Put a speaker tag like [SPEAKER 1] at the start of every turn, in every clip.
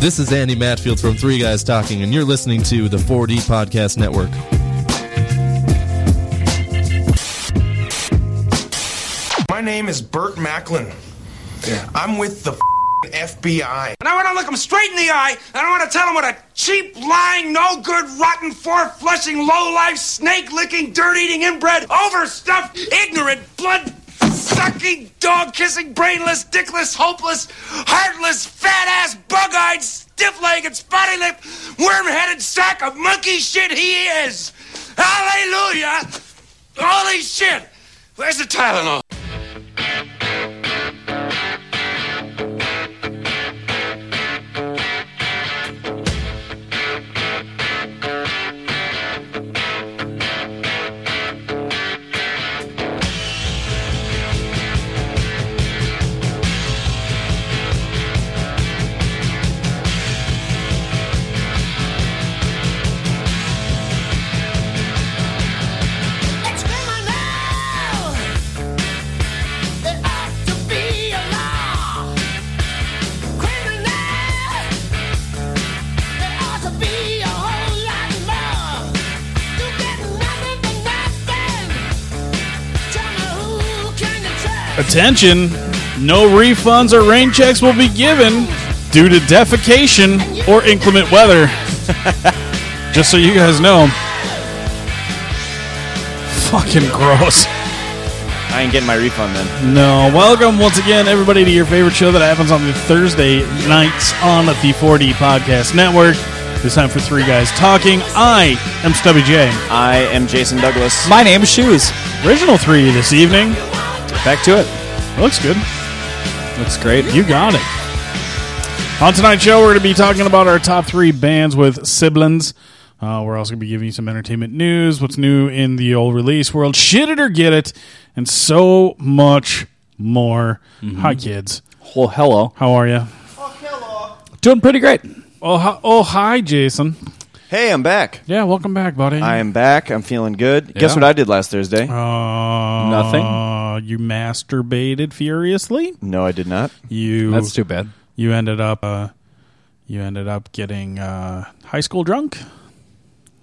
[SPEAKER 1] This is Andy Matfield from Three Guys Talking, and you're listening to the 4D Podcast Network.
[SPEAKER 2] My name is Burt Macklin. I'm with the f***ing FBI. And I want to look them straight in the eye, and I want to tell them what a cheap, lying, no good, rotten, four flushing, low life, snake licking, dirt eating, inbred, overstuffed, ignorant, blood sucking, dog kissing, brainless, dickless, hopeless, heartless, fat ass, bug eyed, stiff legged, spotty lipped, worm headed sack of monkey shit he is. Hallelujah! Holy shit! Where's the Tylenol?
[SPEAKER 3] It's criminal. It ought to be a law. Criminal. It ought to be a whole lot more. You get nothing for nothing. Tell me who can you trust?
[SPEAKER 4] Attention! No refunds or rain checks will be given due to defecation or inclement weather. Just so you guys know. Fucking gross.
[SPEAKER 5] I ain't getting my refund then.
[SPEAKER 4] No. Welcome once again, everybody, to your favorite show that happens on the Thursday nights on the 4D Podcast Network. This time for Three Guys Talking. I am Stubby J.
[SPEAKER 5] I am Jason Douglas.
[SPEAKER 6] My name is Shoes.
[SPEAKER 4] Original three this evening.
[SPEAKER 5] Back to it.
[SPEAKER 4] Looks good.
[SPEAKER 6] Looks great.
[SPEAKER 4] You got it. On tonight's show, we're going to be talking about our top three bands with siblings. Uh, we're also going to be giving you some entertainment news, what's new in the old release world, shit it or get it, and so much more.
[SPEAKER 5] Mm-hmm.
[SPEAKER 4] Hi, kids.
[SPEAKER 6] Well, hello.
[SPEAKER 4] How are you?
[SPEAKER 6] Doing pretty great.
[SPEAKER 4] Oh, hi, oh, hi, Jason.
[SPEAKER 5] Hey, I'm back.
[SPEAKER 4] Yeah, welcome back, buddy.
[SPEAKER 5] I am back. I'm feeling good. Guess what I did last Thursday?
[SPEAKER 4] Uh,
[SPEAKER 6] Nothing?
[SPEAKER 4] You masturbated furiously.
[SPEAKER 5] no, I did not.
[SPEAKER 4] You.
[SPEAKER 6] That's too bad.
[SPEAKER 4] You ended up. Uh, you ended up getting uh, high school drunk.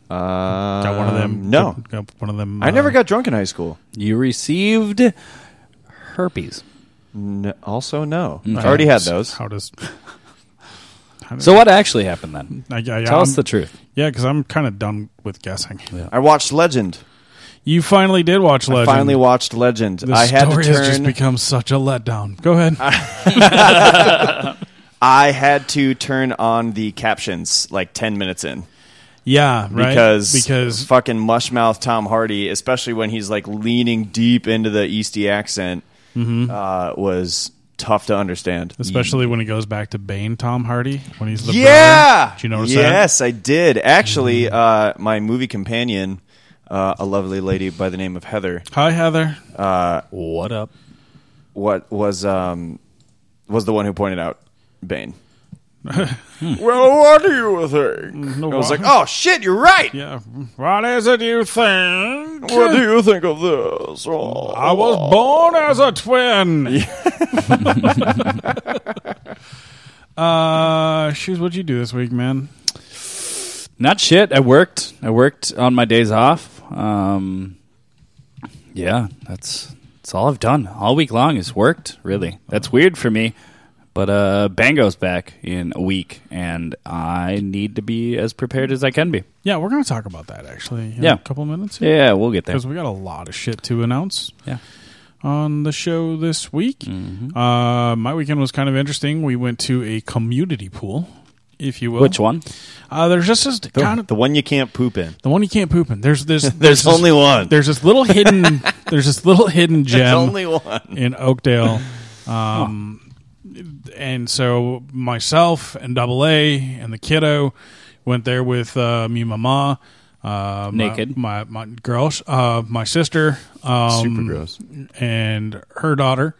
[SPEAKER 5] Uh,
[SPEAKER 4] Got one of them.
[SPEAKER 5] No.
[SPEAKER 4] Got, got one of them.
[SPEAKER 5] I never
[SPEAKER 4] uh,
[SPEAKER 5] got drunk in high school.
[SPEAKER 6] You received herpes. Mm-hmm.
[SPEAKER 5] N also, no. I already had
[SPEAKER 4] s-
[SPEAKER 5] those.
[SPEAKER 4] uh, How does?
[SPEAKER 6] So what actually happened then?
[SPEAKER 4] I, I,
[SPEAKER 6] Tell us
[SPEAKER 4] I'm-
[SPEAKER 6] the truth.
[SPEAKER 4] Yeah, because I'm kind of done with guessing.
[SPEAKER 5] I watched Legend.
[SPEAKER 4] You finally did watch Legend.
[SPEAKER 5] I finally watched Legend.
[SPEAKER 4] The
[SPEAKER 5] I had to
[SPEAKER 4] story has just
[SPEAKER 5] turn.
[SPEAKER 4] become such a letdown. Go ahead.
[SPEAKER 5] I had to turn on the captions like ten minutes in.
[SPEAKER 4] yeah, right.
[SPEAKER 5] because
[SPEAKER 4] because
[SPEAKER 5] fucking mushmouth Tom Hardy, especially when he's like leaning deep into the Eastie accent, uh, was tough to understand.
[SPEAKER 4] Mm-hmm. especially when he goes back to Bane, Tom Hardy when he's the
[SPEAKER 5] yeah,
[SPEAKER 4] brother. Did you notice that? Mm-hmm.
[SPEAKER 5] Yes, I did. Actually, uh, my movie companion, uh, a lovely lady by the name of Heather, uh,
[SPEAKER 4] Hi Heather.
[SPEAKER 6] What up?
[SPEAKER 5] what was um, was the one who pointed out Bane. well, what do you think? I was like, oh shit, you're right.
[SPEAKER 4] Yeah. What is it you think?
[SPEAKER 5] What do you think of this? Oh.
[SPEAKER 4] I was born as a twin. uh, shoes. What'd you do this week, man?
[SPEAKER 6] Not shit. I worked. I worked on my days off. Um, yeah, that's that's all I've done all week long is worked. Really, that's weird for me. But uh, Bango's back in a week, and I need to be as prepared as I can be.
[SPEAKER 4] Yeah, we're gonna talk about that actually. In
[SPEAKER 6] Yeah.
[SPEAKER 4] a couple minutes. here.
[SPEAKER 6] Yeah, we'll get there.
[SPEAKER 4] because we got a lot of shit to announce.
[SPEAKER 6] Yeah. Mm-hmm.
[SPEAKER 4] On the show this week, uh, my weekend was kind of interesting. We went to a community pool, if you will.
[SPEAKER 6] Which one?
[SPEAKER 4] Uh, there's just this kind of
[SPEAKER 5] The one you can't poop in.
[SPEAKER 4] the one you can't poop in. There's this.
[SPEAKER 5] There's
[SPEAKER 4] this-
[SPEAKER 5] only one.
[SPEAKER 4] There's this little hidden. there's this little hidden gem
[SPEAKER 5] one.
[SPEAKER 4] in Oakdale Um, And so myself and Double A and the kiddo went there with uh, me, and my ma, uh, my-
[SPEAKER 6] Naked.
[SPEAKER 4] my my, girl, uh, my sister, um,
[SPEAKER 5] Super gross.
[SPEAKER 4] and her daughter.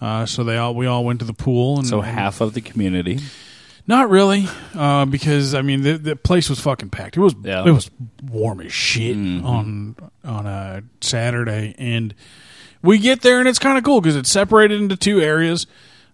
[SPEAKER 4] Uh, so they all we all went to the pool. And,
[SPEAKER 6] So half of the community.
[SPEAKER 4] Not really, uh, because I mean the, the place was fucking packed. It was
[SPEAKER 6] Yeah. Mm-hmm.
[SPEAKER 4] it was warm as shit on on a Saturday, and we get there and it's kind of cool because it's separated into two areas.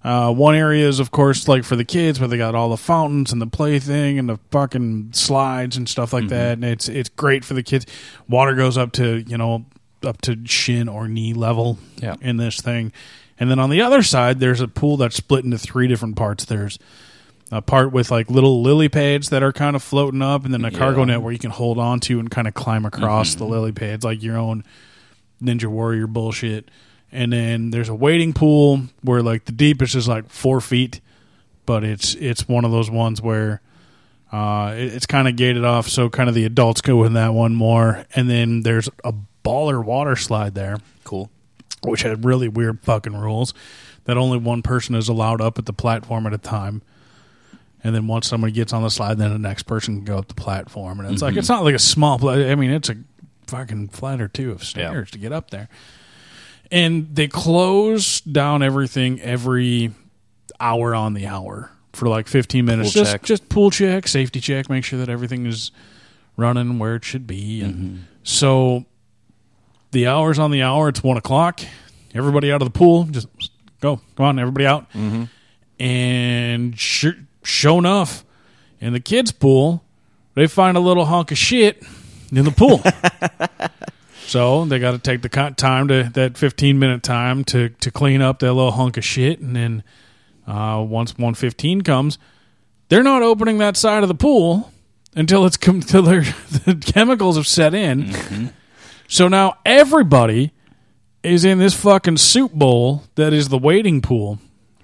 [SPEAKER 4] Uh, one area is of course like for the kids, where they got all the fountains and the play thing and the fucking slides and stuff
[SPEAKER 6] Mm-hmm.
[SPEAKER 4] like that, and it's it's great for the kids. Water goes up to you know up to shin or knee level
[SPEAKER 6] Yeah.
[SPEAKER 4] in this thing, and then on the other side there's a pool that's split into three different parts. There's a uh, part with like little lily pads that are kind of floating up, and then a cargo net where you can hold on to and kind of climb across the lily pads like your own Ninja Warrior bullshit. And then there's a wading pool where like the deepest is like four feet, but it's it's one of those ones where uh, it- it's kind of gated off, so kind of the adults go in that one more. And then there's a baller water slide there
[SPEAKER 6] Cool.
[SPEAKER 4] which had really weird fucking rules that only one person is allowed up at the platform at a time. And then once somebody gets on the slide, then the next person can go up the platform. And it's
[SPEAKER 6] Mm-hmm.
[SPEAKER 4] like, it's not like a small, pla- I mean, it's a fucking flat or two of stairs to get up there. And they close down everything every hour on the hour for like 15 minutes.
[SPEAKER 6] Pool
[SPEAKER 4] just,
[SPEAKER 6] check.
[SPEAKER 4] just pool check, safety check, make sure that everything is running where it should be. And
[SPEAKER 6] Mm-hmm.
[SPEAKER 4] so the hour's on the hour. It's one o'clock. Everybody out of the pool. Just go. Come on, everybody out. And sure, sure enough, in the kids' pool, they find a little hunk of shit in the pool. so they got to take the co- time to that fifteen minute time to to clean up that little hunk of shit, and then uh, once one fifteen comes, they're not opening that side of the pool until it's come till their the chemicals have set in. So now everybody is in this fucking soup bowl that is the wading pool,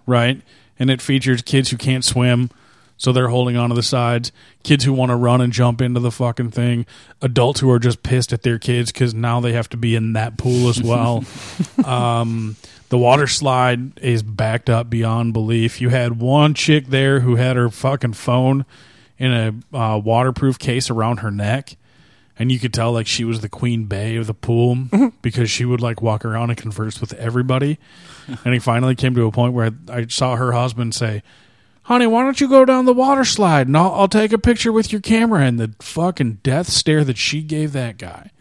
[SPEAKER 4] right? And it features kids who can't swim, so they're holding onto the sides, kids who want to run and jump into the fucking thing, adults who are just pissed at their kids because now they have to be in that pool as well. um, the water slide is backed up beyond belief. You had one chick there who had her fucking phone in a uh, waterproof case around her neck and you could tell like she was the queen bay of the pool because she would like walk around and converse with everybody and he finally came to a point where I, I saw her husband say honey why don't you go down the water slide and I'll, I'll take a picture with your camera and the fucking death stare that she gave that guy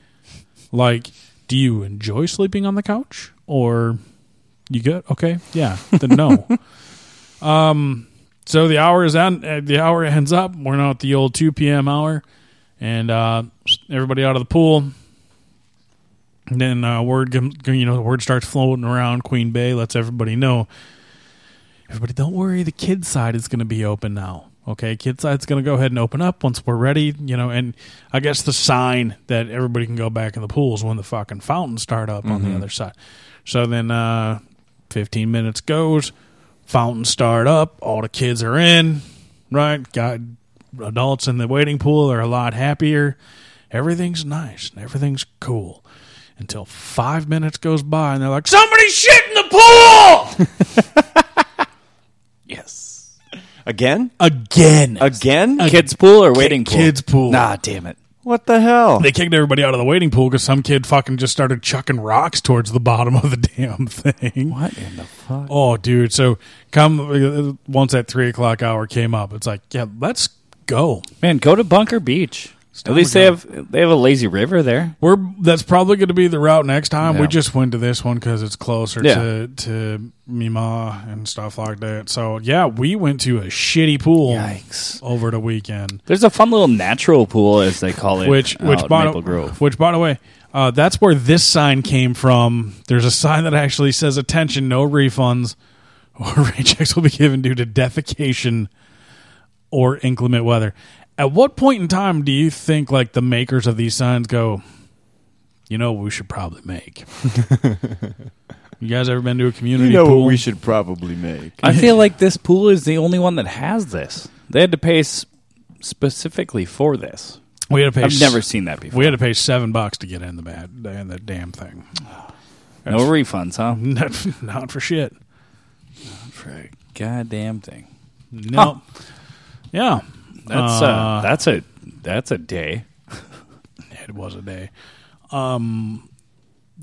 [SPEAKER 4] like do you enjoy sleeping on the couch or you good okay yeah then no Um, so the hour is on. uh, The hour ends up. We're now at the old two p.m. hour, and uh, everybody out of the pool. And then uh, word, com- you know, word starts floating around Queen Bay. Lets everybody know. Everybody, don't worry. The kids side is going to be open now. Okay, kids side's going to go ahead and open up once we're ready. You know, and I guess the sign that everybody can go back in the pool is when the fucking fountains start up on
[SPEAKER 6] Mm-hmm.
[SPEAKER 4] the other side. So then, uh, fifteen minutes goes fountain start up. All the kids are in, right? Got adults in the waiting pool are a lot happier. Everything's nice and everything's cool until five minutes goes by and they're like, "Somebody shit in the pool
[SPEAKER 5] Again?
[SPEAKER 4] again."
[SPEAKER 5] Again?
[SPEAKER 6] Kids pool or waiting pool?
[SPEAKER 4] Kids pool.
[SPEAKER 6] Nah, damn it.
[SPEAKER 5] What the hell?
[SPEAKER 4] They kicked everybody out of the waiting pool because some kid fucking just started chucking rocks towards the bottom of the damn thing.
[SPEAKER 6] What in the fuck?
[SPEAKER 4] Oh, dude! So come uh, once that three o'clock hour came up, it's like, yeah, let's go.
[SPEAKER 6] Man, go to Bunker Beach. At least they have they have a lazy river there.
[SPEAKER 4] We're that's probably going to be the route next time. We
[SPEAKER 6] Yeah.
[SPEAKER 4] just went to this one because it's closer
[SPEAKER 6] Yeah.
[SPEAKER 4] to to Mima and stuff like that. So yeah, we went to a shitty pool
[SPEAKER 6] Yikes.
[SPEAKER 4] over the weekend,
[SPEAKER 6] There's a fun little natural pool, as they call it,
[SPEAKER 4] which
[SPEAKER 6] out
[SPEAKER 4] which
[SPEAKER 6] in
[SPEAKER 4] by
[SPEAKER 6] Maple
[SPEAKER 4] the,
[SPEAKER 6] Grove.
[SPEAKER 4] which by the way, uh, that's where this sign came from. There's a sign that actually says, "Attention, no refunds or rain checks will be given due to defecation or inclement weather." At what point in time do you think like the makers of these signs go? you know what we should probably make. you guys ever been to a community
[SPEAKER 5] you know
[SPEAKER 4] pool?
[SPEAKER 5] what we should probably make.
[SPEAKER 6] I feel like this pool is the only one that has this. They had to pay s- specifically for this.
[SPEAKER 4] We had to pay.
[SPEAKER 6] I've
[SPEAKER 4] s-
[SPEAKER 6] never seen that before.
[SPEAKER 4] We had to pay seven bucks to get in the bad in the damn thing.
[SPEAKER 6] No refunds, huh?
[SPEAKER 4] Not, not for shit.
[SPEAKER 6] for a goddamn thing.
[SPEAKER 4] No. Yeah.
[SPEAKER 6] That's
[SPEAKER 4] Uh,
[SPEAKER 6] uh, that's a that's a day.
[SPEAKER 4] it was a day. Um,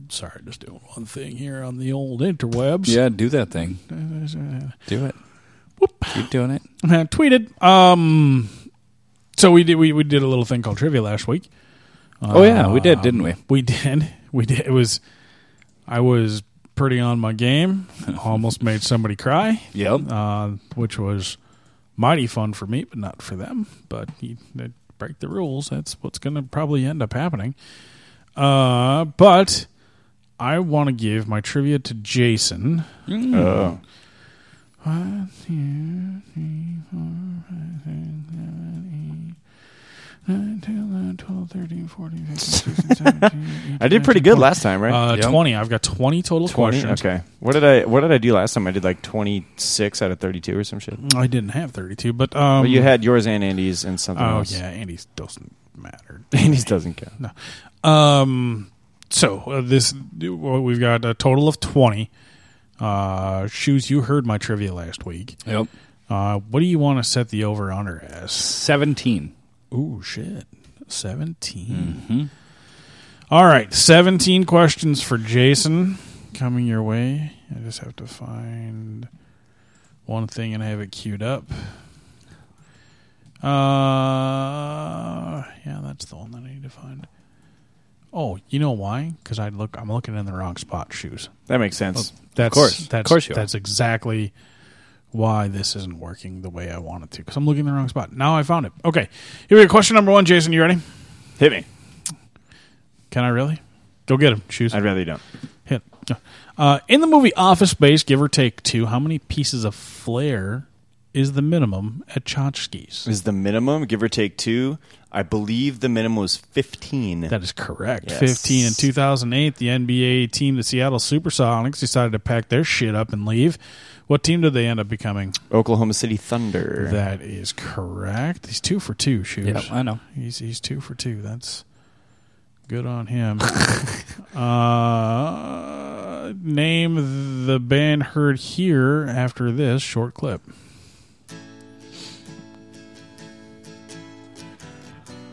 [SPEAKER 4] sorry, just doing one thing here on the old interwebs.
[SPEAKER 6] Yeah, do that thing.
[SPEAKER 4] Yeah.
[SPEAKER 6] Do it. Keep doing it.
[SPEAKER 4] Tweeted. Um, so we did we, we did a little thing called trivia last week. Um,
[SPEAKER 6] Oh, yeah, we did, didn't we?
[SPEAKER 4] We did. We did. It was. I was pretty on my game. Almost made somebody cry.
[SPEAKER 6] Yep.
[SPEAKER 4] Uh, which was mighty fun for me, but not for them. But you they break the rules. That's what's going to probably end up happening. Uh, but I want to give my trivia to Jason.
[SPEAKER 6] Mm.
[SPEAKER 5] Oh.
[SPEAKER 4] One, two, three, four, five, six, seven, eight, nine, 10, 11, 12, 13, 14, 15, 16, 17, 18,
[SPEAKER 5] I did pretty
[SPEAKER 4] 19,
[SPEAKER 5] good
[SPEAKER 4] 20.
[SPEAKER 5] last time, right?
[SPEAKER 4] Uh,
[SPEAKER 6] Yep.
[SPEAKER 4] 20. I've got 20 total
[SPEAKER 5] 20?
[SPEAKER 4] questions.
[SPEAKER 5] Okay. What did I What did I do last time? I did like twenty six out of thirty two or some shit.
[SPEAKER 4] I didn't have 32, but. Um,
[SPEAKER 5] well, you had yours and Andy's and something
[SPEAKER 4] Oh,
[SPEAKER 5] else.
[SPEAKER 4] yeah. Andy's doesn't matter.
[SPEAKER 5] Andy's doesn't count.
[SPEAKER 4] Um, so uh, this well, we've got a total of twenty. Uh, shoes. You heard my trivia last week.
[SPEAKER 6] Yep.
[SPEAKER 4] Uh, what do you want to set the over under as?
[SPEAKER 6] Seventeen.
[SPEAKER 4] Ooh, shit, 17
[SPEAKER 6] Mm-hmm.
[SPEAKER 4] All right, seventeen questions for Jason coming your way. I just have to find one thing and have it queued up. Uh, yeah, that's the one that I need to find. Oh, you know why? Because I look, I'm looking in the wrong spot. Shoes.
[SPEAKER 5] That makes sense.
[SPEAKER 4] That's,
[SPEAKER 6] course. Of
[SPEAKER 4] that's,
[SPEAKER 6] course you are.
[SPEAKER 4] that's exactly why this isn't working the way I want it to. Because I'm looking in the wrong spot. Now I found it. Okay, here we go. Question number one, Jason. You ready?
[SPEAKER 5] Hit me.
[SPEAKER 4] Can I really? Go get him. Shoes.
[SPEAKER 5] I'd rather you don't.
[SPEAKER 4] Hit. Uh, in the movie Office Space, give or take two, how many pieces of flair is the minimum at Chachki's?
[SPEAKER 5] Is the minimum give or take two? I believe the minimum was fifteen.
[SPEAKER 4] That is correct.
[SPEAKER 5] Yes.
[SPEAKER 4] 15 in 2008, the NBA team, the Seattle Supersonics, decided to pack their shit up and leave. What team did they end up becoming?
[SPEAKER 5] Oklahoma City Thunder.
[SPEAKER 4] That is correct. He's two for two, shoes.
[SPEAKER 6] Yep, I know.
[SPEAKER 4] He's he's two for two. That's good on him. uh, name the band heard here after this short clip.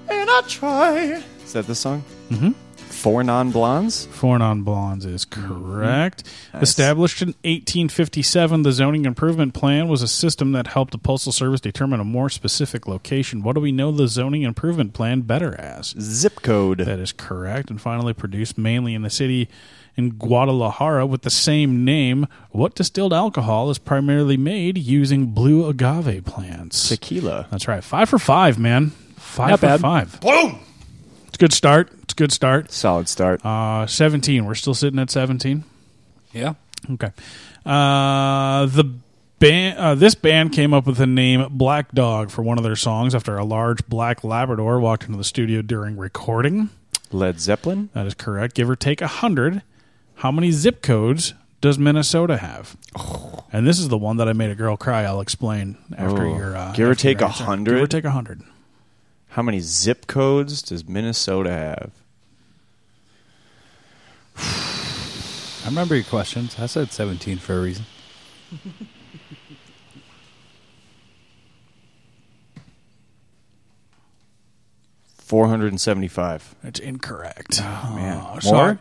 [SPEAKER 5] and I try. Is that the song? Mm-hmm. Four Mm-hmm. non blondes.
[SPEAKER 4] Four non blondes is correct. Established in 1857, the zoning improvement plan was a system that helped the Postal Service determine a more specific location. What do we know the zoning improvement plan better as?
[SPEAKER 5] Zip code.
[SPEAKER 4] That is correct. And finally, produced mainly in the city in Guadalajara with the same name. What distilled alcohol is primarily made using blue agave plants?
[SPEAKER 5] Tequila.
[SPEAKER 4] That's right. Five for five, man. Five
[SPEAKER 6] Not
[SPEAKER 4] for
[SPEAKER 6] bad.
[SPEAKER 4] five.
[SPEAKER 2] Boom!
[SPEAKER 4] It's a good start. It's a good start.
[SPEAKER 5] Solid start.
[SPEAKER 4] Uh, 17. We're still sitting at 17.
[SPEAKER 6] Yeah.
[SPEAKER 4] Okay. Uh, the band, uh, this band came up with the name Black Dog for one of their songs after a large black Labrador walked into the studio during recording.
[SPEAKER 5] Led Zeppelin.
[SPEAKER 4] That is correct. Give or take 100. How many zip codes does Minnesota have? And this is the one that I made a girl cry. I'll explain after
[SPEAKER 5] Oh.
[SPEAKER 4] your. Uh,
[SPEAKER 5] Give or
[SPEAKER 4] after
[SPEAKER 5] take
[SPEAKER 4] your
[SPEAKER 5] a
[SPEAKER 4] answer.
[SPEAKER 5] hundred?
[SPEAKER 4] Give or take 100.
[SPEAKER 5] How many zip codes does Minnesota have?
[SPEAKER 6] I remember your questions. I said seventeen for a reason.
[SPEAKER 5] Four hundred and seventy-five.
[SPEAKER 4] That's incorrect. Oh,
[SPEAKER 5] man.
[SPEAKER 4] so
[SPEAKER 5] More?
[SPEAKER 4] I-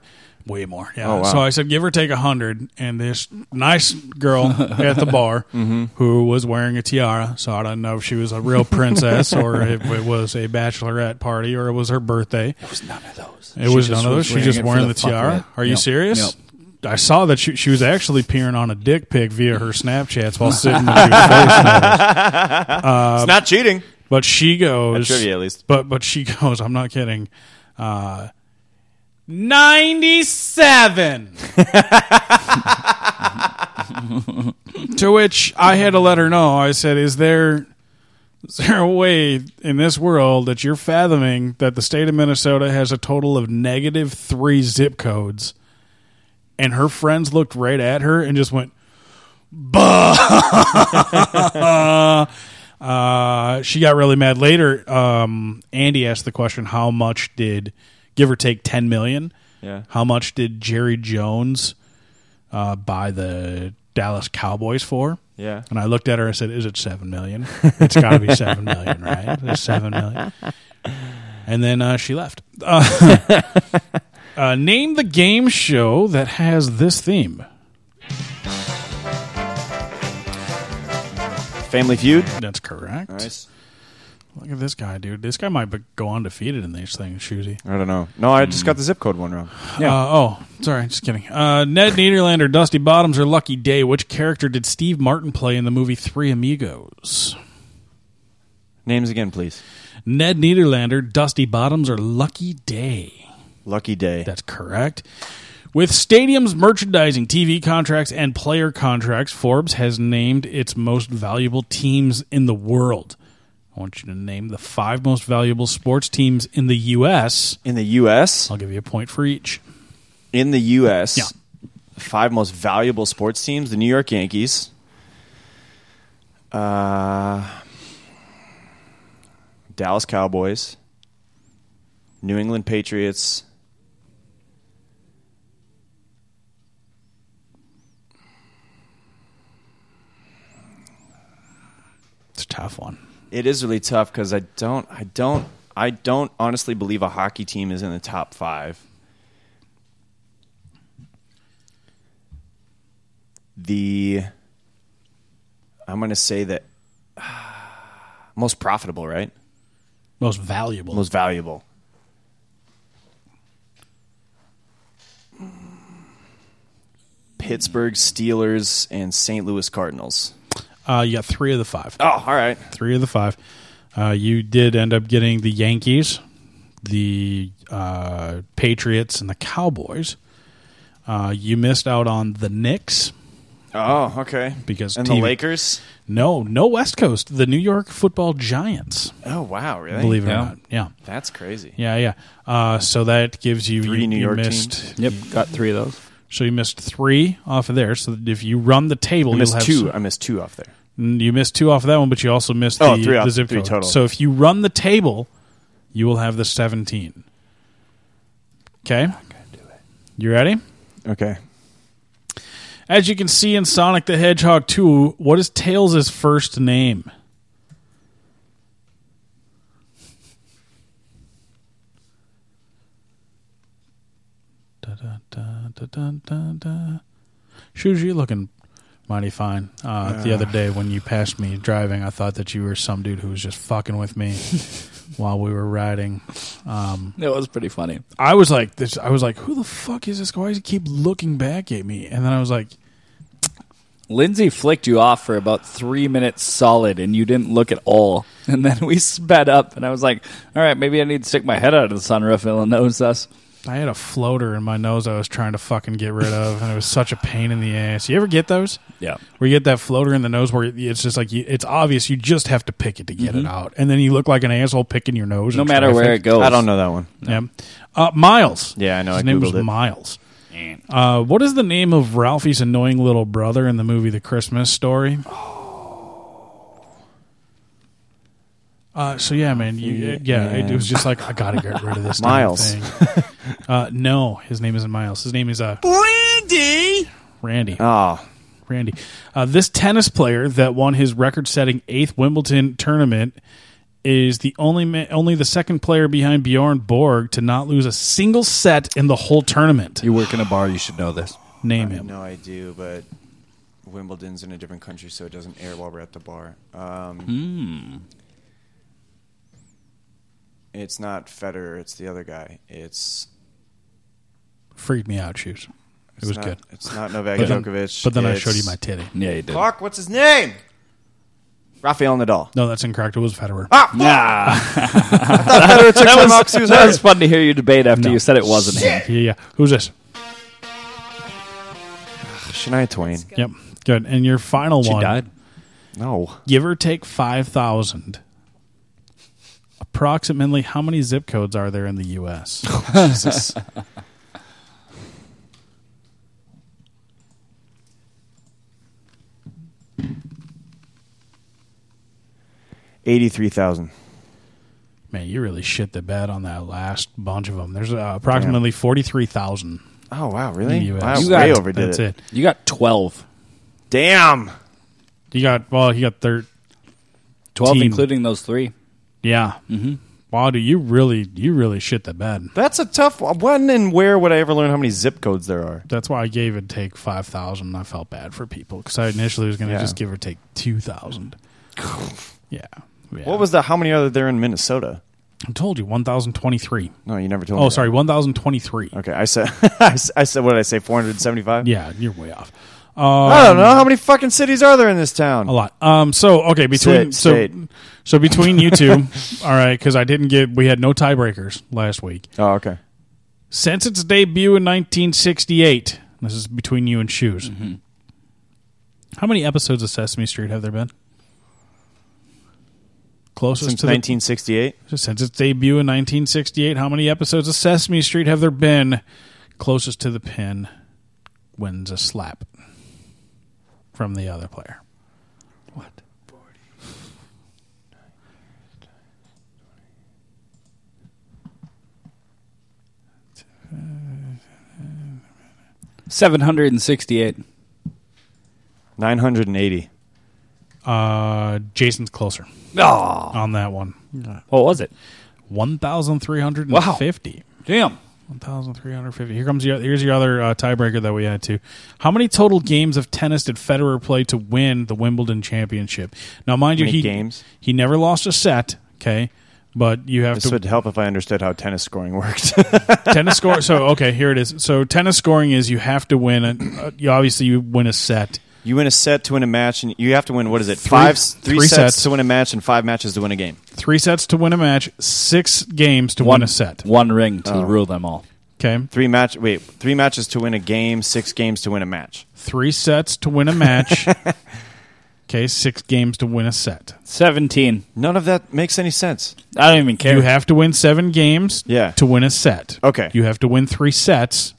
[SPEAKER 4] way more. Yeah.
[SPEAKER 5] Oh, wow.
[SPEAKER 4] So I said, give or take 100. And this nice girl at the bar who was wearing a tiara. So I don't know if she was a real princess or if it was a bachelorette party or it was her birthday.
[SPEAKER 6] was none of those.
[SPEAKER 4] It was none of those. She just wearing the, tiara. Are you serious? I saw that she, she was actually peering on a dick pic via her Snapchats while sitting. with your face notice.
[SPEAKER 5] it's not cheating.
[SPEAKER 4] But she goes,
[SPEAKER 5] trivia, at least.
[SPEAKER 4] But but she goes. I'm not kidding. Uh, Ninety-seven. to which I had to let her know. I said, "Is there?" Is there a way in this world that you're fathoming that the state of Minnesota has a total of negative three zip codes? And her friends looked right at her and just went, "Bah!" uh, she got really mad. Later, um, Andy asked the question, "How much did, give or take, ten million?
[SPEAKER 5] Yeah.
[SPEAKER 4] How much did Jerry Jones uh, buy the Dallas Cowboys for.
[SPEAKER 5] Yeah.
[SPEAKER 4] And I looked at her. I said, "Is it seven million? It's got to be seven million, right? It's seven million. And then uh, she left. Uh, uh, name the game show that has this theme.
[SPEAKER 5] Family Feud.
[SPEAKER 4] That's correct.
[SPEAKER 5] Nice.
[SPEAKER 4] Look at this guy, dude. This guy might be- go undefeated in these things, Shoozy.
[SPEAKER 5] I don't know. No, I just got the zip code one wrong.
[SPEAKER 4] Uh, oh, sorry, just kidding. Uh, Ned Niederland or Dusty Bottoms or Lucky Day. Which character did Steve Martin play in the movie Three Amigos?
[SPEAKER 5] Names again, please.
[SPEAKER 4] Ned Niederlander, Dusty Bottoms, or Lucky Day.
[SPEAKER 5] Lucky Day.
[SPEAKER 4] That's correct. With stadiums, merchandising, TV contracts, and player contracts, Forbes has named its most valuable teams in the world. I want you to name the five most valuable sports teams in the U.S.
[SPEAKER 5] In the U.S.
[SPEAKER 4] I'll give you a point for each.
[SPEAKER 5] In the U.S.
[SPEAKER 4] Yeah.
[SPEAKER 5] the Five most valuable sports teams: the New York Yankees. Uh, Dallas Cowboys. New England Patriots.
[SPEAKER 4] It's a tough one.
[SPEAKER 5] It is really tough because I don't, I don't, I don't honestly believe a hockey team is in the top five. The, I'm going to say that most profitable, right?
[SPEAKER 4] Most valuable.
[SPEAKER 5] Most valuable. Pittsburgh Steelers and St. Louis Cardinals.
[SPEAKER 4] Uh, you got three of the five.
[SPEAKER 5] Oh, all right.
[SPEAKER 4] Three of the five. Uh, you did end up getting the Yankees, the uh, Patriots, and the Cowboys. Uh, you missed out on the Knicks.
[SPEAKER 5] Oh, okay.
[SPEAKER 4] Because
[SPEAKER 5] and
[SPEAKER 4] TV
[SPEAKER 5] the Lakers.
[SPEAKER 4] No, no West Coast. The New York Football Giants.
[SPEAKER 5] Oh, wow, really?
[SPEAKER 4] Believe it or
[SPEAKER 6] Yeah.
[SPEAKER 4] not. Yeah.
[SPEAKER 5] That's crazy.
[SPEAKER 4] Yeah, yeah. Uh, so that gives you
[SPEAKER 5] Three
[SPEAKER 4] you,
[SPEAKER 5] New
[SPEAKER 4] you
[SPEAKER 5] York
[SPEAKER 4] missed
[SPEAKER 5] teams.
[SPEAKER 6] Yep, got three of those.
[SPEAKER 4] so you missed three off of there. So that if you run the
[SPEAKER 5] I
[SPEAKER 4] table, you'll
[SPEAKER 5] missed
[SPEAKER 4] have
[SPEAKER 5] two. I missed two off there.
[SPEAKER 4] You missed two off of that one, but you also missed
[SPEAKER 5] Oh,
[SPEAKER 4] the,
[SPEAKER 5] three off-
[SPEAKER 4] the zip
[SPEAKER 5] three
[SPEAKER 4] code.
[SPEAKER 5] total.
[SPEAKER 4] So if you run the table, you will have the 17. Okay? You ready?
[SPEAKER 5] Okay.
[SPEAKER 4] As you can see in Sonic the Hedgehog 2, what is Tails' first name? Da, da, da, da, da, da, da. Shoes, you're looking mighty fine. Uh, the other day when you passed me driving, I thought that you were some dude who was just fucking with me while we were riding.
[SPEAKER 6] It was pretty funny.
[SPEAKER 4] I was like this. I was like, who the fuck is this guy? Why does he keep looking back at me? And then I was like,
[SPEAKER 6] Lindsay flicked you off for about three minutes solid, and you didn't look at all. And then we sped up, and I was like, "All right, maybe I need to stick my head out of the sunroof." It'll notice us.
[SPEAKER 4] I had a floater in my nose I was trying to fucking get rid of, and it was such a pain in the ass. You ever get those?
[SPEAKER 6] Yeah.
[SPEAKER 4] Where you get that floater in the nose where it's just like, you, it's obvious you just have to pick it to get it out. And then you look like an asshole picking your nose.
[SPEAKER 6] Mm-hmm. No
[SPEAKER 4] in
[SPEAKER 6] matter
[SPEAKER 4] traffic.
[SPEAKER 6] where it goes,
[SPEAKER 5] I don't know that one.
[SPEAKER 4] Yeah. Uh, Miles.
[SPEAKER 5] Yeah, I know.
[SPEAKER 4] His
[SPEAKER 5] I
[SPEAKER 4] name was
[SPEAKER 5] Googled it.
[SPEAKER 4] Miles. Uh, what is the name of Ralphie's annoying little brother in the movie The Christmas Story? Oh. Uh, so yeah, man, you, yeah, it was just like I gotta get rid of this damn
[SPEAKER 5] Miles.
[SPEAKER 4] Thing. Uh, no, his name isn't Miles. His name is uh,
[SPEAKER 5] Randy.
[SPEAKER 4] Randy.
[SPEAKER 5] Oh,
[SPEAKER 4] Randy. Uh, this tennis player that won his record-setting eighth Wimbledon tournament is the only ma- only the second player behind Bjorn Borg to not lose a single set in the whole tournament.
[SPEAKER 6] You work in a bar, you should know this.
[SPEAKER 4] Name
[SPEAKER 5] I
[SPEAKER 4] him.
[SPEAKER 5] know I do, but Wimbledon's in a different country, so it doesn't air while we're at the bar. Um,
[SPEAKER 6] Hmm.
[SPEAKER 5] It's not Federer. It's the other guy. It's
[SPEAKER 4] Freaked me out. Shoes. It
[SPEAKER 5] it's
[SPEAKER 4] was
[SPEAKER 5] not,
[SPEAKER 4] good.
[SPEAKER 5] It's not Novak
[SPEAKER 4] then,
[SPEAKER 5] Djokovic.
[SPEAKER 4] but then I
[SPEAKER 5] It's-
[SPEAKER 4] showed you my titty.
[SPEAKER 6] Yeah, you did.
[SPEAKER 5] Fuck, what's his name? Rafael Nadal.
[SPEAKER 4] No, that's incorrect. It was Federer.
[SPEAKER 5] Ah, fuck! Federer took time off 'cause he was
[SPEAKER 6] That
[SPEAKER 5] hurt.
[SPEAKER 6] was fun to hear you debate after you said it wasn't him.
[SPEAKER 4] Yeah, yeah. Who's this?
[SPEAKER 5] Shania Twain.
[SPEAKER 4] Yep. Good. And your final
[SPEAKER 6] She
[SPEAKER 4] one.
[SPEAKER 6] died.
[SPEAKER 5] No.
[SPEAKER 4] Give or take five thousand. Approximately, how many zip codes are there in the U.S.?
[SPEAKER 5] Jesus. Eighty-three thousand.
[SPEAKER 4] Man, you really shit the bed on that last bunch of them. There's uh, approximately 43,000
[SPEAKER 5] Oh wow,
[SPEAKER 4] in
[SPEAKER 5] really?
[SPEAKER 4] the U.S.
[SPEAKER 5] Wow,
[SPEAKER 6] You
[SPEAKER 5] way
[SPEAKER 6] got-
[SPEAKER 5] overdid
[SPEAKER 4] That's
[SPEAKER 5] it.
[SPEAKER 4] it.
[SPEAKER 6] You got twelve.
[SPEAKER 5] Damn.
[SPEAKER 4] He got well. He got third.
[SPEAKER 6] 12, including those three.
[SPEAKER 4] Yeah. Mm-hmm. Wow, dude, you really, you really shit the bed.
[SPEAKER 5] That's a tough one. When and where would I ever learn how many zip codes there are?
[SPEAKER 4] That's why I gave it take five thousand. I felt bad for people because I initially was going to
[SPEAKER 5] Yeah.
[SPEAKER 4] just give or take two thousand. yeah. yeah.
[SPEAKER 5] What was the how many are there in Minnesota?
[SPEAKER 4] I told you one thousand twenty three.
[SPEAKER 5] No, you never told me.
[SPEAKER 4] Oh,
[SPEAKER 5] that.
[SPEAKER 4] sorry, one thousand twenty three.
[SPEAKER 5] Okay, I said, I s- I said, what did I say? Four hundred seventy-five.
[SPEAKER 4] Yeah, you're way off. Um,
[SPEAKER 5] I don't know how many fucking cities are there in this town.
[SPEAKER 4] A lot. Um. So okay, between
[SPEAKER 5] State,
[SPEAKER 4] so
[SPEAKER 5] state.
[SPEAKER 4] so between you two, all right, because I didn't get we had no tiebreakers last week.
[SPEAKER 5] Oh, okay.
[SPEAKER 4] Since its debut in 1968, this is between you and shoes. How many episodes of Sesame Street have there been? Closest
[SPEAKER 5] Since
[SPEAKER 4] to the,
[SPEAKER 5] nineteen sixty-eight.
[SPEAKER 4] since its debut in 1968, how many episodes of Sesame Street have there been? Closest to the pin wins a slap from the other player. What?
[SPEAKER 6] Seven hundred and sixty-eight.
[SPEAKER 5] Nine hundred and eighty.
[SPEAKER 4] Uh, Jason's closer
[SPEAKER 6] Oh,
[SPEAKER 4] on that one.
[SPEAKER 6] what was it?
[SPEAKER 4] 1,350.
[SPEAKER 6] Damn.
[SPEAKER 4] 1,350. Here comes your, here's your other uh, tiebreaker that we had to. How many total games of tennis did Federer play to win the Wimbledon championship? Now, mind you,
[SPEAKER 5] Many
[SPEAKER 4] he
[SPEAKER 5] games?
[SPEAKER 4] he never lost a set. Okay, but you have
[SPEAKER 5] This
[SPEAKER 4] to
[SPEAKER 5] would help if I understood how tennis scoring worked.
[SPEAKER 4] tennis score. So okay, here it is. So tennis scoring is you have to win. A, uh, you obviously you win a set.
[SPEAKER 5] you win a set to win a match, and you have to win what is it? Five, s- three
[SPEAKER 4] three
[SPEAKER 5] sets,
[SPEAKER 4] sets.
[SPEAKER 5] to win a match, and five matches to win a game.
[SPEAKER 4] Three sets to win a match. Six games to win a set.
[SPEAKER 6] One ring to rule them all.
[SPEAKER 4] Okay,
[SPEAKER 5] Oh. Three match. Wait, three matches to win a game, six games to win a match.
[SPEAKER 4] three sets to win a match. okay, six games to win a set.
[SPEAKER 6] Seventeen.
[SPEAKER 5] None of that makes any sense.
[SPEAKER 6] I don't even care.
[SPEAKER 4] You have to win seven games
[SPEAKER 5] Yeah.
[SPEAKER 4] to win a set.
[SPEAKER 5] Okay.
[SPEAKER 4] You have to win three sets.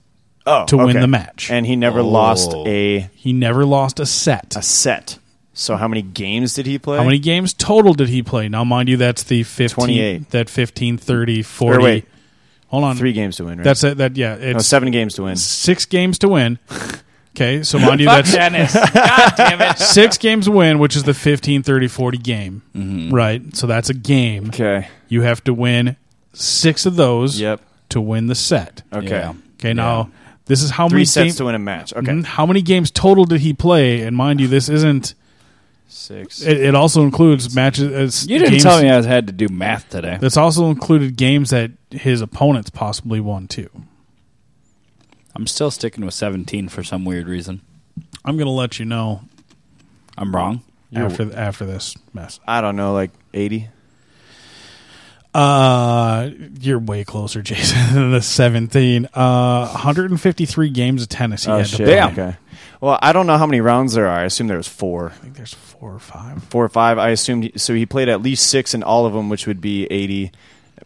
[SPEAKER 5] Oh,
[SPEAKER 4] To win
[SPEAKER 5] okay.
[SPEAKER 4] the match.
[SPEAKER 5] and he never lost
[SPEAKER 6] Oh.
[SPEAKER 5] a
[SPEAKER 4] He never lost a set.
[SPEAKER 5] a set. So how many games did he play?
[SPEAKER 4] How many games total did he play? Now, mind you, that's the 15,
[SPEAKER 5] 28.
[SPEAKER 4] that 15, 30, 40.
[SPEAKER 5] Or wait.
[SPEAKER 4] Hold on.
[SPEAKER 5] Three games to win. Right?
[SPEAKER 4] That's it. That, yeah.
[SPEAKER 5] no,
[SPEAKER 4] It's
[SPEAKER 5] seven games to win.
[SPEAKER 4] six games to win. Okay. So, mind you, that's
[SPEAKER 6] tennis. God damn it.
[SPEAKER 4] six games to win, which is the 15, 30, 40 game. Right. So, that's a game.
[SPEAKER 5] Mm-hmm. Okay.
[SPEAKER 4] You have to win six of those
[SPEAKER 5] Yep.
[SPEAKER 4] to win the set.
[SPEAKER 5] Okay.
[SPEAKER 6] Yeah.
[SPEAKER 4] Okay. Now, this is how
[SPEAKER 5] Three
[SPEAKER 4] many
[SPEAKER 5] sets
[SPEAKER 4] games-
[SPEAKER 5] to win a match. Okay.
[SPEAKER 4] Mhm. How many games total did he play? And mind you, this isn't.
[SPEAKER 5] Six.
[SPEAKER 4] It, it also includes matches. as
[SPEAKER 6] You didn't
[SPEAKER 4] games-
[SPEAKER 6] tell me I had to do math today.
[SPEAKER 4] That's also included games that his opponents possibly won too.
[SPEAKER 6] I'm still sticking with 17 for some weird reason.
[SPEAKER 4] I'm gonna let you know
[SPEAKER 6] I'm wrong.
[SPEAKER 4] after after this mess.
[SPEAKER 5] I don't know, like eighty.
[SPEAKER 4] Uh, you're way closer, Jason, than the 17. Uh, 153 games of tennis. He
[SPEAKER 5] Oh
[SPEAKER 4] had to
[SPEAKER 5] shit.
[SPEAKER 4] play.
[SPEAKER 6] Damn.
[SPEAKER 5] Okay. Well, I don't know how many rounds there are. I assume there was four,
[SPEAKER 4] I think there's four or five.
[SPEAKER 5] four or five. I assumed he- so. He played at least six in all of them, which would be eighty.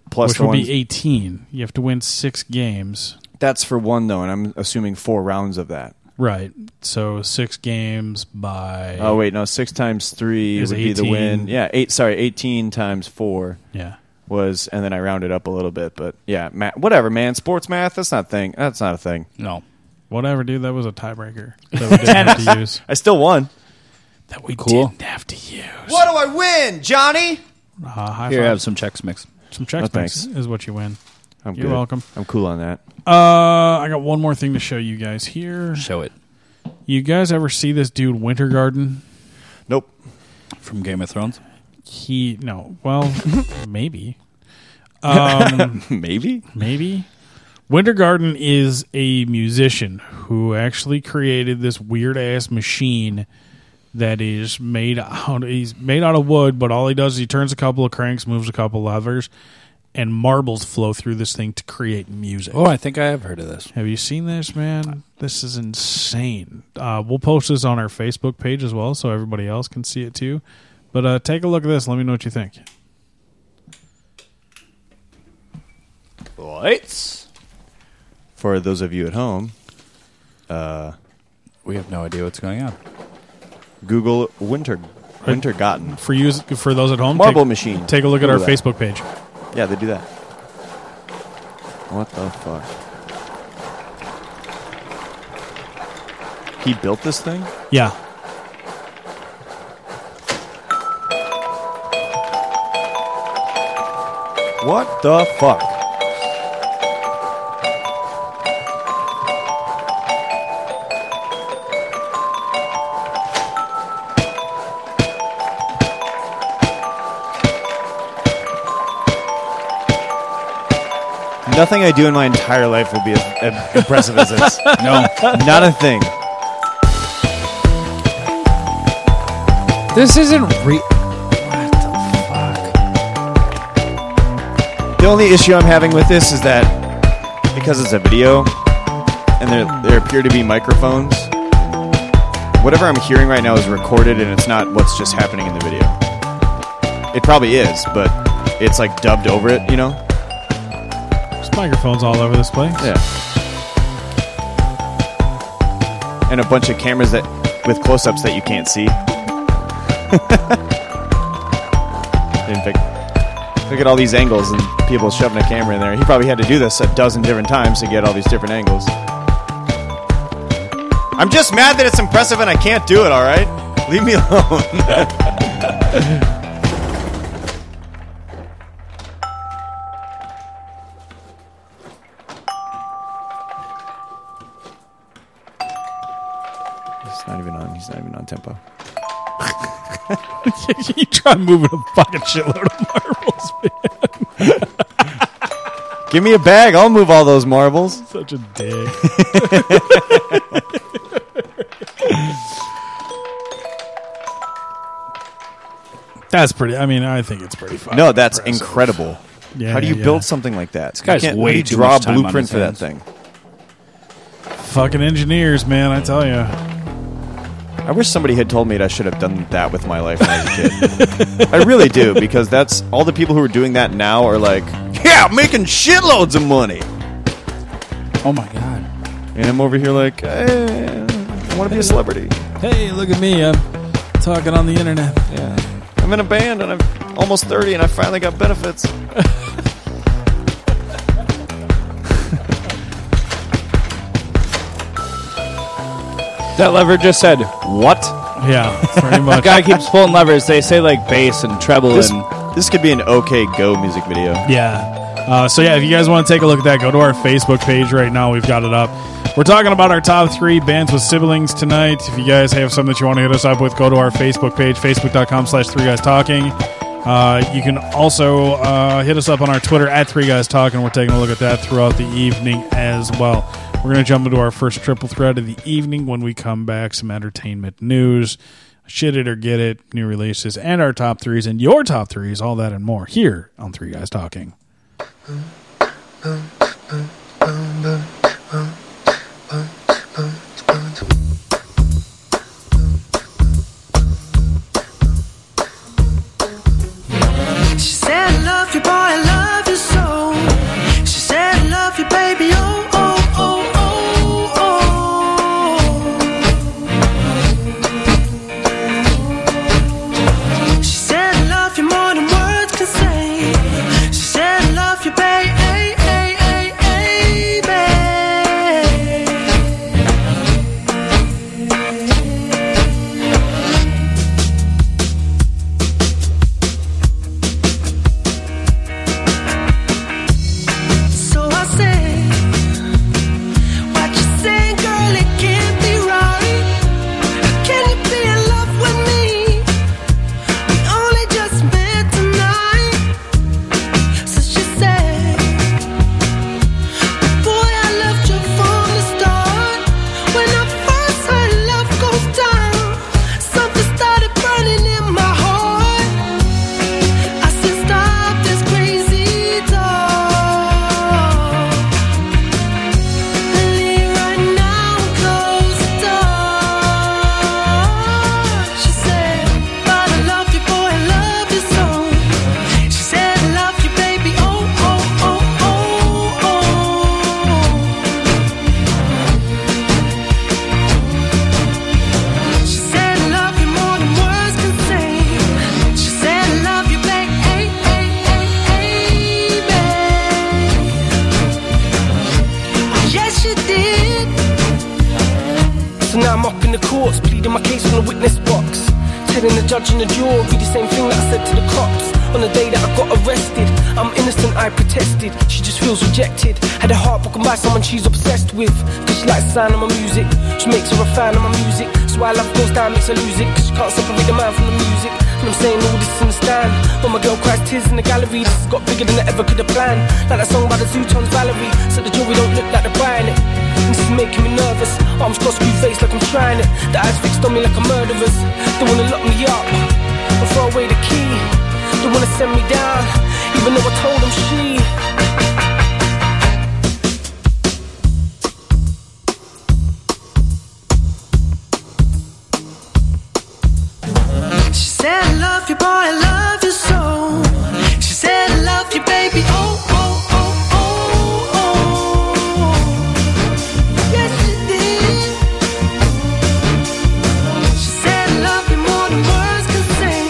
[SPEAKER 5] Plus
[SPEAKER 4] Which
[SPEAKER 5] the
[SPEAKER 4] would
[SPEAKER 5] one
[SPEAKER 4] be 18. You have to win six games.
[SPEAKER 5] that's for one though, and I'm assuming four rounds of that.
[SPEAKER 4] Right. So six games by.
[SPEAKER 5] Oh wait, no, six times three
[SPEAKER 4] Is
[SPEAKER 5] would be the
[SPEAKER 4] 18.
[SPEAKER 5] win. Yeah, eight. Sorry, eighteen times four
[SPEAKER 4] Yeah.
[SPEAKER 5] was, and then I rounded up a little bit, but yeah, ma whatever, man. Sports math, that's not thing. That's not a thing.
[SPEAKER 6] No.
[SPEAKER 4] Whatever, dude. That was a tiebreaker that we didn't have to use.
[SPEAKER 5] I still won.
[SPEAKER 4] That we
[SPEAKER 6] Cool.
[SPEAKER 4] didn't have to use.
[SPEAKER 5] What do I win, Johnny?
[SPEAKER 4] Uh, high
[SPEAKER 6] Here, I
[SPEAKER 4] five.
[SPEAKER 6] have some checks mix.
[SPEAKER 4] Some check
[SPEAKER 5] No,
[SPEAKER 4] points
[SPEAKER 5] Oh, thanks.
[SPEAKER 4] is what you win.
[SPEAKER 5] I'm
[SPEAKER 4] You're
[SPEAKER 5] good.
[SPEAKER 4] welcome.
[SPEAKER 5] I'm cool on that.
[SPEAKER 4] Uh, I got one more thing to show you guys here.
[SPEAKER 6] Show it.
[SPEAKER 4] You guys ever see this dude Winter Garden?
[SPEAKER 5] Nope.
[SPEAKER 6] From Game of Thrones.
[SPEAKER 4] He no. Well, maybe,
[SPEAKER 5] Maybe.
[SPEAKER 4] maybe. Winter Garden is a musician who actually created this weird ass machine that is made out. He's made out of wood, but all he does is he turns a couple of cranks, moves a couple levers, and marbles flow through this thing to create music.
[SPEAKER 6] Oh, I think I have heard of this.
[SPEAKER 4] Have you seen this, man? This is insane. Uh, we'll post this on our Facebook page as well, so everybody else can see it too. But uh, take a look at this. Let me know what you think.
[SPEAKER 6] Lights.
[SPEAKER 5] For those of you at home,
[SPEAKER 6] We have no idea what's going on.
[SPEAKER 5] Google winter winter gotten
[SPEAKER 4] For you, for those at home,
[SPEAKER 5] marble
[SPEAKER 4] take,
[SPEAKER 5] machine.
[SPEAKER 4] Take a look at our
[SPEAKER 5] Google that.
[SPEAKER 4] Facebook page.
[SPEAKER 5] Yeah, they do that. What the fuck? He built this thing?
[SPEAKER 4] Yeah,
[SPEAKER 5] What the fuck? Nothing I do in my entire life will be as, as impressive as this.
[SPEAKER 6] No.
[SPEAKER 5] not a thing.
[SPEAKER 7] This isn't real.
[SPEAKER 5] The only issue I'm having with this is that because it's a video and there there appear to be microphones, whatever I'm hearing right now is recorded and it's not what's just happening in the video. It probably is, but it's like dubbed over it, you know?
[SPEAKER 4] There's microphones all over this place.
[SPEAKER 5] Yeah. And a bunch of cameras that with close-ups that you can't see. Didn't pick- Look at all these angles and people shoving a camera in there. He probably had to do this a dozen different times to get all these different angles. I'm just mad that it's impressive and I can't do it, all right? Leave me alone. It's not even on. He's not even on tempo.
[SPEAKER 4] you try moving a fucking shitload of marbles, man.
[SPEAKER 5] Give me a bag. I'll move all those marbles.
[SPEAKER 4] Such a dick. That's pretty. I mean, I think it's pretty fun.
[SPEAKER 5] no, that's incredible.
[SPEAKER 4] Yeah,
[SPEAKER 5] how do
[SPEAKER 4] yeah,
[SPEAKER 5] you
[SPEAKER 4] yeah.
[SPEAKER 5] build something like that?
[SPEAKER 4] This guy's
[SPEAKER 5] You can't- how
[SPEAKER 4] way
[SPEAKER 5] do you
[SPEAKER 4] too
[SPEAKER 5] draw
[SPEAKER 4] much time
[SPEAKER 5] a
[SPEAKER 4] on
[SPEAKER 5] blueprint
[SPEAKER 4] his
[SPEAKER 5] for that
[SPEAKER 4] hands.
[SPEAKER 5] thing.
[SPEAKER 4] fucking engineers, man. I tell you.
[SPEAKER 5] I wish somebody had told me that I should have done that with my life when I was a kid. I really do because that's all the people who are doing that now are like, yeah, I'm making shitloads of money.
[SPEAKER 6] Oh my god.
[SPEAKER 5] And I'm over here like, eh, I want to be a celebrity.
[SPEAKER 7] Hey, look at me. I'm talking on the internet.
[SPEAKER 5] Yeah. I'm in a band and I'm almost 30 and I finally got benefits.
[SPEAKER 6] That lever just said what?
[SPEAKER 4] Yeah, pretty
[SPEAKER 6] the
[SPEAKER 4] much.
[SPEAKER 6] guy keeps pulling levers. They say like bass and treble
[SPEAKER 5] This,
[SPEAKER 6] and
[SPEAKER 5] this could be an OK Go music video.
[SPEAKER 4] Yeah. Uh, so yeah, if you guys want to take a look at that, go to our Facebook page right now. We've got it up. We're talking about our top three bands with siblings tonight. If you guys have something that you want to hit us up with, go to our Facebook page, facebook.com slash three guys talking. Uh, you can also uh, hit us up on our Twitter at three guys talking. We're taking a look at that throughout the evening as well. We're going to jump into our first triple threat of the evening when we come back. Some entertainment news, shit it or get it, new releases, and our top threes and your top threes, all that and more here on Three Guys Talking.
[SPEAKER 3] She said, I love you, boy, I love you so. She said, I love you, baby, oh, oh, oh, oh, oh. She said, I love you more than words can say. She said, I love you, babe, ay, ay, ay, ay,
[SPEAKER 6] oh,
[SPEAKER 8] arrested and the judge and the jury the same thing that I said to the cops on the day that I got arrested. I'm innocent, I protested. She just feels rejected. Had a heart broken by someone she's obsessed with. Cause she likes the sound of my music. She makes her a fan of my music. So why love goes down, makes her lose it. Cause she can't separate the man from the music. And I'm saying all this in the stand. When my girl cries tears in the gallery, this has got bigger than I ever could have planned. Like that song by the Zootons Valerie. So the jury don't look like they're buying it. And this is making me nervous. Arms crossed, screwed face like I'm trying it. The eyes fixed on me like a murderer's. They wanna lock me up and throw away the key. They wanna send me down, even though I told them she.
[SPEAKER 3] She said, I love you, boy, I love you so. She said, I love you, baby. Oh, oh, oh, oh, oh. Yes, she did. She said, I love you more than words can say.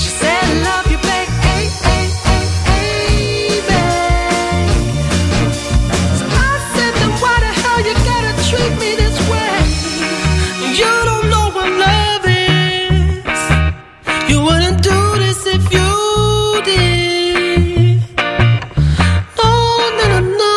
[SPEAKER 3] She said, I love you, babe. Hey, hey, hey, hey, babe. So I said, then why the hell you gotta treat me this way? You don't know what love is. You wouldn't do this if you did. No, no, no, no.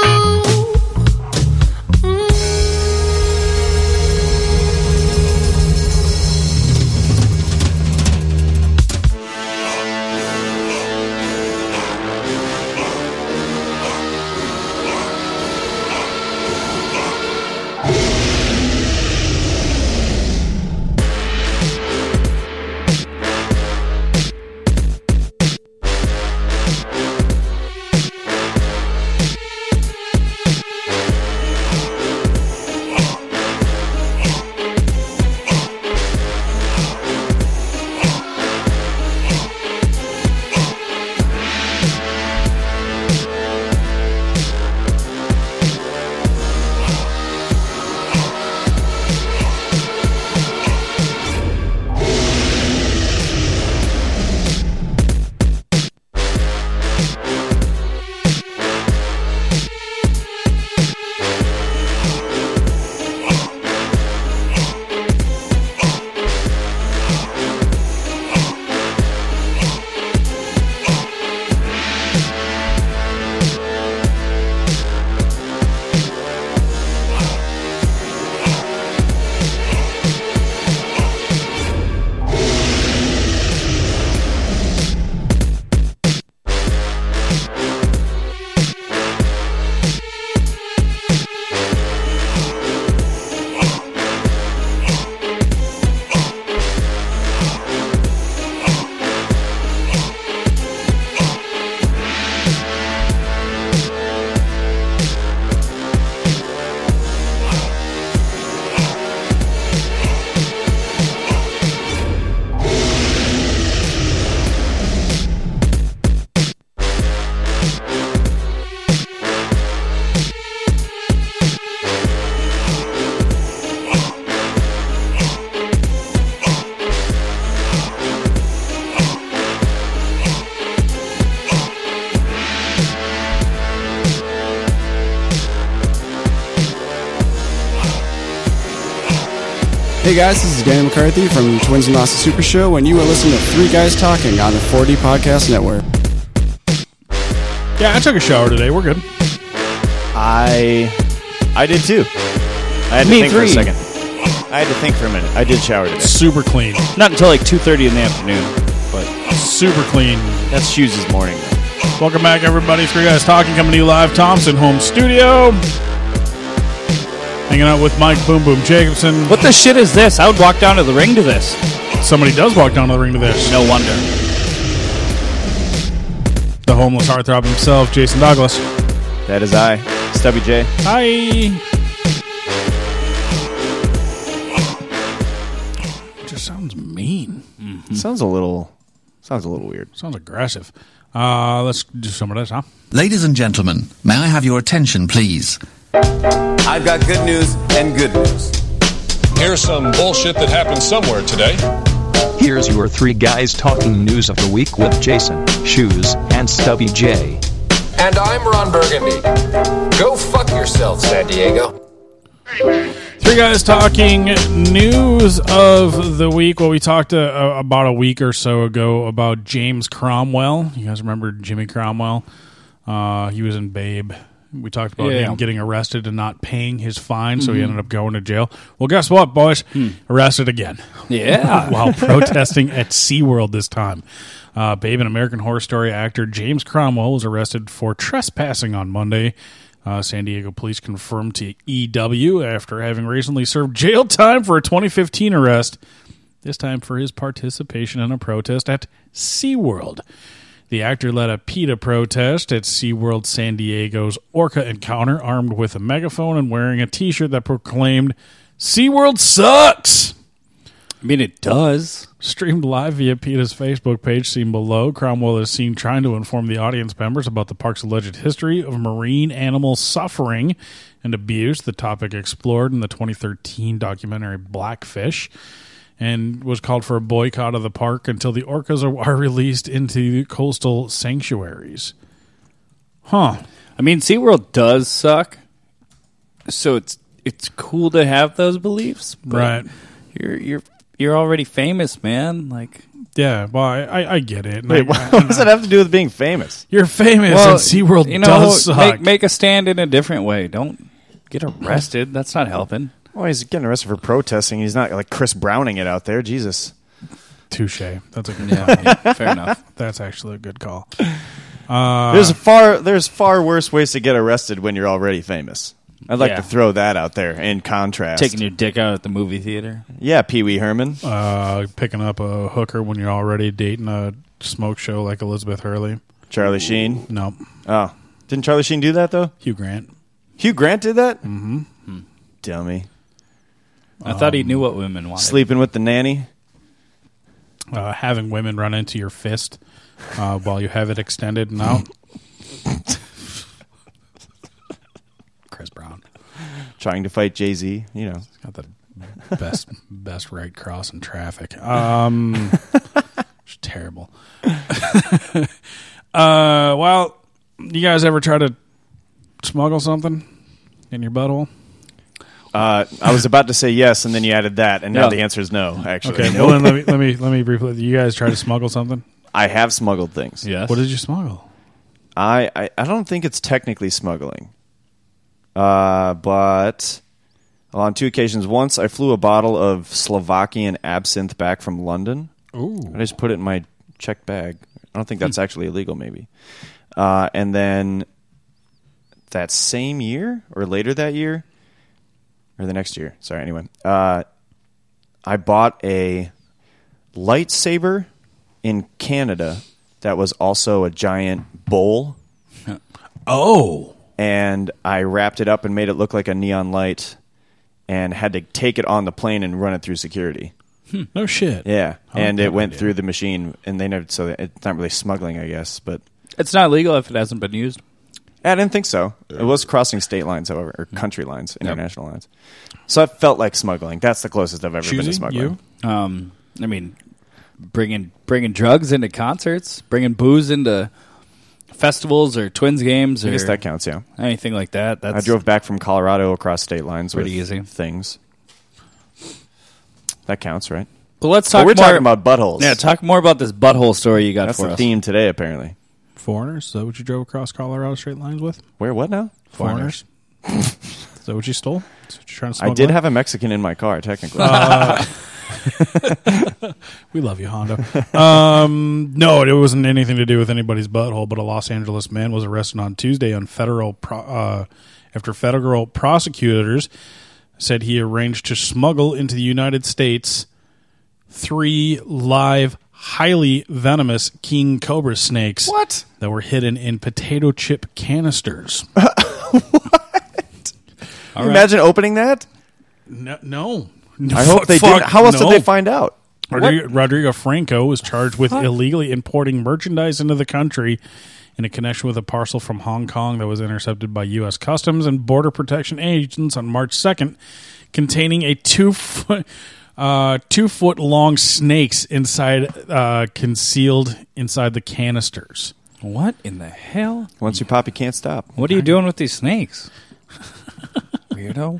[SPEAKER 9] Hey guys, this is Dan McCarthy from Twins and Lost Super Show, and you are listening to Three Guys Talking on the 4D Podcast Network.
[SPEAKER 4] Yeah, I took a shower today. We're good.
[SPEAKER 5] I I did too. I had
[SPEAKER 4] Me
[SPEAKER 5] to think
[SPEAKER 4] three.
[SPEAKER 5] for a second. I had to think for a minute. I did shower today.
[SPEAKER 4] Super clean.
[SPEAKER 5] Not until like two thirty in the afternoon, but
[SPEAKER 4] super clean.
[SPEAKER 5] That's shoes this morning.
[SPEAKER 4] Welcome back, everybody. Three Guys Talking coming to you live, Thompson Home Studio. Hanging out with Mike Boom Boom Jacobson. What
[SPEAKER 6] the shit is this? I would walk down to the ring to this.
[SPEAKER 4] Somebody does walk down to the ring to this.
[SPEAKER 6] No wonder.
[SPEAKER 4] The homeless heartthrob himself, Jason Douglas.
[SPEAKER 5] That is I, Stubby J.
[SPEAKER 4] Hi. Just sounds mean.
[SPEAKER 5] Sounds a little sounds a little weird.
[SPEAKER 4] Sounds aggressive. Uh, let's do some of this, huh?
[SPEAKER 10] Ladies and gentlemen, may I have your attention, please?
[SPEAKER 11] I've got good news and good news. Here's some bullshit that happened somewhere today.
[SPEAKER 12] Here's your three guys talking news of the week with Jason, Shoes, and Stubby J.
[SPEAKER 13] And I'm Ron Burgundy. Go fuck yourself, San Diego.
[SPEAKER 4] Three guys talking news of the week. Well, we talked uh, uh, about a week or so ago about James Cromwell. You guys remember Jimmy Cromwell? Uh, he was in Babe. We talked about
[SPEAKER 6] Yeah.
[SPEAKER 4] him getting arrested and not paying his fine, so he
[SPEAKER 6] Mhm.
[SPEAKER 4] ended up going to jail. Well, guess what, boys? Arrested again.
[SPEAKER 6] Hmm. Yeah.
[SPEAKER 4] While protesting at SeaWorld this time. Uh, Babe and American Horror Story actor James Cromwell was arrested for trespassing on Monday. Uh, San Diego police confirmed to EW after having recently served jail time for a 2015 arrest, this time for his participation in a protest at SeaWorld. The actor led a PETA protest at SeaWorld San Diego's Orca encounter, armed with a megaphone and wearing a t shirt that proclaimed, SeaWorld sucks! I mean, it does. Streamed live via PETA's Facebook page, seen below, Cromwell is seen trying to inform the audience members about the park's alleged history of marine animal suffering and abuse, the topic explored in the 2013 documentary Blackfish, and was called for a boycott of the park until the orcas are, are released into coastal sanctuaries. Huh.
[SPEAKER 6] I mean, SeaWorld does suck. So it's it's cool to have those beliefs, but
[SPEAKER 4] Right.
[SPEAKER 6] You're you're you're already famous, man. Like
[SPEAKER 4] Yeah, well, I, I, I get it. and
[SPEAKER 6] Wait,
[SPEAKER 4] I-
[SPEAKER 6] what
[SPEAKER 4] I-
[SPEAKER 5] does that have to do with being famous?
[SPEAKER 4] You're famous,
[SPEAKER 6] Well,
[SPEAKER 4] and SeaWorld
[SPEAKER 6] you know,
[SPEAKER 4] does suck.
[SPEAKER 6] Make, make a stand in a different way. Don't get arrested. That's not helping.
[SPEAKER 5] Well, he's getting arrested for protesting. He's not like Chris Browning it out there. Jesus.
[SPEAKER 4] Touche. That's a good
[SPEAKER 5] Yeah,
[SPEAKER 4] call.
[SPEAKER 5] yeah, fair enough.
[SPEAKER 4] That's actually a good call. Uh,
[SPEAKER 5] there's far there's far worse ways to get arrested when you're already famous. I'd like
[SPEAKER 6] Yeah.
[SPEAKER 5] to throw that out there in contrast.
[SPEAKER 6] Taking your dick out at the movie theater.
[SPEAKER 5] yeah, Pee Wee Herman.
[SPEAKER 4] uh, picking up a hooker when you're already dating a smoke show like Elizabeth Hurley.
[SPEAKER 5] Charlie Sheen.
[SPEAKER 4] No.
[SPEAKER 5] Oh, didn't Charlie Sheen do that though?
[SPEAKER 4] Hugh Grant.
[SPEAKER 5] Hugh Grant did that. Mm-hmm. Dummy. Um,
[SPEAKER 6] I thought he knew what women wanted.
[SPEAKER 5] Sleeping with the nanny.
[SPEAKER 4] Uh, having women run into your fist uh, while you have it extended and out. Chris Brown.
[SPEAKER 5] Trying to fight Jay Z. You know.
[SPEAKER 4] Got the best best right cross in traffic. Um, it's terrible. uh, well, you guys ever try to smuggle something in your butthole?
[SPEAKER 5] Uh, I was about to say yes, and then you added that, and now
[SPEAKER 4] Yeah.
[SPEAKER 5] the answer is no. Actually,
[SPEAKER 4] Okay, well then let me let me let me briefly. You guys try to smuggle something?
[SPEAKER 5] I have smuggled things.
[SPEAKER 6] Yes.
[SPEAKER 4] What did you smuggle?
[SPEAKER 5] I, I, I don't think it's technically smuggling. Uh, but on two occasions, once I flew a bottle of Slovakian absinthe back from London.
[SPEAKER 4] Ooh.
[SPEAKER 5] I just put it in my check bag. I don't think that's actually illegal, maybe. Uh, and then that same year or later that year, or the next year, sorry, anyway, uh, I bought a lightsaber in Canada that was also a giant bowl.
[SPEAKER 4] Oh.
[SPEAKER 5] And I wrapped it up and made it look like a neon light and had to take it on the plane and run it through security.
[SPEAKER 4] Hmm, no shit.
[SPEAKER 5] Yeah.
[SPEAKER 4] I like
[SPEAKER 5] and
[SPEAKER 4] that
[SPEAKER 5] it went through the machine and they never, so it's not really smuggling, I guess, but
[SPEAKER 6] It's not legal if it hasn't been used.
[SPEAKER 5] I didn't think so. It was crossing state lines, however,
[SPEAKER 4] Hmm.
[SPEAKER 5] or country lines, international lines. So it felt like smuggling. That's the closest I've ever been to smuggling.
[SPEAKER 6] Um, I mean, bringing bringing drugs into concerts, bringing booze into festivals or twins games. Or
[SPEAKER 5] I guess that counts, yeah.
[SPEAKER 6] Anything like that. That's
[SPEAKER 5] I drove back from Colorado across state lines
[SPEAKER 6] Pretty
[SPEAKER 5] with things. That counts, right?
[SPEAKER 6] But let's
[SPEAKER 5] But
[SPEAKER 6] talk.
[SPEAKER 5] we're
[SPEAKER 6] more,
[SPEAKER 5] talking about buttholes.
[SPEAKER 6] Yeah, talk more about this butthole story you got
[SPEAKER 5] That's
[SPEAKER 6] for
[SPEAKER 5] the
[SPEAKER 6] us.
[SPEAKER 5] theme today, apparently.
[SPEAKER 4] Foreigners? Is that what you drove across Colorado straight lines with?
[SPEAKER 5] Where what now?
[SPEAKER 4] Foreigners. Is that what you stole? Is that what you're trying to
[SPEAKER 5] I
[SPEAKER 4] smuggle
[SPEAKER 5] did
[SPEAKER 4] in?
[SPEAKER 5] have a Mexican in my car, technically.
[SPEAKER 4] Uh, we love you, Honda. Um, no, it wasn't anything to do with anybody's butthole, but a Los Angeles man was arrested on Tuesday on federal pro- uh, after federal prosecutors said he arranged to smuggle into the United States three live, highly venomous king cobra snakes. What? That were hidden in potato chip canisters. All right.
[SPEAKER 5] Imagine opening that.
[SPEAKER 4] No, no.
[SPEAKER 5] I hope they
[SPEAKER 4] Fuck,
[SPEAKER 5] did. How else
[SPEAKER 4] no.
[SPEAKER 5] did they find out?
[SPEAKER 4] Rodrigo, Rodrigo Franco was charged with
[SPEAKER 5] Fuck.
[SPEAKER 4] illegally importing merchandise into the country in a connection with a parcel from Hong Kong that was intercepted by U.S. Customs and Border Protection agents on March 2nd, containing a two foot. Uh, two foot long snakes inside, uh, concealed inside the canisters.
[SPEAKER 6] What in the hell?
[SPEAKER 5] Once you pop, you can't stop.
[SPEAKER 6] What are you doing with these snakes? Weirdo.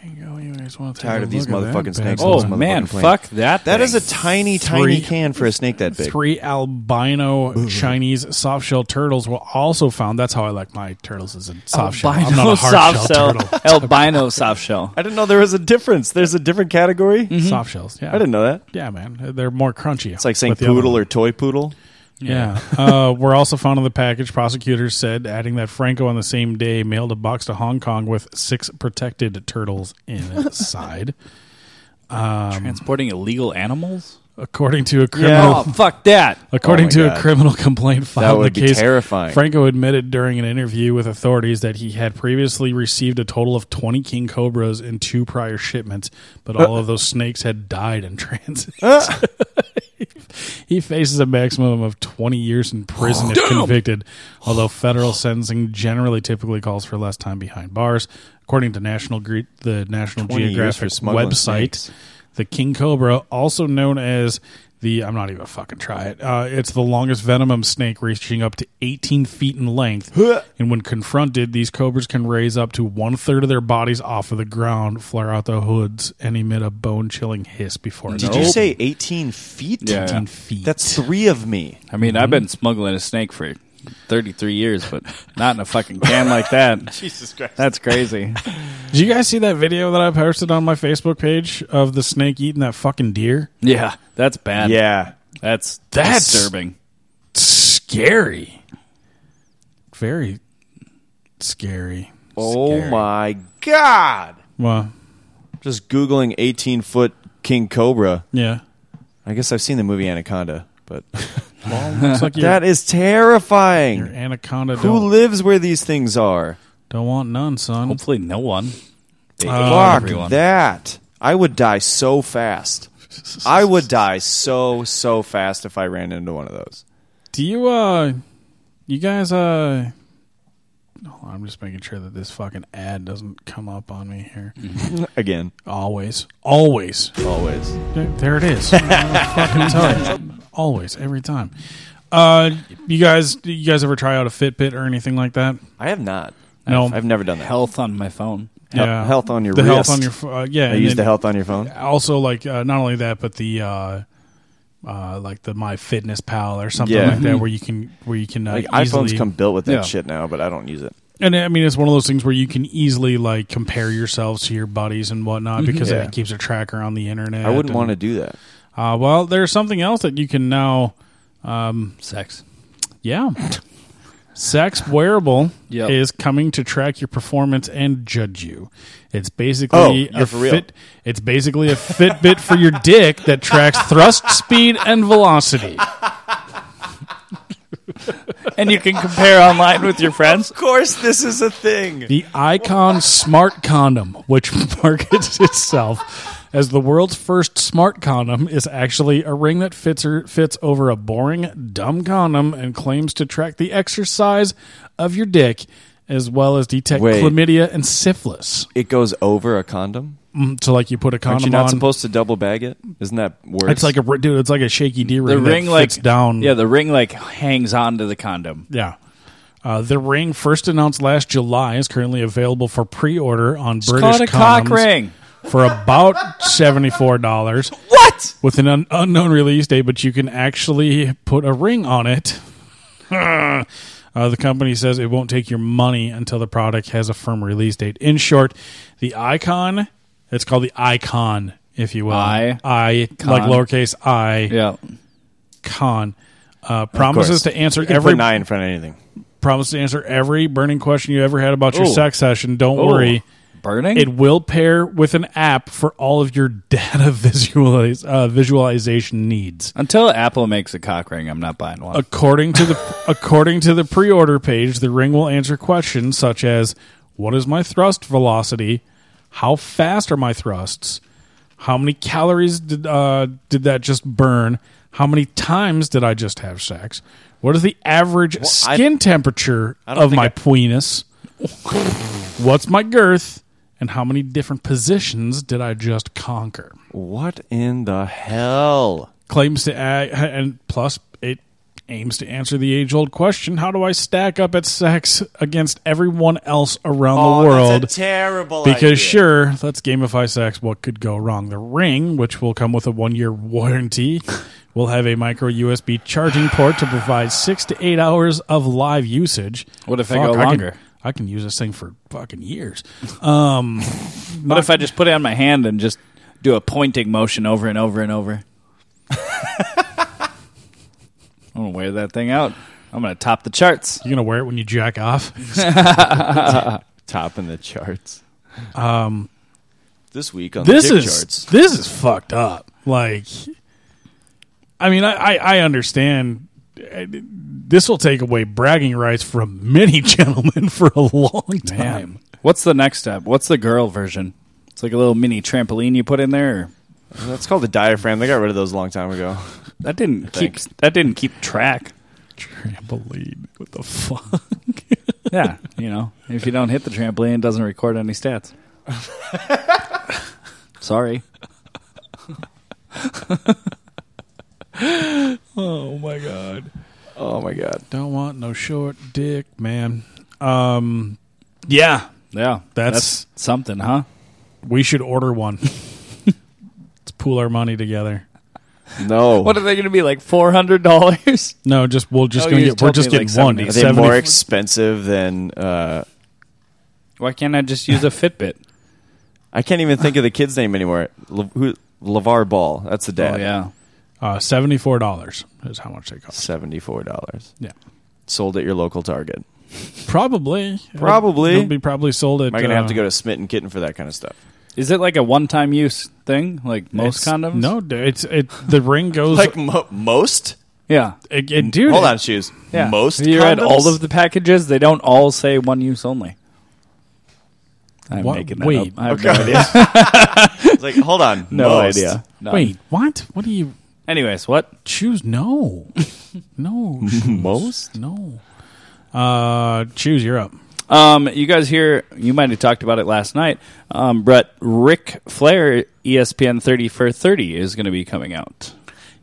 [SPEAKER 4] There you go. You guys want to
[SPEAKER 5] Tired of these motherfucking snakes. on
[SPEAKER 6] Oh,
[SPEAKER 5] this motherfucking
[SPEAKER 6] man,
[SPEAKER 5] plane.
[SPEAKER 6] fuck that
[SPEAKER 5] That is
[SPEAKER 6] thing.
[SPEAKER 5] a tiny, tiny
[SPEAKER 4] Three-
[SPEAKER 5] can for a snake that big.
[SPEAKER 4] Three albino Chinese softshell turtles were also found. That's how I like my turtles as a softshell. I'm not a hard shell turtle.
[SPEAKER 6] albino soft shell.
[SPEAKER 5] I didn't know there was a difference. There's a different category.
[SPEAKER 6] Mm-hmm.
[SPEAKER 4] Soft shells. Yeah,
[SPEAKER 5] Hmm. I didn't know that.
[SPEAKER 4] Yeah, man, they're more crunchy.
[SPEAKER 5] It's like saying
[SPEAKER 4] With the other
[SPEAKER 5] poodle
[SPEAKER 4] one.
[SPEAKER 5] or toy poodle.
[SPEAKER 4] Yeah, uh, were also found in the package. Prosecutors said, adding that Franco on the same day mailed a box to Hong Kong with six protected turtles inside. Um,
[SPEAKER 6] Transporting illegal animals?
[SPEAKER 4] According to a criminal,
[SPEAKER 6] Oh, fuck that.
[SPEAKER 4] According
[SPEAKER 6] Oh
[SPEAKER 4] to
[SPEAKER 6] my
[SPEAKER 4] a
[SPEAKER 6] God.
[SPEAKER 4] criminal complaint
[SPEAKER 6] That
[SPEAKER 4] filed in
[SPEAKER 6] would
[SPEAKER 4] the
[SPEAKER 6] be
[SPEAKER 4] case,
[SPEAKER 6] terrifying.
[SPEAKER 4] Franco admitted during an interview with authorities that he had previously received a total of 20 king cobras in two prior shipments, but all of those snakes had died in transit.
[SPEAKER 6] Ah.
[SPEAKER 4] he faces a maximum of 20 years in prison if
[SPEAKER 13] Damn.
[SPEAKER 4] convicted, although federal sentencing generally typically calls for less time behind bars. According to National Gre- the National
[SPEAKER 5] 20 years
[SPEAKER 4] Geographic
[SPEAKER 5] for smuggling
[SPEAKER 4] website,
[SPEAKER 5] snakes.
[SPEAKER 4] the king cobra, also known as the I'm not even gonna fucking try it. Uh, it's the longest venomous snake, reaching up to 18 feet in length. and when confronted, these cobras can raise up to one third of their bodies off of the ground, flare out their hoods, and emit a bone-chilling hiss before.
[SPEAKER 5] Did you say 18 feet?
[SPEAKER 6] Yeah. 18
[SPEAKER 4] feet.
[SPEAKER 5] That's three of me.
[SPEAKER 6] I mean, I've been smuggling a snake for 33 years, but not in a fucking can like that.
[SPEAKER 5] Jesus Christ.
[SPEAKER 6] That's crazy.
[SPEAKER 4] Did you guys see that video that I posted on my Facebook page of the snake eating that fucking deer?
[SPEAKER 6] Yeah, that's bad.
[SPEAKER 5] Yeah.
[SPEAKER 6] That's,
[SPEAKER 4] That's-
[SPEAKER 6] disturbing.
[SPEAKER 4] Scary. Very scary.
[SPEAKER 5] Oh
[SPEAKER 4] Scary.
[SPEAKER 5] my god!
[SPEAKER 4] Wow.
[SPEAKER 5] Just googling 18 foot king cobra.
[SPEAKER 4] Yeah.
[SPEAKER 5] I guess I've seen the movie Anaconda, but
[SPEAKER 4] looks like your-
[SPEAKER 5] that is terrifying.
[SPEAKER 4] your anaconda
[SPEAKER 5] Who
[SPEAKER 4] don't-
[SPEAKER 5] lives where these things are?
[SPEAKER 4] Don't want none, son.
[SPEAKER 6] Hopefully, no one.
[SPEAKER 5] Fuck that! I would die so fast. I would die so so fast if I ran into one of those.
[SPEAKER 4] Do you uh you guys uh hold on, I'm just making sure that this fucking ad doesn't come up on me here.
[SPEAKER 5] Again.
[SPEAKER 4] Always. Always.
[SPEAKER 5] Mm-hmm. Always.
[SPEAKER 4] There, there it is. I'll fucking tell you. Always, every time. Uh you guys do you guys ever try out a Fitbit or anything like that?
[SPEAKER 5] I have not.
[SPEAKER 4] No.
[SPEAKER 5] I've, I've never done that.
[SPEAKER 6] Health on my phone.
[SPEAKER 4] Yeah.
[SPEAKER 5] health on your
[SPEAKER 4] The health
[SPEAKER 5] wrist.
[SPEAKER 4] on your pho- uh, yeah,
[SPEAKER 5] I
[SPEAKER 4] and
[SPEAKER 5] use
[SPEAKER 4] then-
[SPEAKER 5] the health on your phone.
[SPEAKER 4] Also like uh, not only that but the uh uh, like the My Fitness Pal or something
[SPEAKER 5] Yeah.
[SPEAKER 4] like that,
[SPEAKER 5] Mhm.
[SPEAKER 4] where you can where you can uh,
[SPEAKER 5] Like, iPhones
[SPEAKER 4] easily-
[SPEAKER 5] come built with that
[SPEAKER 4] Yeah.
[SPEAKER 5] shit now, but I don't use it.
[SPEAKER 4] And I mean, it's one of those things where you can easily like compare yourselves to your buddies and whatnot
[SPEAKER 5] Mhm.
[SPEAKER 4] because
[SPEAKER 5] Yeah.
[SPEAKER 4] it keeps a tracker on the internet.
[SPEAKER 5] I wouldn't
[SPEAKER 4] and-
[SPEAKER 5] want to do that.
[SPEAKER 4] Uh, well, there's something else that you can now. Um,
[SPEAKER 6] Sex.
[SPEAKER 4] Yeah. Sex wearable
[SPEAKER 6] Yep.
[SPEAKER 4] is coming to track your performance and judge you. It's basically
[SPEAKER 5] Oh, you're
[SPEAKER 4] a
[SPEAKER 5] for real.
[SPEAKER 4] fit. It's basically a Fitbit for your dick that tracks thrust, speed, and velocity.
[SPEAKER 6] and you can compare online with your friends. Of
[SPEAKER 5] course, this is a thing.
[SPEAKER 4] The Icon Smart Condom, which markets itself as the world's first smart condom, is actually a ring that fits or fits over a boring, dumb condom and claims to track the exercise of your dick as well as detect
[SPEAKER 5] Wait.
[SPEAKER 4] chlamydia and syphilis.
[SPEAKER 5] It goes over a condom.
[SPEAKER 4] Mm, So, like, you put a condom
[SPEAKER 5] Aren't you not
[SPEAKER 4] on.
[SPEAKER 5] supposed to double bag it? Isn't that worse?
[SPEAKER 4] it's like a dude. It's like a shaky D
[SPEAKER 6] The
[SPEAKER 4] ring.
[SPEAKER 6] ring
[SPEAKER 4] that
[SPEAKER 6] like
[SPEAKER 4] fits down.
[SPEAKER 6] Yeah, the ring like hangs onto the condom.
[SPEAKER 4] Yeah. Uh, the ring, first announced last July, is currently available for pre-order on British
[SPEAKER 6] call it a
[SPEAKER 4] condoms
[SPEAKER 6] cock ring.
[SPEAKER 4] for about seventy-four dollars. What? With an un- unknown release date, but you can actually put a ring on it. uh, the company says it won't take your money until the product has a firm release date. In short, the icon. It's called the icon, if you will. I, I like
[SPEAKER 6] Con.
[SPEAKER 4] lowercase i.
[SPEAKER 6] Yeah.
[SPEAKER 4] Con. Uh,
[SPEAKER 5] Of
[SPEAKER 4] promises
[SPEAKER 5] course.
[SPEAKER 4] to answer
[SPEAKER 5] You can
[SPEAKER 4] every
[SPEAKER 5] put an eye in front of anything.
[SPEAKER 4] promise to answer every burning question you ever had about your
[SPEAKER 5] Ooh.
[SPEAKER 4] sex session. Don't
[SPEAKER 5] Ooh.
[SPEAKER 4] worry.
[SPEAKER 6] Burning?
[SPEAKER 4] It will pair with an app for all of your data visualiz- uh, visualization needs.
[SPEAKER 6] Until Apple makes a cock ring, I'm not buying one.
[SPEAKER 4] According to the according to the pre-order page, the ring will answer questions such as what is my thrust velocity? How fast are my thrusts? How many calories did uh, did that just burn? How many times did I just have sex? What is the average
[SPEAKER 5] I-
[SPEAKER 4] skin temperature
[SPEAKER 5] I don't
[SPEAKER 4] of
[SPEAKER 5] think
[SPEAKER 4] my
[SPEAKER 5] I-
[SPEAKER 4] penis? What's my girth? And how many different positions did I just conquer?
[SPEAKER 5] What in the hell?
[SPEAKER 4] Claims to add, and plus it aims to answer the age old question how do I stack up at sex against everyone else around
[SPEAKER 13] Oh,
[SPEAKER 4] the
[SPEAKER 13] that's a
[SPEAKER 4] world?
[SPEAKER 13] terrible
[SPEAKER 4] Because,
[SPEAKER 13] idea.
[SPEAKER 4] sure, let's gamify sex. What could go wrong? The ring, which will come with a one year warranty, will have a micro USB charging port to provide six to eight hours of live usage.
[SPEAKER 6] What if I
[SPEAKER 4] Fuck,
[SPEAKER 6] go
[SPEAKER 4] can-
[SPEAKER 6] longer?
[SPEAKER 4] I can use this thing for fucking years. Um,
[SPEAKER 6] What if I just put it on my hand and just do a pointing motion over and over and over? I'm gonna wear that thing out. I'm gonna top the charts.
[SPEAKER 4] You gonna wear it when you jack off?
[SPEAKER 5] Topping the charts.
[SPEAKER 4] Um,
[SPEAKER 5] This week on
[SPEAKER 4] this
[SPEAKER 5] the dick
[SPEAKER 4] is
[SPEAKER 5] charts.
[SPEAKER 4] this is fucked up. Like, I mean, I I, I understand. uh, This will take away bragging rights from many gentlemen for a long time.
[SPEAKER 6] Man. What's the next step? What's the girl version? It's like a little mini trampoline you put in there.
[SPEAKER 5] That's called a diaphragm. They got rid of those a long time ago.
[SPEAKER 6] That didn't keep that didn't keep track.
[SPEAKER 4] Trampoline. What the fuck?
[SPEAKER 6] yeah, you know, if you don't hit the trampoline, it doesn't record any stats. Sorry.
[SPEAKER 4] Oh my god.
[SPEAKER 5] Oh my god.
[SPEAKER 4] Don't want no short dick, man. Um, yeah,
[SPEAKER 6] yeah.
[SPEAKER 4] That's,
[SPEAKER 6] something, huh?
[SPEAKER 4] We should order one. Let's pool our money together.
[SPEAKER 5] No.
[SPEAKER 6] What are they going to be like? Four hundred dollars? Oh,
[SPEAKER 4] No, just we'll just gonna get we're just getting one.
[SPEAKER 5] Are
[SPEAKER 4] It's
[SPEAKER 5] they
[SPEAKER 4] 70
[SPEAKER 5] more expensive than? Uh,
[SPEAKER 6] Why can't I just use a Fitbit?
[SPEAKER 5] I can't even think of the kid's name anymore. Le- who, Levar Ball. That's the dad.
[SPEAKER 6] Oh, yeah.
[SPEAKER 4] Uh, seventy four dollars is how much they cost.
[SPEAKER 5] Seventy four dollars.
[SPEAKER 4] Yeah.
[SPEAKER 5] Sold at your local Target.
[SPEAKER 4] Probably.
[SPEAKER 5] Probably.
[SPEAKER 4] It'll be probably sold at.
[SPEAKER 5] Am I gonna
[SPEAKER 4] uh,
[SPEAKER 5] have to go to Smitten Kitten for that kind of stuff?
[SPEAKER 6] Is it like a one-time use thing, like most
[SPEAKER 4] It's-
[SPEAKER 6] condoms?
[SPEAKER 4] No, d- it's it. The ring goes
[SPEAKER 5] Like mo- most.
[SPEAKER 6] Yeah,
[SPEAKER 4] it, it- dude.
[SPEAKER 5] Hold
[SPEAKER 4] it-
[SPEAKER 5] on, shoes.
[SPEAKER 6] Yeah.
[SPEAKER 5] Most.
[SPEAKER 6] Have you read
[SPEAKER 5] condoms?
[SPEAKER 6] all of the packages? They don't all say one use only. I'm
[SPEAKER 4] What?
[SPEAKER 6] making that
[SPEAKER 4] Wait.
[SPEAKER 6] up. I have
[SPEAKER 4] Okay.
[SPEAKER 6] no idea.
[SPEAKER 5] It's like, hold on,
[SPEAKER 6] no
[SPEAKER 5] most.
[SPEAKER 6] idea. No.
[SPEAKER 4] Wait, what? What do you?
[SPEAKER 6] Anyways, what?
[SPEAKER 4] Choose no, no. choose
[SPEAKER 5] Most?
[SPEAKER 4] no. Uh, choose you're up.
[SPEAKER 6] Um, you guys hear? You might have talked about it last night. Um, but Rick Flair, E ESPN 30 for 30 is going to be coming out.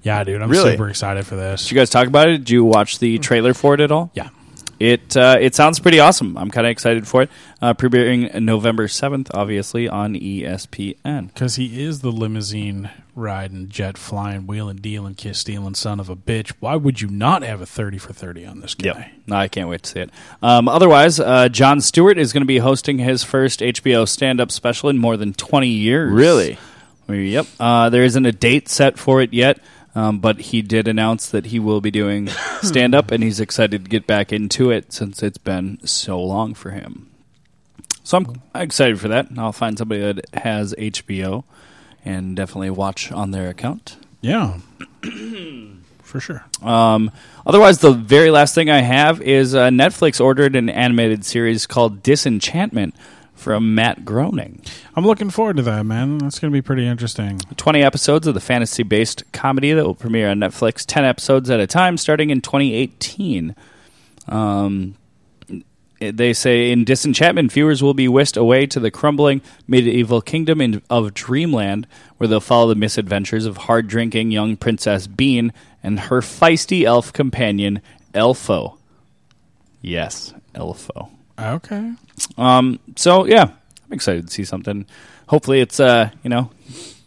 [SPEAKER 4] Yeah, dude, I'm
[SPEAKER 6] Really?
[SPEAKER 4] super excited for this. Mm.
[SPEAKER 6] Did you guys talk about it? Did you watch the trailer for it at all?
[SPEAKER 4] Yeah.
[SPEAKER 6] It uh, it sounds pretty awesome. I'm kind of excited for it. Uh, premiering November 7th, obviously on E ESPN.
[SPEAKER 4] Because he is the limousine riding, jet flying, wheeling, dealing, kiss stealing son of a bitch. Why would you not have a 30 for 30 on this guy?
[SPEAKER 6] No, I can't wait to see it. Um, otherwise, uh, John Stewart is going to be hosting his first HBO stand up special in more than 20 years.
[SPEAKER 5] Really?
[SPEAKER 6] Yep. Uh, there isn't a date set for it yet, um, but he did announce that he will be doing stand up, and he's excited to get back into it since it's been so long for him. So I'm excited for that. and I'll find somebody that has HBO and definitely watch on their account.
[SPEAKER 4] Yeah. for sure.
[SPEAKER 6] Um, otherwise, the very last thing I have is uh, Netflix ordered an animated series called Disenchantment from Matt Groening.
[SPEAKER 4] I'm looking forward to that, man. That's going to be pretty interesting.
[SPEAKER 6] 20 episodes of the fantasy based comedy that will premiere on Netflix, 10 episodes at a time starting in 2018. Um, it- they say in Disenchantment, viewers will be whisked away to the crumbling medieval kingdom in, of Dreamland, where they'll follow the misadventures of hard drinking young Princess Bean and her feisty elf companion, Elfo. Yes, Elfo.
[SPEAKER 4] Okay.
[SPEAKER 6] Um, so yeah, I'm excited to see something. Hopefully, it's uh, you know,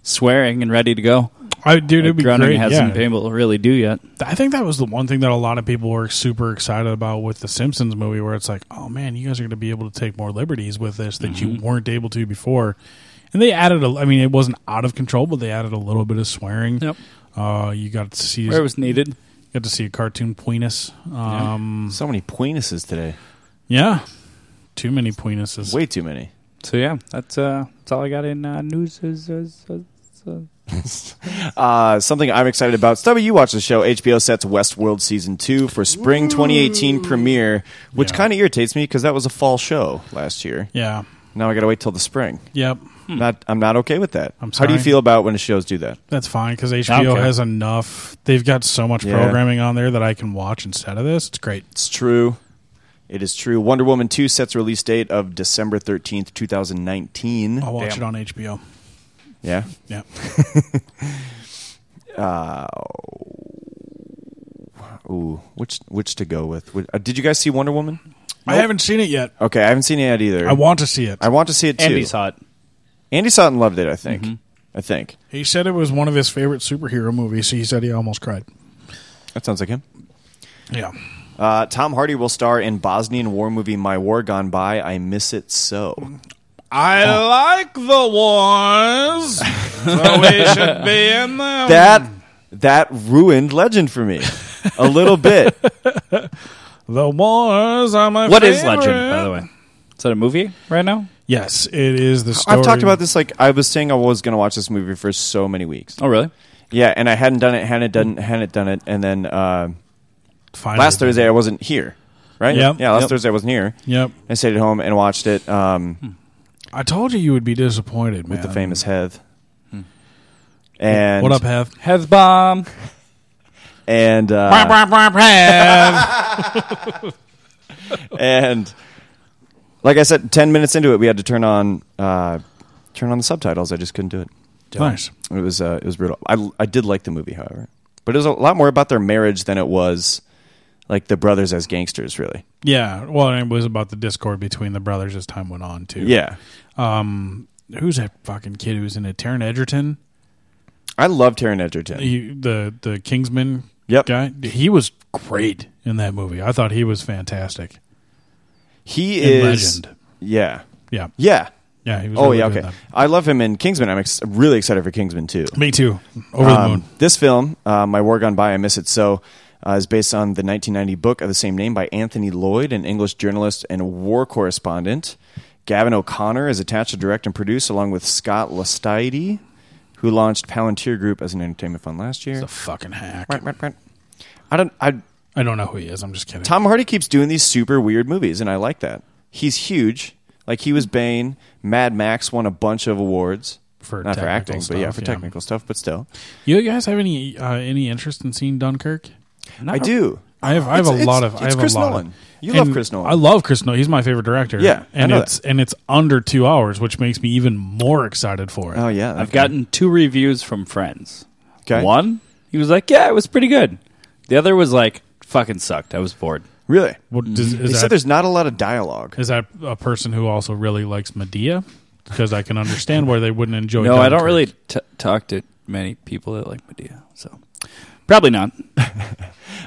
[SPEAKER 6] swearing and ready to go.
[SPEAKER 4] I dude, it'd be
[SPEAKER 6] Groening
[SPEAKER 4] great,
[SPEAKER 6] hasn't
[SPEAKER 4] yeah.
[SPEAKER 6] been able to really do yet.
[SPEAKER 4] I think that was the one thing that a lot of people were super excited about with the Simpsons movie, where it's like, oh man, you guys are going to be able to take more liberties with this that
[SPEAKER 6] Mm-hmm.
[SPEAKER 4] you weren't able to before. And they added, a, I mean, it wasn't out of control, but they added a little bit of swearing. Yep. Uh, you got to see
[SPEAKER 6] Where it was needed.
[SPEAKER 4] Got to see a cartoon poinus. Um,
[SPEAKER 5] So many poinuses today.
[SPEAKER 4] Yeah. Too many poinuses.
[SPEAKER 5] Way too many.
[SPEAKER 6] So yeah, that's uh, that's all I got in uh, news. Is, is, is, is-
[SPEAKER 5] Uh, something I'm excited about. Stubby, you watch the show. HBO sets Westworld season two for spring 2018 premiere, which kind of irritates me because that was a fall show last year.
[SPEAKER 4] Yeah.
[SPEAKER 5] Now I got to wait till the spring.
[SPEAKER 4] Yep.
[SPEAKER 6] Hmm.
[SPEAKER 5] Not, I'm not okay with that.
[SPEAKER 4] I'm
[SPEAKER 5] How do you
[SPEAKER 4] sorry.
[SPEAKER 5] feel about when the shows do that?
[SPEAKER 4] That's fine because HBO
[SPEAKER 5] Okay.
[SPEAKER 4] has enough. They've got so much
[SPEAKER 5] Yeah.
[SPEAKER 4] programming on there that I can watch instead of this. It's great.
[SPEAKER 5] It's true. It is true. Wonder Woman 2 sets release date of December 13th, 2019.
[SPEAKER 4] I'll watch it on HBO.
[SPEAKER 5] Mm-hmm. Yeah.
[SPEAKER 4] Yeah.
[SPEAKER 5] Uh, Ooh, which which to go with? Which, uh, did you guys see Wonder Woman?
[SPEAKER 4] I haven't seen it yet.
[SPEAKER 5] Okay, I haven't seen it yet either.
[SPEAKER 4] I want to see it.
[SPEAKER 5] I want to see it too.
[SPEAKER 4] Andy saw
[SPEAKER 6] it. Mm-hmm.
[SPEAKER 5] Andy saw it and loved it. I think. I think
[SPEAKER 4] He said it was one of his favorite superhero movies. He said he almost cried.
[SPEAKER 5] that sounds like him.
[SPEAKER 4] Yeah.
[SPEAKER 5] Uh, Tom Hardy will star in Bosnian war movie My War Gone By. I miss it
[SPEAKER 6] Mm.
[SPEAKER 5] so.
[SPEAKER 4] I like the wars, so we should be in them.
[SPEAKER 5] That that ruined Legend for me a little bit.
[SPEAKER 4] the wars are my.
[SPEAKER 6] What
[SPEAKER 4] favorite.
[SPEAKER 6] is Legend, by the way? Is that a movie right now?
[SPEAKER 4] Yes, it is the story.
[SPEAKER 5] I've talked about this. Like I was saying, I was going to watch this movie for so many weeks.
[SPEAKER 6] Oh, really?
[SPEAKER 5] Yeah, and I hadn't done it, hadn't done, hadn't done it, and then uh,
[SPEAKER 4] Finally.
[SPEAKER 5] last Thursday I wasn't here. Right?
[SPEAKER 4] Yep.
[SPEAKER 5] Yeah, last
[SPEAKER 4] Yep.
[SPEAKER 5] Thursday I wasn't here.
[SPEAKER 4] Yep.
[SPEAKER 5] I stayed at home and watched it um,
[SPEAKER 4] I told you you would be disappointed, man.
[SPEAKER 5] with the famous Heath.
[SPEAKER 6] Hmm.
[SPEAKER 5] And
[SPEAKER 4] What up, Heath?
[SPEAKER 6] Heath bomb.
[SPEAKER 5] And uh, and like I said, ten minutes into it, we had to turn on uh, turn on the subtitles. I just couldn't do it.
[SPEAKER 4] Nice.
[SPEAKER 5] It was uh, it was brutal. I I did like the movie, however, but it was a lot more about their marriage than it was like the brothers as gangsters. Really,
[SPEAKER 4] Yeah, well, and it was about the discord between the brothers as time went on too.
[SPEAKER 5] Yeah.
[SPEAKER 4] Um, who's that fucking kid who's in it? Taron Edgerton,
[SPEAKER 5] I love Taron Edgerton.
[SPEAKER 4] he, the the Kingsman
[SPEAKER 5] Yep.
[SPEAKER 4] guy. He was great in that movie. I thought he was fantastic.
[SPEAKER 5] He
[SPEAKER 4] And
[SPEAKER 5] is
[SPEAKER 4] legend.
[SPEAKER 5] Yeah.
[SPEAKER 4] Yeah.
[SPEAKER 5] Yeah.
[SPEAKER 4] Yeah, he was
[SPEAKER 5] oh
[SPEAKER 4] really
[SPEAKER 5] yeah.
[SPEAKER 4] good in
[SPEAKER 5] Okay. I love him in Kingsman. I'm ex- really excited for Kingsman too.
[SPEAKER 4] Me too. Over the
[SPEAKER 5] Um,
[SPEAKER 4] moon.
[SPEAKER 5] This film, uh, My War Gone By, I Miss It So, uh, is based on the 1990 book of the same name by Anthony Lloyd, an English journalist and war correspondent. Gavin O'Connor is attached to direct and produce, along with Scott Lestide, who launched Palantir Group as an entertainment fund last year.
[SPEAKER 4] a fucking hack.
[SPEAKER 5] I don't. I.
[SPEAKER 4] I don't know who he is. I'm just kidding.
[SPEAKER 5] Tom Hardy keeps doing these super weird movies, and I like that. He's huge. Like he was Bane. Mad Max won a bunch of awards
[SPEAKER 4] For
[SPEAKER 5] not for
[SPEAKER 4] technical
[SPEAKER 5] acting, but yeah,
[SPEAKER 4] stuff,
[SPEAKER 5] for
[SPEAKER 4] yeah.
[SPEAKER 5] technical stuff. But still,
[SPEAKER 4] You guys have any uh, any interest in seeing Dunkirk?
[SPEAKER 5] I do.
[SPEAKER 4] I have. I have
[SPEAKER 5] It's-
[SPEAKER 4] a lot
[SPEAKER 5] it's-
[SPEAKER 4] of. I
[SPEAKER 5] it's
[SPEAKER 4] have
[SPEAKER 5] Chris
[SPEAKER 4] a lot of-
[SPEAKER 5] Nolan. You love
[SPEAKER 4] and
[SPEAKER 5] Chris Nolan.
[SPEAKER 4] I love Chris Nolan. He's my favorite director.
[SPEAKER 5] Yeah, I
[SPEAKER 4] and
[SPEAKER 5] know
[SPEAKER 4] it's and it's under two hours, which makes me even more excited for it.
[SPEAKER 5] Oh yeah,
[SPEAKER 6] I've gotten two reviews from friends.
[SPEAKER 5] 'Kay.
[SPEAKER 6] One, he was like, "Yeah, it was pretty good." The other was like, "Fucking sucked. I was bored." Mm-hmm.
[SPEAKER 5] Really?
[SPEAKER 4] What does-
[SPEAKER 5] They
[SPEAKER 4] is
[SPEAKER 5] said
[SPEAKER 4] that-
[SPEAKER 5] there's not a lot of dialogue.
[SPEAKER 4] Is that a person who also really likes Medea? Because I can understand why they wouldn't enjoy.
[SPEAKER 6] no, I don't
[SPEAKER 4] Dunkirk.
[SPEAKER 6] really t- talk to many people that like Medea, so probably not.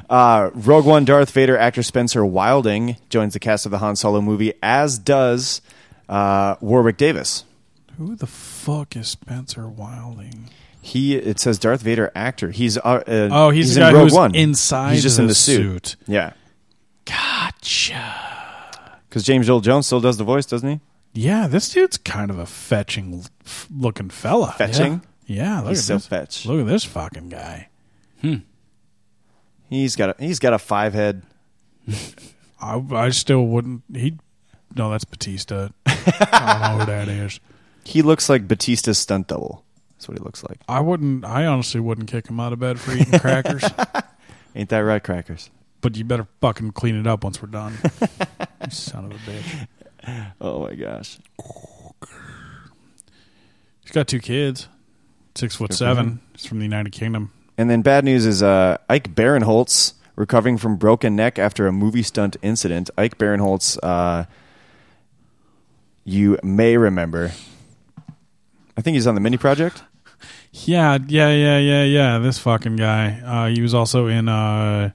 [SPEAKER 5] Uh, Rogue One Darth Vader actor Spencer Wilding joins the cast of the Han Solo movie, as does uh, Warwick Davis.
[SPEAKER 4] Who the fuck is Spencer Wilding?
[SPEAKER 5] He it says Darth Vader actor. He's uh, uh,
[SPEAKER 4] Oh, he's the
[SPEAKER 5] in
[SPEAKER 4] guy
[SPEAKER 5] Rogue
[SPEAKER 4] who's
[SPEAKER 5] One.
[SPEAKER 4] inside
[SPEAKER 5] He's just in
[SPEAKER 4] the
[SPEAKER 5] the suit.
[SPEAKER 4] suit.
[SPEAKER 5] Yeah,
[SPEAKER 4] Gotcha.
[SPEAKER 5] because James Earl Jones still does the voice, doesn't he?
[SPEAKER 4] Yeah, this dude's kind of a fetching f- looking fella.
[SPEAKER 5] Fetching?
[SPEAKER 4] Yeah, yeah look
[SPEAKER 5] He's
[SPEAKER 4] at
[SPEAKER 5] so
[SPEAKER 4] this.
[SPEAKER 5] fetch.
[SPEAKER 4] Look at this fucking guy.
[SPEAKER 5] He's got a he's got a five head.
[SPEAKER 4] I, I still wouldn't. He, no, that's Batista. I don't know who that is.
[SPEAKER 5] He looks like Batista's stunt double. That's what he looks like.
[SPEAKER 4] I wouldn't. I honestly wouldn't kick him out of bed for eating crackers.
[SPEAKER 5] Ain't that right, crackers?
[SPEAKER 4] but you better fucking clean it up once we're done. You Son of a bitch.
[SPEAKER 5] Oh my gosh.
[SPEAKER 4] He's got two kids, six foot seven. He's from the United Kingdom.
[SPEAKER 5] And then bad news is uh, Ike Barinholtz recovering from broken neck after a movie stunt incident. Ike Barinholtz, uh, you may remember. I think he's on the mini project.
[SPEAKER 4] Yeah, yeah, yeah, yeah, yeah. This fucking guy. Uh, he was also in. Uh,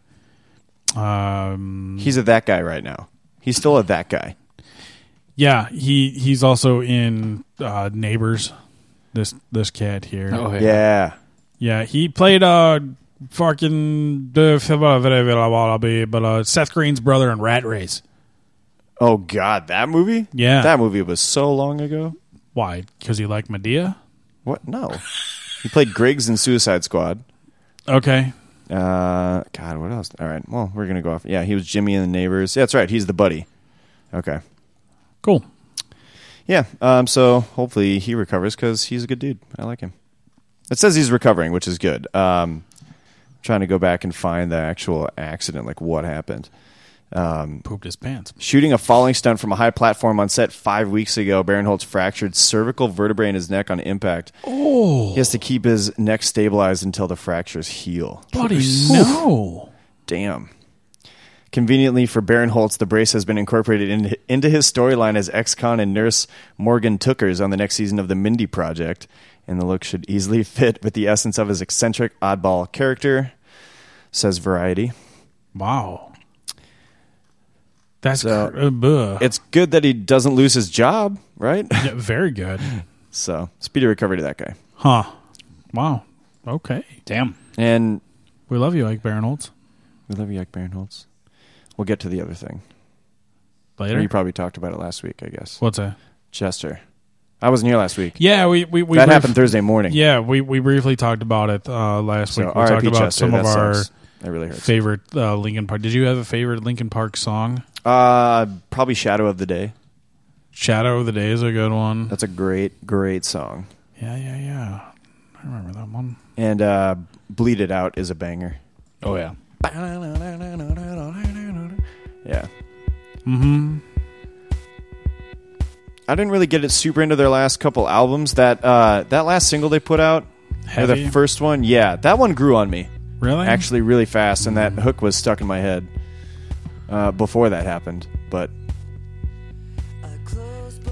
[SPEAKER 4] um,
[SPEAKER 5] He's a that guy right now. He's still a that guy.
[SPEAKER 4] yeah. He he's also in uh, Neighbors. This this cat here.
[SPEAKER 5] yeah.
[SPEAKER 4] Yeah, he played uh fucking uh, Seth Green's brother in Rat Race.
[SPEAKER 5] Oh God, that movie.
[SPEAKER 4] Yeah.
[SPEAKER 5] that movie was so long ago.
[SPEAKER 4] Why? Because he liked Medea.
[SPEAKER 5] What? No, he played Griggs in Suicide Squad.
[SPEAKER 4] Okay.
[SPEAKER 5] Uh, God, what else? All right. Well, we're gonna go off. Yeah, he was Jimmy in the Neighbors. Yeah, that's right. He's the buddy. Okay.
[SPEAKER 4] Cool.
[SPEAKER 5] Yeah. Um, so hopefully he recovers because he's a good dude. I like him. It says he's recovering, which is good. Um, trying to go back and find the actual accident, like what happened. Um,
[SPEAKER 4] Pooped his pants.
[SPEAKER 5] shooting a falling stunt from a high platform on set five weeks ago, Barinholtz fractured cervical vertebrae in his neck on impact.
[SPEAKER 4] Oh,
[SPEAKER 5] He has to keep his neck stabilized until the fractures heal.
[SPEAKER 4] buddy, no.
[SPEAKER 5] Damn. Conveniently for Baron Holtz, the brace has been incorporated in, into his storyline as ex con and nurse Morgan Tookers on the next season of The Mindy Project, and the look should easily fit with the essence of his eccentric oddball character, says Variety.
[SPEAKER 4] Wow. That's
[SPEAKER 5] so,
[SPEAKER 4] cr- uh, buh.
[SPEAKER 5] It's good that he doesn't lose his job, right?
[SPEAKER 4] Yeah, very good.
[SPEAKER 5] so, speedy recovery to that guy.
[SPEAKER 4] Huh. Wow. Okay.
[SPEAKER 6] Damn.
[SPEAKER 5] And
[SPEAKER 4] we love you, Ike Barinholtz.
[SPEAKER 5] We love you, Ike Barinholtz. We'll get to the other thing
[SPEAKER 4] Later?
[SPEAKER 5] You probably talked about it last week, I guess.
[SPEAKER 4] What's that?
[SPEAKER 5] Chester. I wasn't here last week.
[SPEAKER 4] Yeah, we we, we
[SPEAKER 5] that
[SPEAKER 4] brief-
[SPEAKER 5] happened Thursday morning.
[SPEAKER 4] Yeah, we, we briefly talked about it uh, last
[SPEAKER 5] So,
[SPEAKER 4] week. We talked
[SPEAKER 5] R.I.P.
[SPEAKER 4] about
[SPEAKER 5] Chester,
[SPEAKER 4] some of
[SPEAKER 5] that
[SPEAKER 4] our
[SPEAKER 5] sucks. That really hurts.
[SPEAKER 4] favorite uh, Lincoln Park. Did you have a favorite Lincoln Park song?
[SPEAKER 5] Uh, probably Shadow of the Day.
[SPEAKER 4] Shadow of the Day is a good one.
[SPEAKER 5] That's a great, great song.
[SPEAKER 4] Yeah, yeah, yeah. I remember that one.
[SPEAKER 5] And uh, Bleed It Out is a banger.
[SPEAKER 6] Oh yeah.
[SPEAKER 5] Yeah.
[SPEAKER 4] Mm-hmm.
[SPEAKER 5] I didn't really get it super into their last couple albums. That uh, that last single they put out, or
[SPEAKER 4] Heavy?
[SPEAKER 5] the first one, yeah, that one grew on me.
[SPEAKER 4] Really?
[SPEAKER 5] Actually, really fast, and that hook was stuck in my head uh, before that happened. But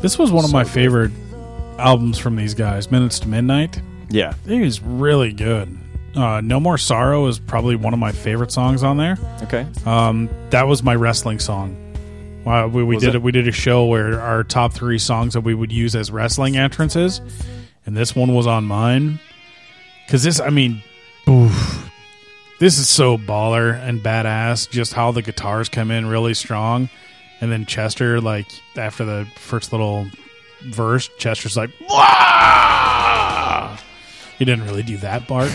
[SPEAKER 4] This was one of my favorite albums from these guys. Minutes to Midnight.
[SPEAKER 5] yeah,
[SPEAKER 4] It is really good. Uh, no More Sorrow is probably one of my favorite songs on there.
[SPEAKER 5] Okay.
[SPEAKER 4] Um, that was my wrestling song. Wow, Uh, we, we
[SPEAKER 5] Was
[SPEAKER 4] did
[SPEAKER 5] it?
[SPEAKER 4] it? we did a show where our top three songs that we would use as wrestling entrances, and this one was on mine. Cause this, I mean, oof, this is so baller and badass. Just how the guitars come in really strong, and then Chester, like after the first little verse, Chester's like, "Wah!" he didn't really do that part.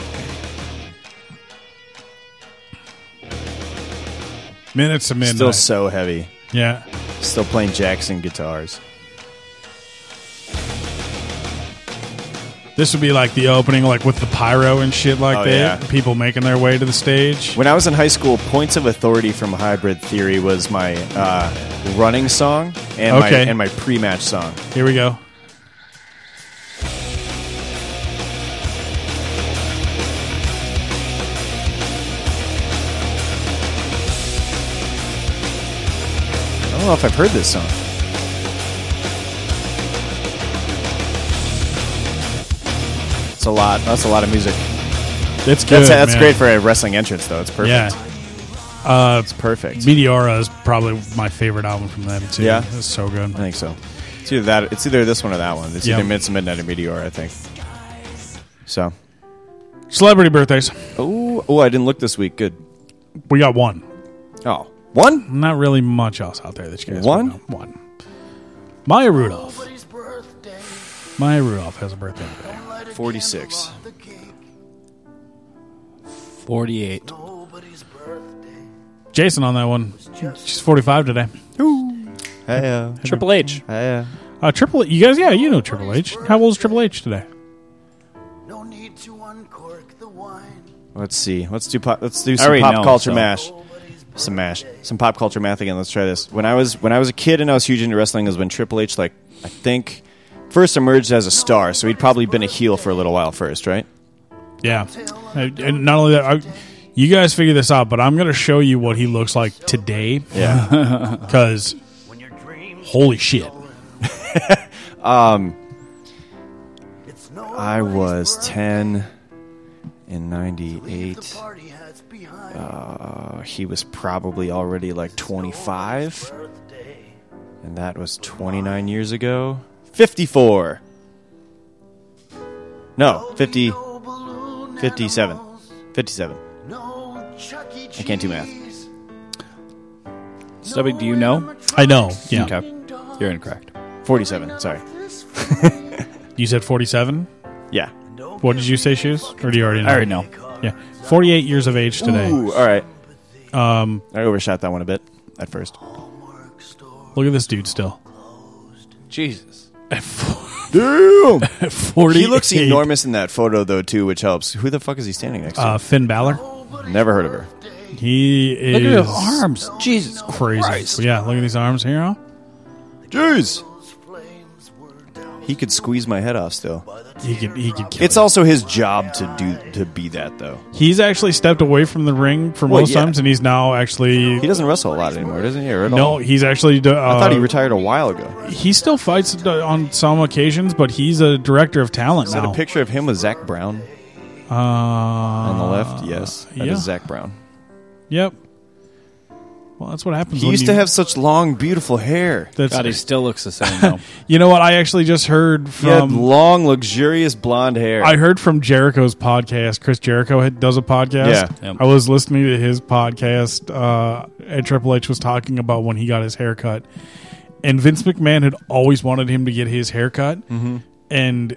[SPEAKER 4] Minutes to midnight.
[SPEAKER 5] still so heavy.
[SPEAKER 4] Yeah.
[SPEAKER 5] Still playing Jackson guitars.
[SPEAKER 4] This would be like the opening, like with the pyro and shit like
[SPEAKER 5] Oh,
[SPEAKER 4] that.
[SPEAKER 5] yeah.
[SPEAKER 4] People making their way to the stage.
[SPEAKER 5] When I was in high school, Points of Authority from Hybrid Theory was my uh, running song and
[SPEAKER 4] Okay.
[SPEAKER 5] my and my pre-match song.
[SPEAKER 4] Here we go.
[SPEAKER 5] I don't know if I've heard this song. It's a lot. That's a lot of music.
[SPEAKER 4] It's
[SPEAKER 5] That's,
[SPEAKER 4] good,
[SPEAKER 5] that's
[SPEAKER 4] man.
[SPEAKER 5] great for a wrestling entrance, though. It's perfect.
[SPEAKER 4] Yeah. Uh, it's
[SPEAKER 5] perfect.
[SPEAKER 4] Meteora is probably my favorite album from them too.
[SPEAKER 5] Yeah?
[SPEAKER 4] It's so good.
[SPEAKER 5] I think so. It's either that. It's either this one or that one. It's
[SPEAKER 4] Yeah.
[SPEAKER 5] either Midnight Midnight or Meteor, I think. So.
[SPEAKER 4] Celebrity birthdays.
[SPEAKER 5] Oh, oh! I didn't look this week. Good.
[SPEAKER 4] We got one.
[SPEAKER 5] Oh, one?
[SPEAKER 4] Not really much else out there that you guys
[SPEAKER 5] One?
[SPEAKER 4] would know. One. Maya Rudolph. Maya Rudolph has a birthday today.
[SPEAKER 5] 46.
[SPEAKER 6] 48.
[SPEAKER 4] Jason on that one. She's 45 today.
[SPEAKER 5] Hey, uh,
[SPEAKER 6] Triple H.
[SPEAKER 5] Hey,
[SPEAKER 4] uh, Triple You guys, yeah, you know Triple H. How old is Triple H today?
[SPEAKER 5] Let's see. Let's do pop. Let's do
[SPEAKER 6] I
[SPEAKER 5] some
[SPEAKER 6] already
[SPEAKER 5] pop
[SPEAKER 6] know,
[SPEAKER 5] culture
[SPEAKER 6] so.
[SPEAKER 5] mash. Some mash. Some pop culture math again. Let's try this. When I was when I was a kid and I was huge into wrestling is when Triple H like I think first emerged as a star. So he'd probably been a heel for a little while first, right?
[SPEAKER 4] Yeah. And and not only that, I, you guys figure this out, but I'm going to show you what he looks like today.
[SPEAKER 5] Yeah.
[SPEAKER 4] Because, holy shit.
[SPEAKER 5] Um, I was ten in '98. Uh, he was probably already like 25, and that was 29 years ago. 54. No, 50. 57. 57. I can't do math.
[SPEAKER 6] Stubby, do you know?
[SPEAKER 4] I know. Yeah.
[SPEAKER 5] Okay.
[SPEAKER 6] You're incorrect.
[SPEAKER 5] 47. Sorry.
[SPEAKER 4] You said 47?
[SPEAKER 5] Yeah.
[SPEAKER 4] What did you say, Shoes? Or do you already know?
[SPEAKER 6] I already know.
[SPEAKER 4] Yeah. 48 years of age today.
[SPEAKER 5] Ooh, all right.
[SPEAKER 4] Um,
[SPEAKER 5] I overshot that one a bit at first.
[SPEAKER 4] Look at this dude still.
[SPEAKER 6] Jesus.
[SPEAKER 5] Damn.
[SPEAKER 4] 48.
[SPEAKER 5] He looks enormous in that photo though too, which helps. Who the fuck is he standing next to?
[SPEAKER 4] Uh, Finn Balor.
[SPEAKER 5] Never heard of her.
[SPEAKER 4] He is.
[SPEAKER 6] Look at his arms. Jesus
[SPEAKER 4] Crazy.
[SPEAKER 6] Christ.
[SPEAKER 4] Yeah, look at these arms here. Huh?
[SPEAKER 5] Jeez. He could squeeze my head off still.
[SPEAKER 4] He could. He could. Kill
[SPEAKER 5] It's also his job to do to be that though.
[SPEAKER 4] He's actually stepped away from the ring for
[SPEAKER 5] Well,
[SPEAKER 4] most
[SPEAKER 5] yeah.
[SPEAKER 4] times, and he's now actually.
[SPEAKER 5] He doesn't wrestle a lot anymore, doesn't he? Or at
[SPEAKER 4] No,
[SPEAKER 5] all?
[SPEAKER 4] he's actually. Uh,
[SPEAKER 5] I thought he retired a while ago.
[SPEAKER 4] He still fights uh, on some occasions, but he's a director of talent
[SPEAKER 5] Is that
[SPEAKER 4] now.
[SPEAKER 5] a picture of him with Zach Brown
[SPEAKER 4] uh, on
[SPEAKER 5] on the left? Yes, that is
[SPEAKER 4] yeah.
[SPEAKER 5] Zach Brown.
[SPEAKER 4] Yep. Well, that's what happens.
[SPEAKER 5] He
[SPEAKER 4] when
[SPEAKER 5] used
[SPEAKER 4] you-
[SPEAKER 5] to have such long, beautiful hair.
[SPEAKER 4] That's- God, he
[SPEAKER 6] still looks the same. Though.
[SPEAKER 4] You know what? I actually just heard
[SPEAKER 5] he had
[SPEAKER 4] from.
[SPEAKER 5] long, luxurious blonde hair.
[SPEAKER 4] I heard from Jericho's podcast. Chris Jericho had, does a podcast.
[SPEAKER 5] Yeah. Yep.
[SPEAKER 4] I was listening to his podcast, uh, and Triple H was talking about when he got his haircut. And Vince McMahon had always wanted him to get his haircut.
[SPEAKER 5] Mhm.
[SPEAKER 4] And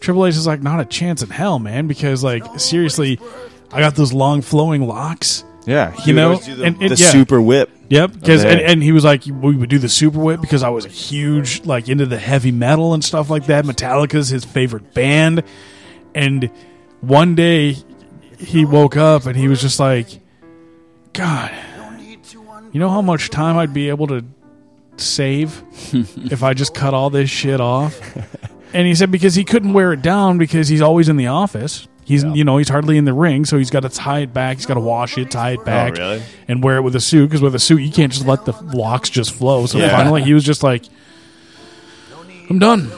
[SPEAKER 4] Triple H is like, not a chance in hell, man, because, like, seriously, I got those long flowing locks.
[SPEAKER 5] Yeah, he
[SPEAKER 4] you
[SPEAKER 5] would
[SPEAKER 4] know,
[SPEAKER 5] always do the-
[SPEAKER 4] and, and-
[SPEAKER 5] the
[SPEAKER 4] yeah.
[SPEAKER 5] super whip.
[SPEAKER 4] Yep,
[SPEAKER 5] of
[SPEAKER 4] because
[SPEAKER 5] the
[SPEAKER 4] and,
[SPEAKER 5] hair.
[SPEAKER 4] and he was like, we would do the super whip because I was a huge like into the heavy metal and stuff like that. Metallica's his favorite band, and one day he woke up and he was just like, God, you know how much time I'd be able to save if I just cut all this shit off. And he said because he couldn't wear it down because he's always in the office. He's you know he's hardly in the ring, so he's got to tie it back. He's got to wash it, tie it back,
[SPEAKER 5] really?
[SPEAKER 4] and wear it with a suit. Because with a suit, you can't just let the locks just flow. So
[SPEAKER 5] Yeah.
[SPEAKER 4] finally, he was just like, "I'm done.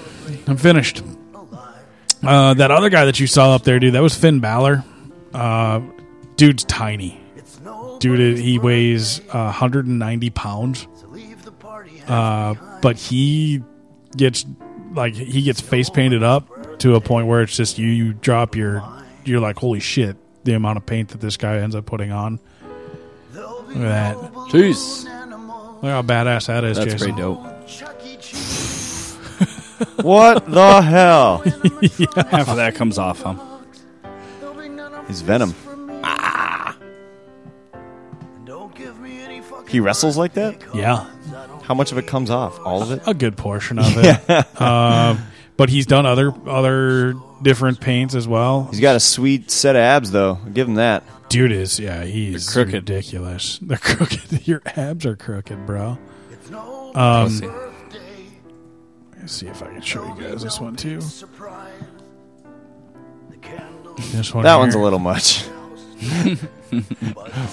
[SPEAKER 4] I'm finished." Uh, that other guy that you saw up there, dude, that was Finn Balor. Uh, dude's tiny. Dude, he weighs uh, 190 pounds. Uh, but he gets like he gets face painted up to a point where it's just you. You drop your, you're like, holy shit, the amount of paint that this guy ends up putting on. Look at that,
[SPEAKER 6] jeez.
[SPEAKER 4] Look how badass that is.
[SPEAKER 6] That's
[SPEAKER 4] Jason.
[SPEAKER 6] pretty dope.
[SPEAKER 5] what the hell?
[SPEAKER 6] Half of that comes off, huh?
[SPEAKER 5] He's Venom. He wrestles like that?
[SPEAKER 4] Yeah.
[SPEAKER 5] How much of it comes off? All of it?
[SPEAKER 4] a good portion of it. um, but he's done other other different paints as well.
[SPEAKER 5] He's got a sweet set of abs, though. Give him that.
[SPEAKER 4] Dude is, yeah, he's crooked. ridiculous. They're crooked. Your abs are crooked, bro. Um,
[SPEAKER 6] Pussy.
[SPEAKER 4] let's see if I can show you guys this one too. This one
[SPEAKER 5] that
[SPEAKER 4] here.
[SPEAKER 5] one's a little much.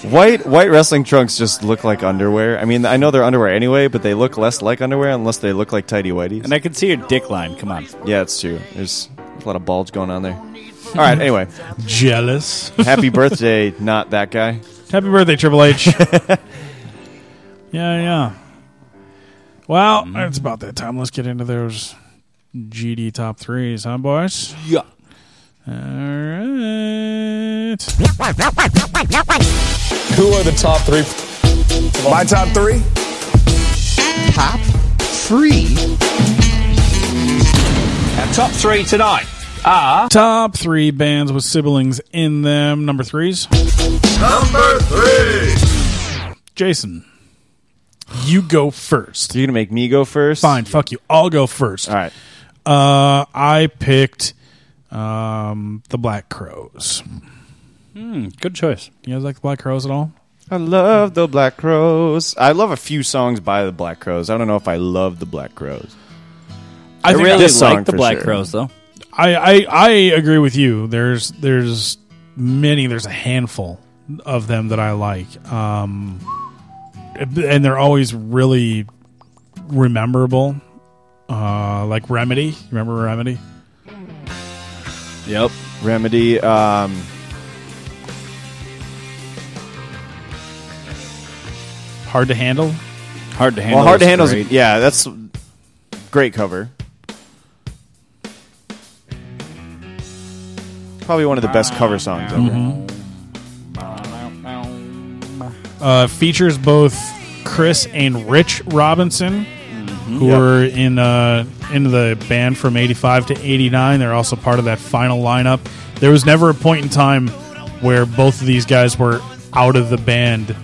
[SPEAKER 5] white white wrestling trunks just look like underwear. I mean, I know they're underwear anyway, but they look less like underwear unless they look like tidy whities.
[SPEAKER 6] And I can see your dick line. Come on.
[SPEAKER 5] Yeah, it's true. There's a lot of bulge going on there. All right. Anyway,
[SPEAKER 4] jealous.
[SPEAKER 5] Happy birthday, not that guy.
[SPEAKER 4] Happy birthday, Triple H. yeah, yeah. Well, it's about that time. Let's get into those GD top threes, huh, boys?
[SPEAKER 6] Yeah.
[SPEAKER 4] All right.
[SPEAKER 11] Who are the top three? My top three?
[SPEAKER 10] Top three.
[SPEAKER 11] Our top three tonight are.
[SPEAKER 4] Top three bands with siblings in them. Number threes.
[SPEAKER 11] Number three!
[SPEAKER 4] Jason, you go first.
[SPEAKER 5] You're gonna make me go first.
[SPEAKER 4] Fine, fuck you. I'll go first. All
[SPEAKER 5] right.
[SPEAKER 4] Uh, I picked um, the Black Crows.
[SPEAKER 6] Hmm, good choice.
[SPEAKER 4] You guys like the Black Crows at all?
[SPEAKER 5] I love the Black Crows. I love a few songs by the Black Crows. I don't know if I love the Black Crows.
[SPEAKER 4] I think I
[SPEAKER 5] really
[SPEAKER 4] like
[SPEAKER 5] song
[SPEAKER 4] the
[SPEAKER 5] for
[SPEAKER 4] Black
[SPEAKER 5] sure.
[SPEAKER 4] Crows,
[SPEAKER 6] though.
[SPEAKER 4] I, I I agree with you. There's there's many. There's a handful of them that I like, um, and they're always really rememberable. Uh, like Remedy, remember Remedy?
[SPEAKER 6] Yep.
[SPEAKER 5] Remedy. Um,
[SPEAKER 4] Hard to handle.
[SPEAKER 6] Hard to
[SPEAKER 5] well, hard to handle. is- Yeah, that's great cover. Probably one of the best cover
[SPEAKER 6] Ah,
[SPEAKER 5] songs ever.
[SPEAKER 4] Uh, features both Chris and Rich Robinson, who
[SPEAKER 5] Yep.
[SPEAKER 4] were in uh, in the band from '85 to '89. They're also part of that final lineup. There was never a point in time where both of these guys were out of the band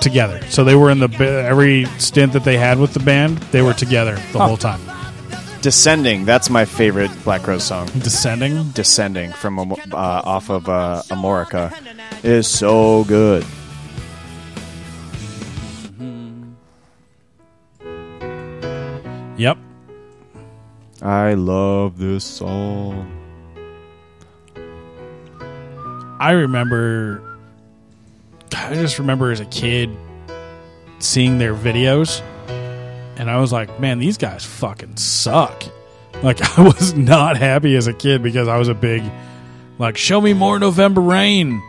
[SPEAKER 4] together. So they were in the ba- every stint that they had with the band, they were together the
[SPEAKER 5] Huh.
[SPEAKER 4] whole time. Mm-hmm.
[SPEAKER 5] Descending. That's my favorite Black Rose song.
[SPEAKER 4] Descending.
[SPEAKER 5] Descending from Am- uh, off of uh, Amorica is so good.
[SPEAKER 4] Yep.
[SPEAKER 5] I love this song.
[SPEAKER 4] I remember. I just remember as a kid seeing their videos, and I was like, "Man, these guys fucking suck." Like I was not happy as a kid because I was a big, like, "Show me more November Rain."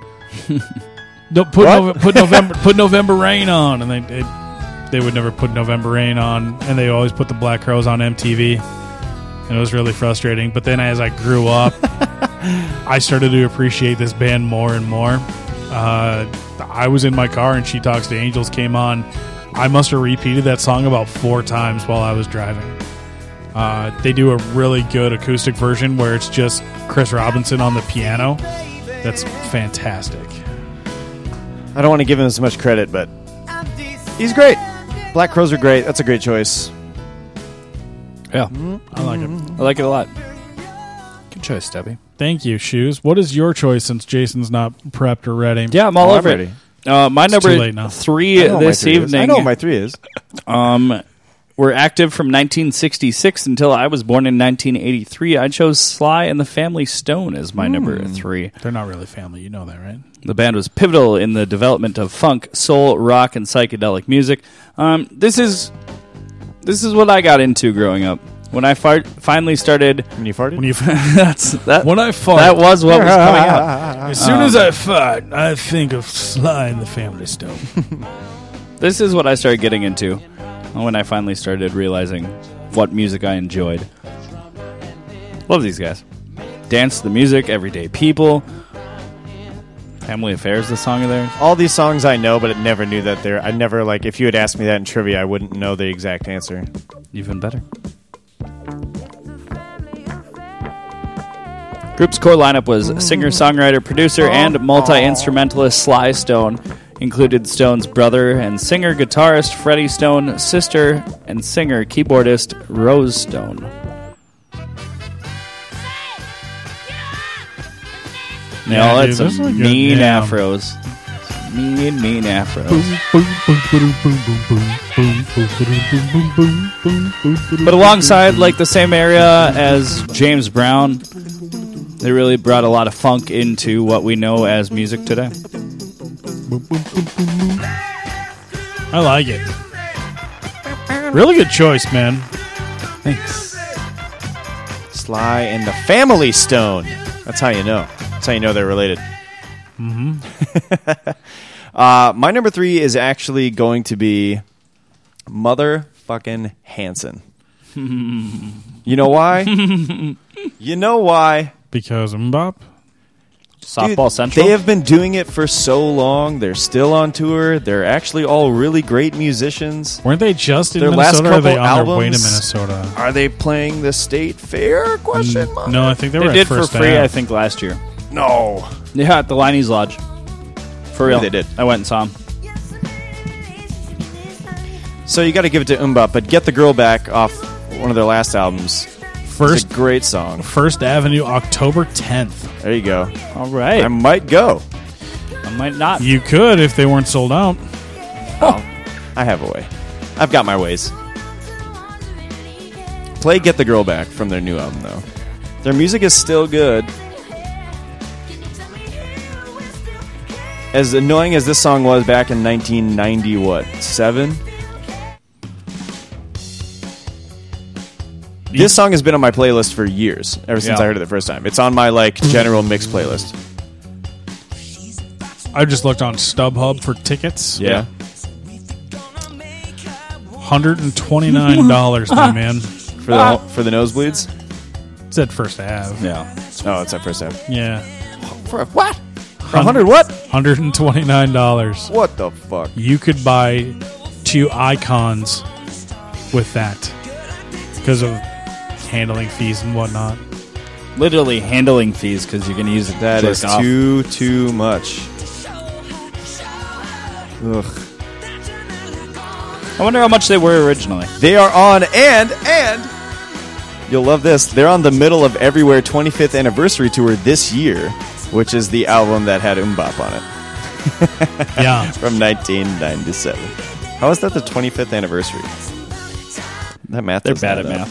[SPEAKER 4] Don't put
[SPEAKER 7] What?
[SPEAKER 4] Nove- put November put November Rain on, and they it, they would never put November Rain on, and they always put the Black Crows on MTV, and it was really frustrating. But then as I grew up, I started to appreciate this band more and more. Uh, I was in my car, and She Talks to Angels came on. I must have repeated that song about four times while I was driving. Uh, they do a really good acoustic version where it's just Chris Robinson on the piano. That's fantastic.
[SPEAKER 5] I don't want to give him as much credit, but he's great. Black Crows are great. That's a great choice.
[SPEAKER 6] Yeah.
[SPEAKER 4] I like it.
[SPEAKER 6] I like it a lot. Good choice, Debbie.
[SPEAKER 4] Thank you, Shoes. What is your choice since Jason's not prepped or ready?
[SPEAKER 6] Yeah, I'm all over it. Uh, my
[SPEAKER 4] It's
[SPEAKER 6] number
[SPEAKER 4] too late now.
[SPEAKER 6] three
[SPEAKER 4] I know what my
[SPEAKER 6] this
[SPEAKER 4] three is.
[SPEAKER 6] evening.
[SPEAKER 4] I know what my
[SPEAKER 5] three is.
[SPEAKER 6] Um, were active from 1966 until I was born in 1983. I chose Sly and the Family Stone as my number
[SPEAKER 4] Hmm.
[SPEAKER 6] three.
[SPEAKER 4] They're not really family. You know that, right?
[SPEAKER 6] The band was pivotal in the development of funk, soul, rock, and psychedelic music. Um, this is this is what I got into growing up. When I fart, finally started, when
[SPEAKER 5] you farted,
[SPEAKER 6] when you that's that.
[SPEAKER 4] When I fart,
[SPEAKER 6] that was what was coming out.
[SPEAKER 4] As soon as
[SPEAKER 6] Um,
[SPEAKER 4] I fart, I think of Sly and the Family Stone.
[SPEAKER 6] this is what I started getting into when I finally started realizing what music I enjoyed. Love these guys. Dance to the music, everyday people. Family Affairs, the song of theirs.
[SPEAKER 5] All these songs I know, but I never knew that they're. I never like if you had asked me that in trivia, I wouldn't know the exact answer.
[SPEAKER 6] Even better. Group's core lineup was singer, songwriter, producer, and multi instrumentalist Sly Stone. Included Stone's brother and singer guitarist Freddie Stone, sister and singer keyboardist Rose Stone.
[SPEAKER 4] Yeah,
[SPEAKER 6] Now
[SPEAKER 4] dude,
[SPEAKER 6] that's
[SPEAKER 4] those are
[SPEAKER 6] some
[SPEAKER 4] good.
[SPEAKER 6] mean
[SPEAKER 4] Yeah.
[SPEAKER 6] afros. Mean, mean afros. But alongside, like the same area as James Brown, they really brought a lot of funk into what we know as music today.
[SPEAKER 4] I like it. Really good choice, man. Thanks.
[SPEAKER 5] Sly and the Family Stone. That's how you know. That's how you know they're related.
[SPEAKER 4] Mhm.
[SPEAKER 5] uh, my number three is actually going to be motherfucking Hanson. You know why? you know why?
[SPEAKER 4] Because Mbop.
[SPEAKER 6] Softball Central?
[SPEAKER 5] They have been doing it for so long. They're still on tour. They're actually all really great musicians.
[SPEAKER 4] Weren't they just in
[SPEAKER 5] Their last
[SPEAKER 4] Minnesota? Or are they
[SPEAKER 5] couple
[SPEAKER 4] on their way to
[SPEAKER 5] albums-
[SPEAKER 4] Minnesota?
[SPEAKER 5] Are they playing the state fair? Question mark.
[SPEAKER 4] No, I think they
[SPEAKER 6] They
[SPEAKER 4] were
[SPEAKER 6] did
[SPEAKER 4] at
[SPEAKER 6] for
[SPEAKER 4] first
[SPEAKER 6] free,
[SPEAKER 4] half.
[SPEAKER 6] I think, last year.
[SPEAKER 5] No.
[SPEAKER 6] Yeah, at the Liney's Lodge. For real.
[SPEAKER 5] They did.
[SPEAKER 6] I went and saw them.
[SPEAKER 5] So you got to give it to Umbop, but get the girl back off one of their last albums.
[SPEAKER 4] First-
[SPEAKER 5] it's a great song.
[SPEAKER 4] First Avenue, October 10th.
[SPEAKER 5] There you go.
[SPEAKER 6] All right.
[SPEAKER 5] I might go.
[SPEAKER 6] I might not.
[SPEAKER 4] You could if they weren't sold out.
[SPEAKER 5] I have a way. I've got my ways. Play Get the Girl Back from their new album, though. Their music is still good. As annoying as this song was back in 1990, what, seven? This song has been on my playlist for years, ever since
[SPEAKER 4] Yeah.
[SPEAKER 5] I heard it the first time. It's on my, like, general mix playlist.
[SPEAKER 4] I just looked on StubHub for tickets.
[SPEAKER 5] Yeah.
[SPEAKER 4] Hundred and twenty nine dollars, my man.
[SPEAKER 5] For the, for the nosebleeds?
[SPEAKER 4] It's at first half.
[SPEAKER 6] Yeah.
[SPEAKER 5] Oh, it's at first half.
[SPEAKER 4] Yeah.
[SPEAKER 5] For a what? For a hundred what?
[SPEAKER 4] Hundred and twenty nine dollars.
[SPEAKER 5] What the fuck?
[SPEAKER 4] You could buy two icons with that because of handling fees and whatnot.
[SPEAKER 6] Literally handling fees because you're going to use it.
[SPEAKER 5] That
[SPEAKER 6] jerk
[SPEAKER 5] is
[SPEAKER 6] off.
[SPEAKER 5] too too much. Ugh.
[SPEAKER 6] I wonder how much they were originally.
[SPEAKER 5] They are on and and you'll love this. They're on the middle of Everywhere 25th anniversary tour this year, which is the album that had Umbop on it.
[SPEAKER 4] yeah,
[SPEAKER 5] from 1997. How is that the 25th anniversary? That math.
[SPEAKER 6] They're
[SPEAKER 5] doesn't
[SPEAKER 6] bad
[SPEAKER 5] add
[SPEAKER 6] at
[SPEAKER 5] up.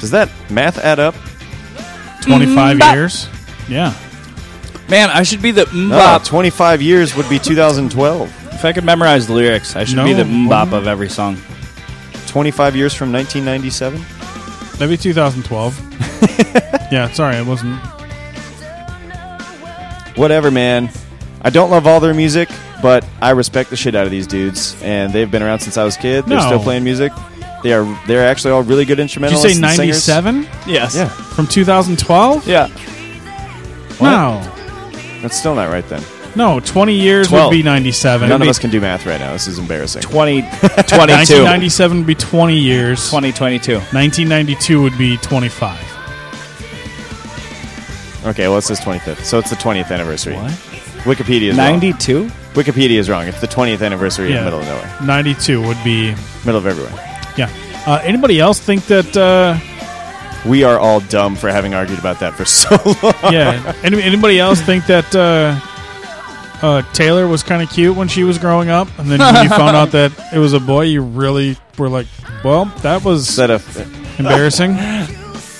[SPEAKER 5] Does that math add up?
[SPEAKER 4] 25 years. Yeah.
[SPEAKER 6] Man, I should be the mm,
[SPEAKER 5] No,
[SPEAKER 6] mbop.
[SPEAKER 5] 25 Uh, years would be 2012.
[SPEAKER 6] If I could memorize the lyrics, I should be the mbop of every song.
[SPEAKER 5] 25 years from 1997?
[SPEAKER 4] Maybe 2012. yeah, sorry, it wasn't.
[SPEAKER 5] Whatever, man. I don't love all their music, but I respect the shit out of these dudes, and they've been around since I was a kid. They're
[SPEAKER 4] No.
[SPEAKER 5] still playing music. They are. They're actually all really good
[SPEAKER 4] Did you
[SPEAKER 5] instrumentalists.
[SPEAKER 4] say
[SPEAKER 5] and singers.
[SPEAKER 4] 97?
[SPEAKER 6] Yes.
[SPEAKER 5] Yeah.
[SPEAKER 4] From 2012?
[SPEAKER 6] Yeah.
[SPEAKER 4] No.
[SPEAKER 5] That's still not right then.
[SPEAKER 4] No, 20 years would be 97.
[SPEAKER 5] None of us can do math right now. This is embarrassing.
[SPEAKER 6] 20,
[SPEAKER 4] 1997 would be 20 years.
[SPEAKER 6] 2022.
[SPEAKER 4] 1992 would be 25.
[SPEAKER 5] Okay, well, it says 25th. So it's the 20th anniversary. What? Wikipedia is
[SPEAKER 6] 92?
[SPEAKER 5] Wikipedia is wrong. It's the 20th anniversary in
[SPEAKER 4] Yeah.
[SPEAKER 5] the middle of nowhere.
[SPEAKER 4] 92 would be.
[SPEAKER 5] Middle of everywhere.
[SPEAKER 4] Yeah. Uh, anybody else think that. Uh,
[SPEAKER 5] We are all dumb for having argued about that for so long.
[SPEAKER 4] yeah. Any, anybody else think that uh, uh, Taylor was kind of cute when she was growing up, and then when you found out that it was a boy, you really were like, "Well, that was
[SPEAKER 5] that
[SPEAKER 4] embarrassing."
[SPEAKER 5] I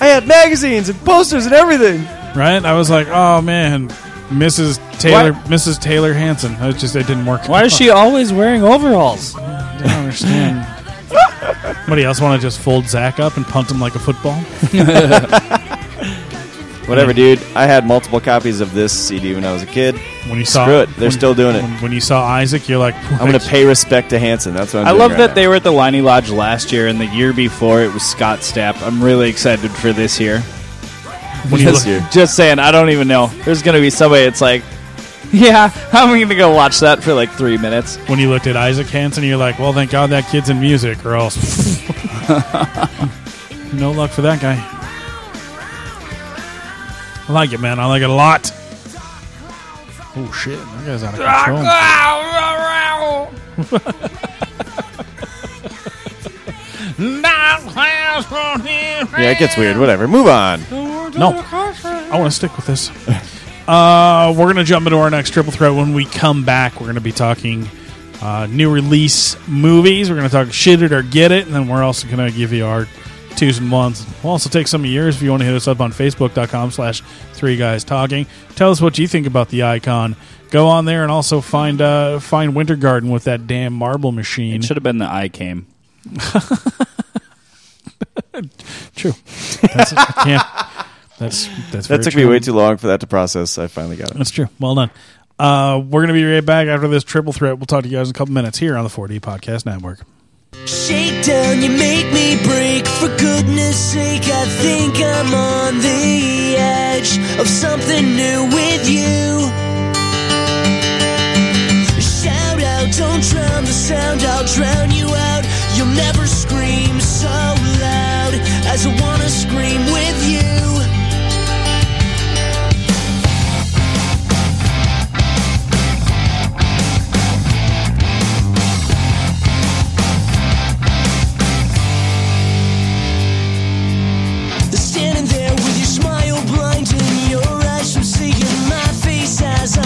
[SPEAKER 5] had magazines and posters and everything.
[SPEAKER 4] Right? I was like, "Oh man, Mrs. Taylor, Mrs. Taylor Hanson." It just it didn't work.
[SPEAKER 6] Why is she always wearing overalls?
[SPEAKER 4] I don't understand. Anybody else want to just fold Zach up and punt him like a football?
[SPEAKER 5] Whatever, dude. I had multiple copies of this CD when I was a kid.
[SPEAKER 4] When you saw
[SPEAKER 5] Screw it. They're
[SPEAKER 4] when-
[SPEAKER 5] still doing it.
[SPEAKER 4] When, when you saw Isaac, you're like,
[SPEAKER 5] I'm going to pay respect to Hanson. That's what I'm
[SPEAKER 6] I
[SPEAKER 5] doing
[SPEAKER 6] love
[SPEAKER 5] right
[SPEAKER 6] that they were at the Liney Lodge last year, and the year before it was Scott Stapp. I'm really excited for this year.
[SPEAKER 4] When you
[SPEAKER 6] just,
[SPEAKER 4] look-
[SPEAKER 6] just saying, I don't even know. There's going to be somebody that's like, yeah, I'm going to go watch that for like three minutes.
[SPEAKER 4] when you looked at Isaac Hansen, you're like, well, thank God that kid's in music, or else no luck for that guy. I like it, man. I like it a lot. Oh shit, that guy's out of control.
[SPEAKER 5] Yeah, it gets weird. Whatever. Move on.
[SPEAKER 4] No, I want to stick with this. Uh, we're going to jump into our next triple threat. When we come back, we're going to be talking uh, new release movies. We're going to talk shit it or get it, and then we're also going to give you our twos and ones. We'll also take some of yours if you want to hit us up on facebook.com slash three guys talking. Tell us what you think about the icon. Go on there and also find uh, find Winter Garden with that damn marble machine.
[SPEAKER 6] It should have been the I came.
[SPEAKER 4] True. That's, I can't- that's,
[SPEAKER 5] that
[SPEAKER 4] that's very
[SPEAKER 5] took
[SPEAKER 4] true.
[SPEAKER 5] me way too long for that to process. I finally got it.
[SPEAKER 4] That's true. Well done. Uh, we're going to be right back after this triple threat. We'll talk to you guys in a couple minutes here on the 4D Podcast Network.
[SPEAKER 3] Shakedown, you make me break. For goodness sake, I think I'm on the edge of something new with you. Shout out, don't drown the sound, I'll drown you out. You'll never scream so loud as I wanna scream with you. Standing there with your smile blinding your eyes from seeing my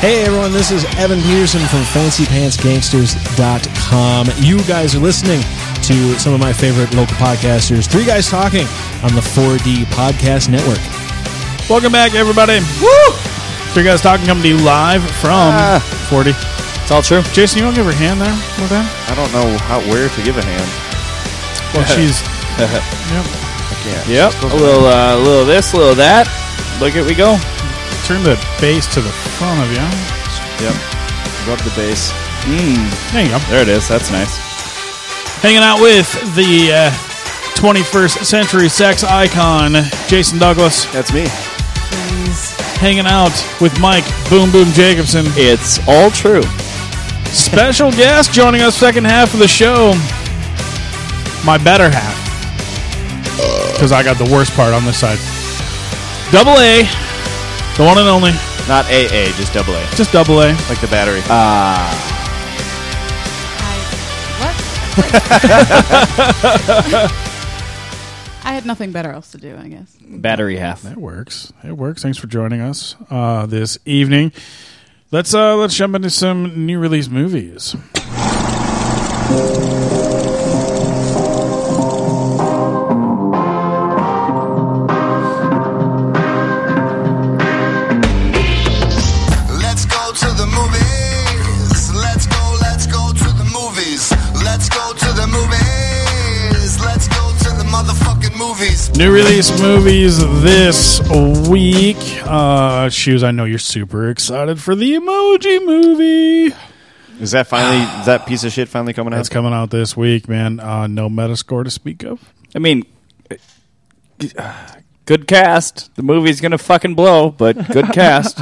[SPEAKER 1] Hey everyone, this is Evan Peterson from FancyPantsGangsters.com. You guys are listening to some of my favorite local podcasters, Three Guys Talking, on the 4D Podcast Network.
[SPEAKER 4] Welcome back, everybody. Woo! Three guys talking come to you live from 40. It's
[SPEAKER 6] Ah. all true.
[SPEAKER 4] Jason, you don't give her hand there with that?
[SPEAKER 5] I don't know how where to give a hand.
[SPEAKER 4] Well, she's-
[SPEAKER 5] Yep. I can't.
[SPEAKER 6] Yep. A little, uh, a little this, a little that. Look at we go.
[SPEAKER 4] Turn the bass to the front of you.
[SPEAKER 5] Yep. Rub the bass.
[SPEAKER 6] Mm.
[SPEAKER 4] There you go.
[SPEAKER 6] There it is. That's nice.
[SPEAKER 4] Hanging out with the uh, 21st century sex icon, Jason Douglas.
[SPEAKER 5] That's me.
[SPEAKER 4] Hanging out with Mike Boom Boom Jacobson.
[SPEAKER 6] It's all true.
[SPEAKER 4] Special guest joining us second half of the show. My better half. Because I got the worst part on this side. Double A. The one and only.
[SPEAKER 5] Not AA, just double A.
[SPEAKER 4] Just double A.
[SPEAKER 5] Like the battery. Ah.
[SPEAKER 13] I had nothing better else to do, I guess.
[SPEAKER 6] Battery half.
[SPEAKER 4] That works. It works. Thanks for joining us uh, this evening. Let's uh, let's jump into some new release movies.
[SPEAKER 3] Let's go to the movies. Let's go, let's go to the movies. Let's go to the movies. Let's go to the motherfucking movies.
[SPEAKER 4] New release movies this week. Uh, Shoes, I know you're super excited for the Emoji Movie.
[SPEAKER 5] Is that finally is that piece of shit finally coming out?
[SPEAKER 4] It's coming out this week, man. Uh, no Metascore to speak of.
[SPEAKER 6] I mean, good cast. The movie's gonna fucking blow, but good cast.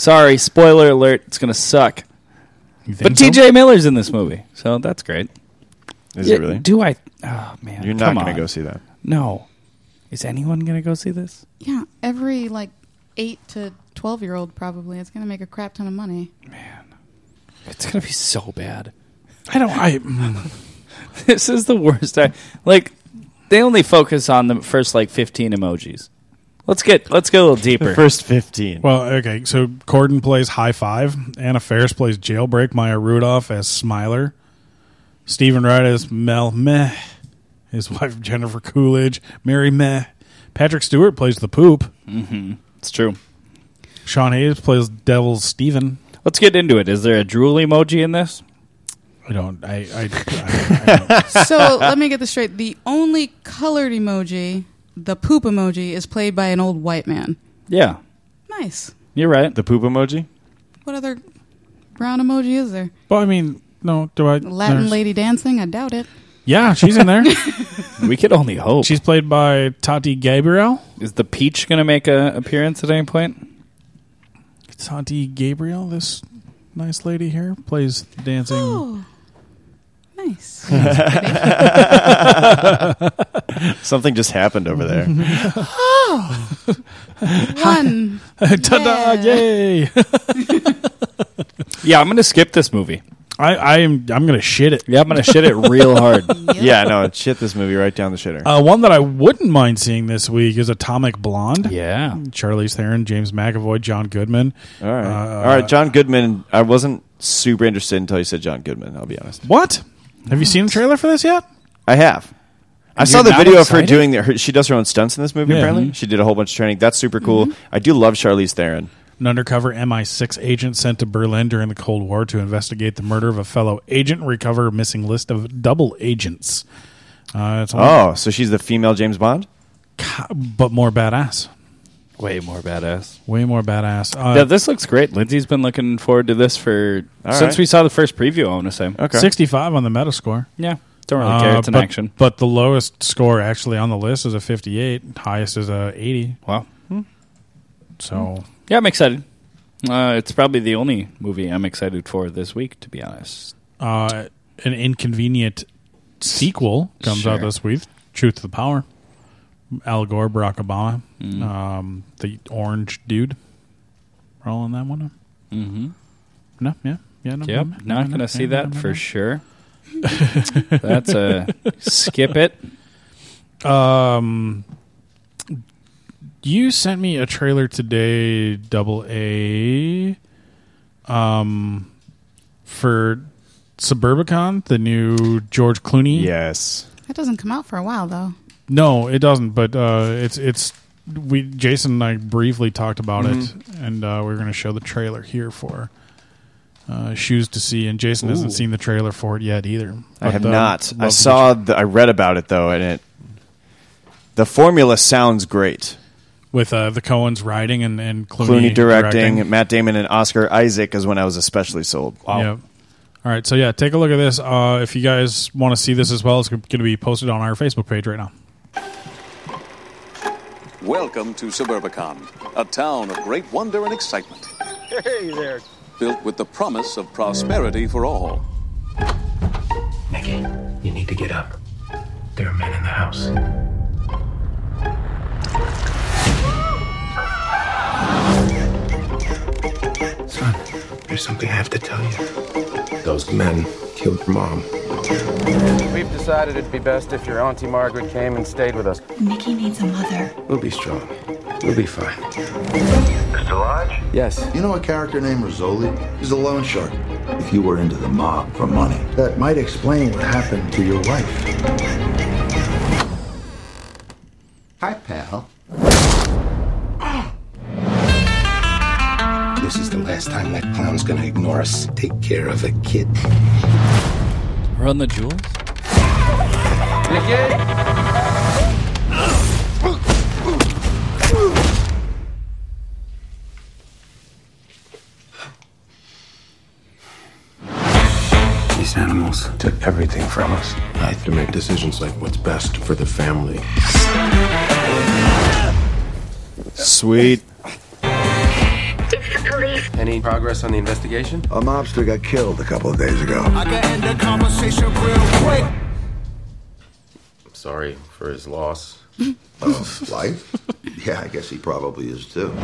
[SPEAKER 6] Sorry, spoiler alert. It's gonna suck. But
[SPEAKER 5] so?
[SPEAKER 6] T.J. Miller's in this movie, so that's great.
[SPEAKER 5] Is
[SPEAKER 6] Yeah,
[SPEAKER 5] it really?
[SPEAKER 6] Do I? Oh man,
[SPEAKER 5] You're not
[SPEAKER 6] come
[SPEAKER 5] gonna
[SPEAKER 6] on.
[SPEAKER 5] go see that.
[SPEAKER 6] No. Is anyone gonna go see this?
[SPEAKER 13] Yeah, every like eight to twelve year old probably is going to make a crap ton of money.
[SPEAKER 6] It's gonna be so bad.
[SPEAKER 4] I don't. I.
[SPEAKER 6] this is the worst. I like. They only focus on the first like fifteen emojis. Let's get let's get a little deeper.
[SPEAKER 5] fifteen.
[SPEAKER 4] Well, okay. So Corden plays High Five. Anna Faris plays Jailbreak. Maya Rudolph as Smiler. Stephen Wright as Mel Meh. His wife Jennifer Coolidge. Mary Meh. Patrick Stewart plays the Poop.
[SPEAKER 6] Mm-hmm. It's true.
[SPEAKER 4] Sean Hayes plays Devil's Steven.
[SPEAKER 6] Let's get into it. Is there a drool emoji in this?
[SPEAKER 4] I don't. I. I,
[SPEAKER 13] so let me get this straight: the only colored emoji, the poop emoji, is played by an old white man.
[SPEAKER 6] Yeah,
[SPEAKER 13] Nice.
[SPEAKER 6] you're right.
[SPEAKER 5] The poop emoji.
[SPEAKER 13] What other brown emoji is there?
[SPEAKER 4] Well, I mean, no. Do I?
[SPEAKER 13] Latin
[SPEAKER 4] there's-
[SPEAKER 13] lady dancing? I doubt it.
[SPEAKER 4] Yeah, she's in there.
[SPEAKER 6] we could only hope.
[SPEAKER 4] She's played by Tati Gabriel.
[SPEAKER 6] Is the peach going to make an appearance at any point?
[SPEAKER 4] Tati Gabriel, this nice lady here, plays dancing.
[SPEAKER 13] Oh, nice.
[SPEAKER 5] Something just happened over there.
[SPEAKER 13] oh, one.
[SPEAKER 4] Ta-da, yay!
[SPEAKER 6] yeah, I'm going to skip this movie.
[SPEAKER 4] I, I am. I'm gonna shit it.
[SPEAKER 6] Yeah, I'm gonna shit it real hard.
[SPEAKER 5] yeah, no, shit this movie right down the shitter.
[SPEAKER 4] Uh, one that I wouldn't mind seeing this week is Atomic Blonde.
[SPEAKER 6] Yeah,
[SPEAKER 4] Charlize Theron, James McAvoy, John Goodman.
[SPEAKER 5] All right.
[SPEAKER 4] Uh,
[SPEAKER 5] All right, John Goodman. I wasn't super interested until you said John Goodman, I'll be honest.
[SPEAKER 4] What? Have you seen the trailer for this yet?
[SPEAKER 5] I have. I
[SPEAKER 4] And
[SPEAKER 5] saw
[SPEAKER 4] you're
[SPEAKER 5] the
[SPEAKER 4] not
[SPEAKER 5] video of her
[SPEAKER 4] excited?
[SPEAKER 5] doing the, her, she does her own stunts in this movie
[SPEAKER 4] Yeah.
[SPEAKER 5] apparently.
[SPEAKER 4] Mhm.
[SPEAKER 5] She did a whole bunch of training. That's super cool. I do love Charlize Theron.
[SPEAKER 4] An undercover MI6 agent sent to Berlin during the Cold War to investigate the murder of a fellow agent and recover a missing list of double agents. Uh, it's only-
[SPEAKER 5] Oh, so she's the female James Bond?
[SPEAKER 4] but more badass.
[SPEAKER 6] Way more badass.
[SPEAKER 4] Way more badass. Uh,
[SPEAKER 6] yeah, this looks great. Lindsay's been looking forward to this for
[SPEAKER 4] All
[SPEAKER 6] since
[SPEAKER 4] right.
[SPEAKER 6] we saw the first preview. I want to say.
[SPEAKER 4] 65 on the Metascore.
[SPEAKER 6] Yeah, don't really care. It's an
[SPEAKER 4] Uh, but,
[SPEAKER 6] action.
[SPEAKER 4] But the lowest score actually on the list is a 58. Highest is a 80.
[SPEAKER 6] Wow.
[SPEAKER 4] So
[SPEAKER 6] Yeah, I'm excited. Uh, it's probably the only movie I'm excited for this week, to be honest.
[SPEAKER 4] uh, an inconvenient sequel comes out
[SPEAKER 6] Sure.
[SPEAKER 4] this week. Truth to the Power. Al Gore, Barack Obama,
[SPEAKER 6] Mm-hmm.
[SPEAKER 4] um, the orange dude. We're all on that one.
[SPEAKER 6] Mm-hmm.
[SPEAKER 4] No, yeah, yeah. No,
[SPEAKER 6] Yep,
[SPEAKER 4] no, no,
[SPEAKER 6] not
[SPEAKER 4] no,
[SPEAKER 6] gonna
[SPEAKER 4] no,
[SPEAKER 6] see
[SPEAKER 4] no,
[SPEAKER 6] that
[SPEAKER 4] no, no,
[SPEAKER 6] for
[SPEAKER 4] no.
[SPEAKER 6] sure. That's a skip it.
[SPEAKER 4] Um, you sent me a trailer today, double A, um, for Suburbicon, the new George Clooney.
[SPEAKER 5] Yes.
[SPEAKER 13] That doesn't come out for a while though.
[SPEAKER 4] No, it doesn't. But uh, it's it's we Jason and I briefly talked about
[SPEAKER 6] Mm-hmm.
[SPEAKER 4] it, and uh, we are going to show the trailer here for uh, Shoes to See, and Jason hasn't
[SPEAKER 5] Ooh.
[SPEAKER 4] seen the trailer for it yet either.
[SPEAKER 5] I
[SPEAKER 4] But,
[SPEAKER 5] have
[SPEAKER 4] uh,
[SPEAKER 5] not. I
[SPEAKER 4] love-
[SPEAKER 5] saw. The, I read about it though, and it. The formula sounds great.
[SPEAKER 4] with uh, the Coens writing and and
[SPEAKER 5] Clooney,
[SPEAKER 4] Clooney,
[SPEAKER 5] directing, Matt Damon and Oscar Isaac is when I was especially sold.
[SPEAKER 4] Yeah. All right, so yeah, take a look at this. Uh, if you guys want to see this as well, it's going to be posted on our Facebook page right now.
[SPEAKER 11] Welcome to Suburbicon, a town of great wonder and excitement,
[SPEAKER 14] Hey there.
[SPEAKER 11] built with the promise of prosperity for all.
[SPEAKER 14] Mickey, you need to get up. There are men in the house. Son, there's something I have to tell you. Those men killed your mom.
[SPEAKER 15] We've decided it'd be best if your Auntie Margaret came and stayed with us.
[SPEAKER 3] Mickey needs a mother.
[SPEAKER 14] We'll be strong. We'll be fine.
[SPEAKER 16] Mr. Lodge? Yes. You know a character named Rizzoli? He's a loan shark. If you were into the mob for money, that might explain what happened to your wife. Hi, pal.
[SPEAKER 14] This is the last time that clown's gonna ignore us. Take care of the kid.
[SPEAKER 6] Run the jewels.
[SPEAKER 14] These animals took everything from us. I have to make decisions like what's best for the family.
[SPEAKER 5] Sweet.
[SPEAKER 15] Any progress on the investigation?
[SPEAKER 16] A mobster got killed a couple of days ago.
[SPEAKER 14] I can end the conversation real quick.
[SPEAKER 15] Sorry for his loss.
[SPEAKER 16] Oh, life? Yeah, I guess he probably is too.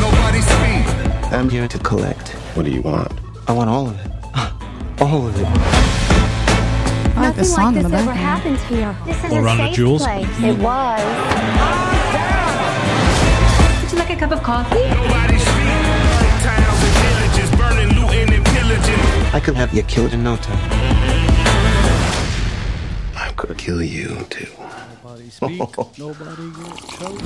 [SPEAKER 14] Nobody speaks.
[SPEAKER 16] I'm here to collect. What do you want?
[SPEAKER 14] I want all of it. All of it.
[SPEAKER 17] I
[SPEAKER 13] like this song in the
[SPEAKER 17] ever
[SPEAKER 13] background.
[SPEAKER 17] happened here. This is
[SPEAKER 13] We'll
[SPEAKER 17] a
[SPEAKER 13] run the
[SPEAKER 17] safe
[SPEAKER 13] jewels.
[SPEAKER 17] place. It was.
[SPEAKER 3] Would you like a cup of coffee?
[SPEAKER 14] I could have you killed in no time. I could kill you too. Nobody speak. Nobody gets choked.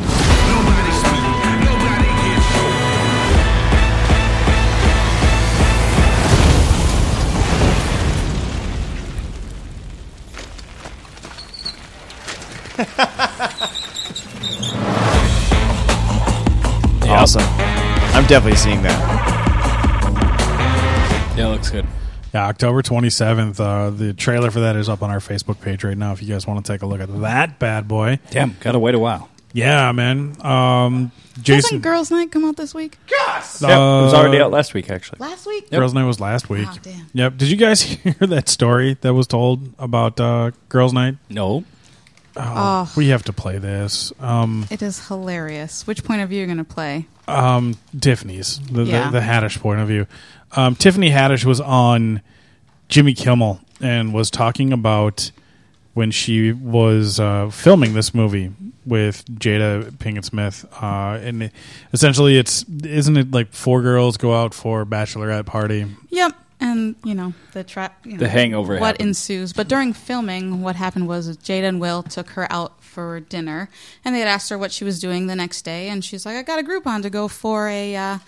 [SPEAKER 5] Awesome. I'm definitely seeing that.
[SPEAKER 6] Yeah, looks good.
[SPEAKER 4] Yeah, October 27th. Uh, the trailer for that is up on our Facebook page right now if you guys want to take a look at that bad boy.
[SPEAKER 6] Damn, gotta wait a while.
[SPEAKER 4] Yeah, man. Um,
[SPEAKER 13] Doesn't
[SPEAKER 4] Jason.
[SPEAKER 13] Girls Night come out this week? Yes.
[SPEAKER 6] Yep, it was
[SPEAKER 4] Uh,
[SPEAKER 6] already out last week, actually.
[SPEAKER 13] Last week?
[SPEAKER 4] Girls' Night was last week.
[SPEAKER 13] Oh, damn.
[SPEAKER 4] Yep. Did you guys hear that story that was told about uh, Girls' Night?
[SPEAKER 6] No.
[SPEAKER 13] Oh.
[SPEAKER 4] We have to play this. Um,
[SPEAKER 13] It is hilarious. Which point of view are you going to play?
[SPEAKER 4] um, Tiffany's, the,
[SPEAKER 13] Yeah.
[SPEAKER 4] the, the Haddish point of view. Um, Tiffany Haddish was on Jimmy Kimmel and was talking about when she was uh, filming this movie with Jada Pinkett Smith. Uh, and it- essentially, it's isn't it like four girls go out for a bachelorette party?
[SPEAKER 13] Yep. And you know the trap, you know,
[SPEAKER 4] The hangover
[SPEAKER 13] What
[SPEAKER 4] happened.
[SPEAKER 13] ensues? But during filming, what happened was Jada and Will took her out for dinner, and they had asked her what she was doing the next day, and she's like, "I got a Groupon to go for a uh,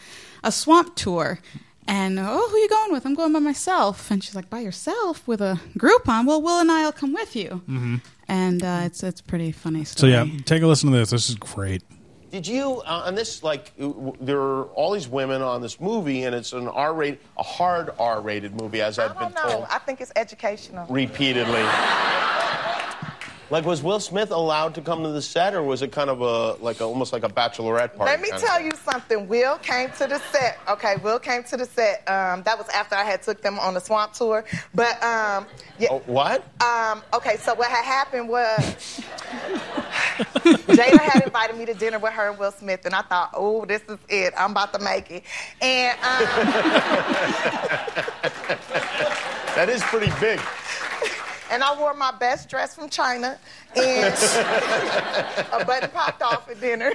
[SPEAKER 13] a swamp tour." And oh, who you going with? I'm going by myself. And she's like, "By yourself with a Groupon? Well, Will and I'll come with you."
[SPEAKER 4] Mm-hmm.
[SPEAKER 13] And uh, it's it's pretty funny
[SPEAKER 4] So,
[SPEAKER 13] story.
[SPEAKER 4] yeah, take a listen to this. This is great.
[SPEAKER 18] Did you uh, on this like w- w- there are all these women on this movie and it's an R rated a hard R rated movie as I've been told
[SPEAKER 19] I think it's educational.
[SPEAKER 18] repeatedly. like was Will Smith allowed to come to the set or was it kind of a like a, almost like a bachelorette party?
[SPEAKER 19] Let me
[SPEAKER 18] kind of
[SPEAKER 19] tell
[SPEAKER 18] thing?
[SPEAKER 19] you something. Will came to the set. Okay, Will came to the set. Um, that was after I had took them on the swamp tour. But um, yeah.
[SPEAKER 18] Oh, what?
[SPEAKER 19] Um, okay, so what had happened was Jada had invited me to dinner with her and Will Smith, and I thought, oh, this is it. I'm about to make it. And uh, um,
[SPEAKER 18] That is pretty big.
[SPEAKER 19] and I wore my best dress from China, and a button popped off at dinner.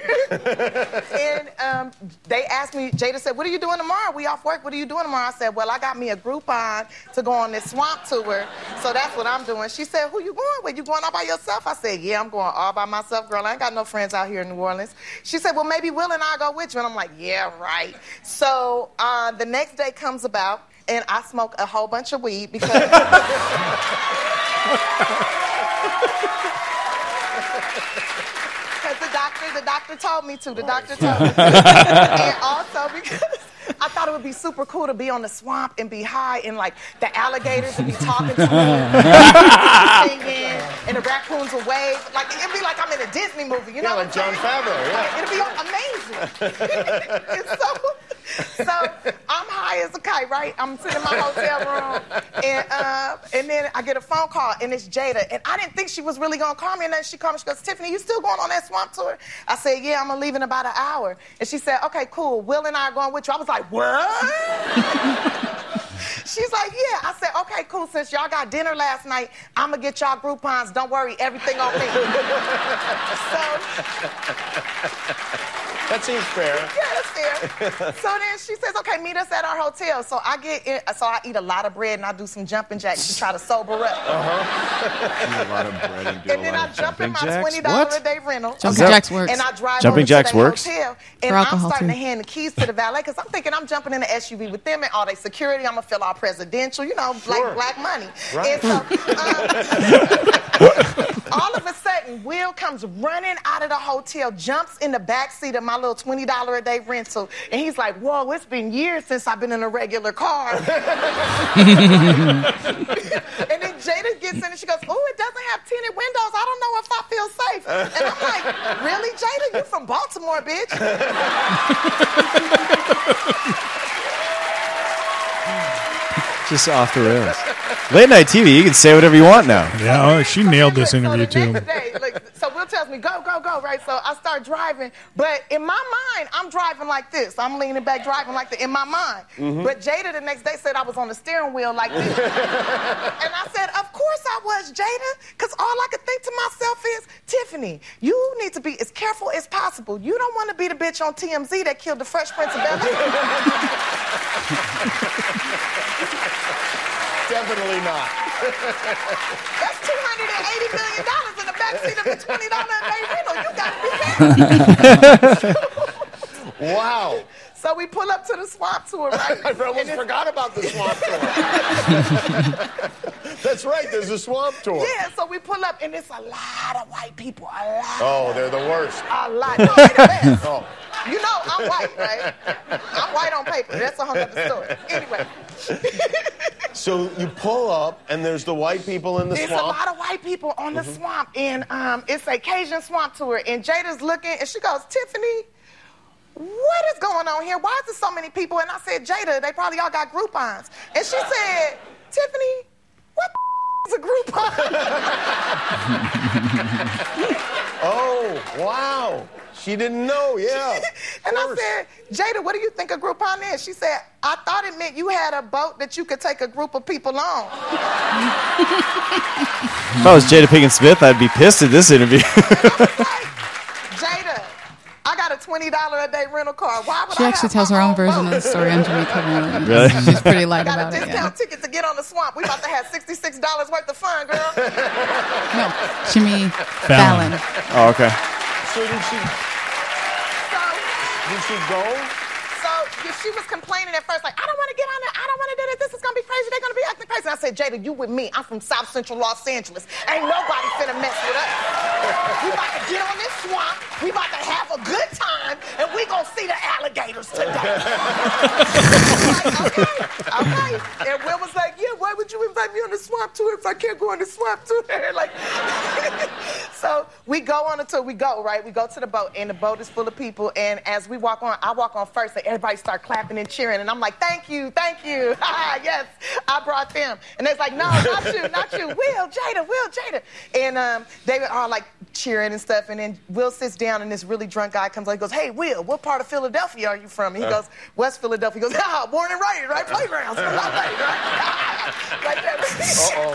[SPEAKER 19] and um, they asked me, Jada said, What are you doing tomorrow? We off work. What are you doing tomorrow? I said, Well, I got me a Groupon to go on this swamp tour. So that's what I'm doing. She said, Who you going with? You going all by yourself? I said, Yeah, I'm going all by myself, girl. I ain't got no friends out here in New Orleans. She said, Well, maybe Will and I go with you. And I'm like, Yeah, right. So uh, the next day comes about, and I smoke a whole bunch of weed because. Because the doctor, the doctor told me to. The doctor told me to. and also because I thought it would be super cool to be on the swamp and be high and like the alligators would be talking to me, singing, and the raccoons would wave. Like it'd be like I'm in a Disney movie, you know?
[SPEAKER 18] Yeah, like John Favreau, yeah.
[SPEAKER 19] Like, it'd be amazing. And so, so I'm high as a kite, right? I'm sitting in my hotel room, and uh, and then I get a phone call, and it's Jada, and I didn't think she was really gonna call me, and then she called me. She goes, "Tiffany, you still going on that swamp tour?" I said, "Yeah, I'm gonna leave in about an hour," and she said, "Okay, cool. Will and I are going with you." I was like, "What?" She's like, yeah. I said, okay, cool. Since y'all got dinner last night, I'ma get y'all Groupon's. Don't worry, everything on me. so
[SPEAKER 18] That seems fair.
[SPEAKER 19] yeah, that's fair. so then she says, okay, meet us at our hotel. So I get in, so I eat a lot of bread and I do some jumping jacks to try to sober up.
[SPEAKER 5] a lot of bread and do
[SPEAKER 19] And then I jump in my twenty dollar
[SPEAKER 5] What?
[SPEAKER 19] a day rental.
[SPEAKER 5] Jumping
[SPEAKER 19] okay,
[SPEAKER 5] jacks works.
[SPEAKER 19] And I drive over
[SPEAKER 5] Jumping
[SPEAKER 19] to
[SPEAKER 5] jacks
[SPEAKER 19] the
[SPEAKER 5] works?
[SPEAKER 19] hotel,
[SPEAKER 5] For
[SPEAKER 19] and I'm
[SPEAKER 5] alcohol,
[SPEAKER 19] starting
[SPEAKER 5] too.
[SPEAKER 19] to hand the keys to the valet because I'm thinking I'm jumping in the SUV with them and all they security. I'm gonna feel all presidential, you know,
[SPEAKER 18] Sure.
[SPEAKER 19] black black money.
[SPEAKER 18] Right.
[SPEAKER 19] And so, um, all of a sudden, Will comes running out of the hotel, jumps in the back seat of my little twenty dollar a day rental, and he's like, "Whoa, it's been years since I've been in a regular car." and then Jada gets in and she goes, "Oh, it doesn't have tinted windows. I don't know if I feel safe." And I'm like, "Really, Jada? You from Baltimore, bitch?"
[SPEAKER 5] Just off the rails. Late night TV, you can say whatever you want now.
[SPEAKER 4] Yeah, oh, she nailed this interview
[SPEAKER 19] next
[SPEAKER 4] too.
[SPEAKER 19] day, like, so Will tells me, go, go, go, right? So I start driving. But in my mind, I'm driving like this. I'm leaning back, driving like this in my mind.
[SPEAKER 18] Mhm.
[SPEAKER 19] But Jada the next day said I was on the steering wheel like this. and I said, of course I was, Jada, because all I could think to myself is, Tiffany, you need to be as careful as possible. You don't want to be the bitch on TMZ that killed the Fresh Prince of Bel-Air.
[SPEAKER 18] Definitely not.
[SPEAKER 19] That's two hundred and eighty million dollars in the backseat of a twenty dollar a day rental. You gotta be careful.
[SPEAKER 18] wow.
[SPEAKER 19] So we pull up to the swamp tour, right?
[SPEAKER 18] I almost forgot about the swamp tour. That's right, there's a swamp tour.
[SPEAKER 19] Yeah, so we pull up and it's a lot of white people. A lot.
[SPEAKER 18] Oh, they're the worst.
[SPEAKER 19] A lot. No, they're the best.
[SPEAKER 18] Oh.
[SPEAKER 19] You know, I'm white, right? I'm white on paper. That's a whole other story. Anyway,
[SPEAKER 18] So you pull up, and there's the white people in the
[SPEAKER 19] There's
[SPEAKER 18] swamp.
[SPEAKER 19] a lot of white people on the
[SPEAKER 18] Mhm.
[SPEAKER 19] swamp, and um, it's a Cajun swamp tour. And Jada's looking, and she goes, Tiffany, what is going on here? Why is there so many people? And I said, Jada, they probably all got Groupons. And she said, Tiffany, what the is a Groupon?
[SPEAKER 18] oh, wow. She didn't know, yeah.
[SPEAKER 19] and I said, Jada, what do you think a Groupon is? She said, I thought it meant you had a boat that you could take a group of people on.
[SPEAKER 5] If I was Jada Pinkett Smith, I'd be pissed at this interview.
[SPEAKER 19] Jada, I got a $20 a day rental car. Why would
[SPEAKER 13] She
[SPEAKER 19] I
[SPEAKER 13] actually tells her own version of the story on Jamaica Road.
[SPEAKER 5] Really?
[SPEAKER 13] She's pretty light
[SPEAKER 19] got
[SPEAKER 13] about
[SPEAKER 19] a
[SPEAKER 13] it.
[SPEAKER 19] discount
[SPEAKER 13] Yeah.
[SPEAKER 19] ticket to get on the swamp. We about to have sixty-six dollars worth of fun, girl.
[SPEAKER 13] Jimmy Fallon.
[SPEAKER 5] Oh, okay.
[SPEAKER 18] So did she? Did she go?
[SPEAKER 19] So yeah, she was complaining at first, like, I don't want to get on there. I don't want to do this. This is gonna be crazy. They're gonna be acting crazy. And I said, Jada, you with me? I'm from South Central Los Angeles. Ain't nobody finna mess with us. We about to get on this swamp. We about to have a good time, and we gonna see the alligators today. okay. And Will was like, yeah, why would you invite me on the swamp tour if I can't go on the swamp tour? like, so we go on until we go, right? We go to the boat, and the boat is full of people. And as we walk on, I walk on first, and everybody start clapping and cheering. And I'm like, thank you, thank you. yes, I brought them. And they's like, no, not you, not you. Will, Jada, Will, Jada. And um, they were all like cheering and stuff. And then Will sits down, and this really drunk guy comes up. He goes, hey, Will, what part of Philadelphia are you from? And he goes, West Philadelphia. He goes, ah, born and raised, right? Playgrounds. like that.
[SPEAKER 18] Uh-oh.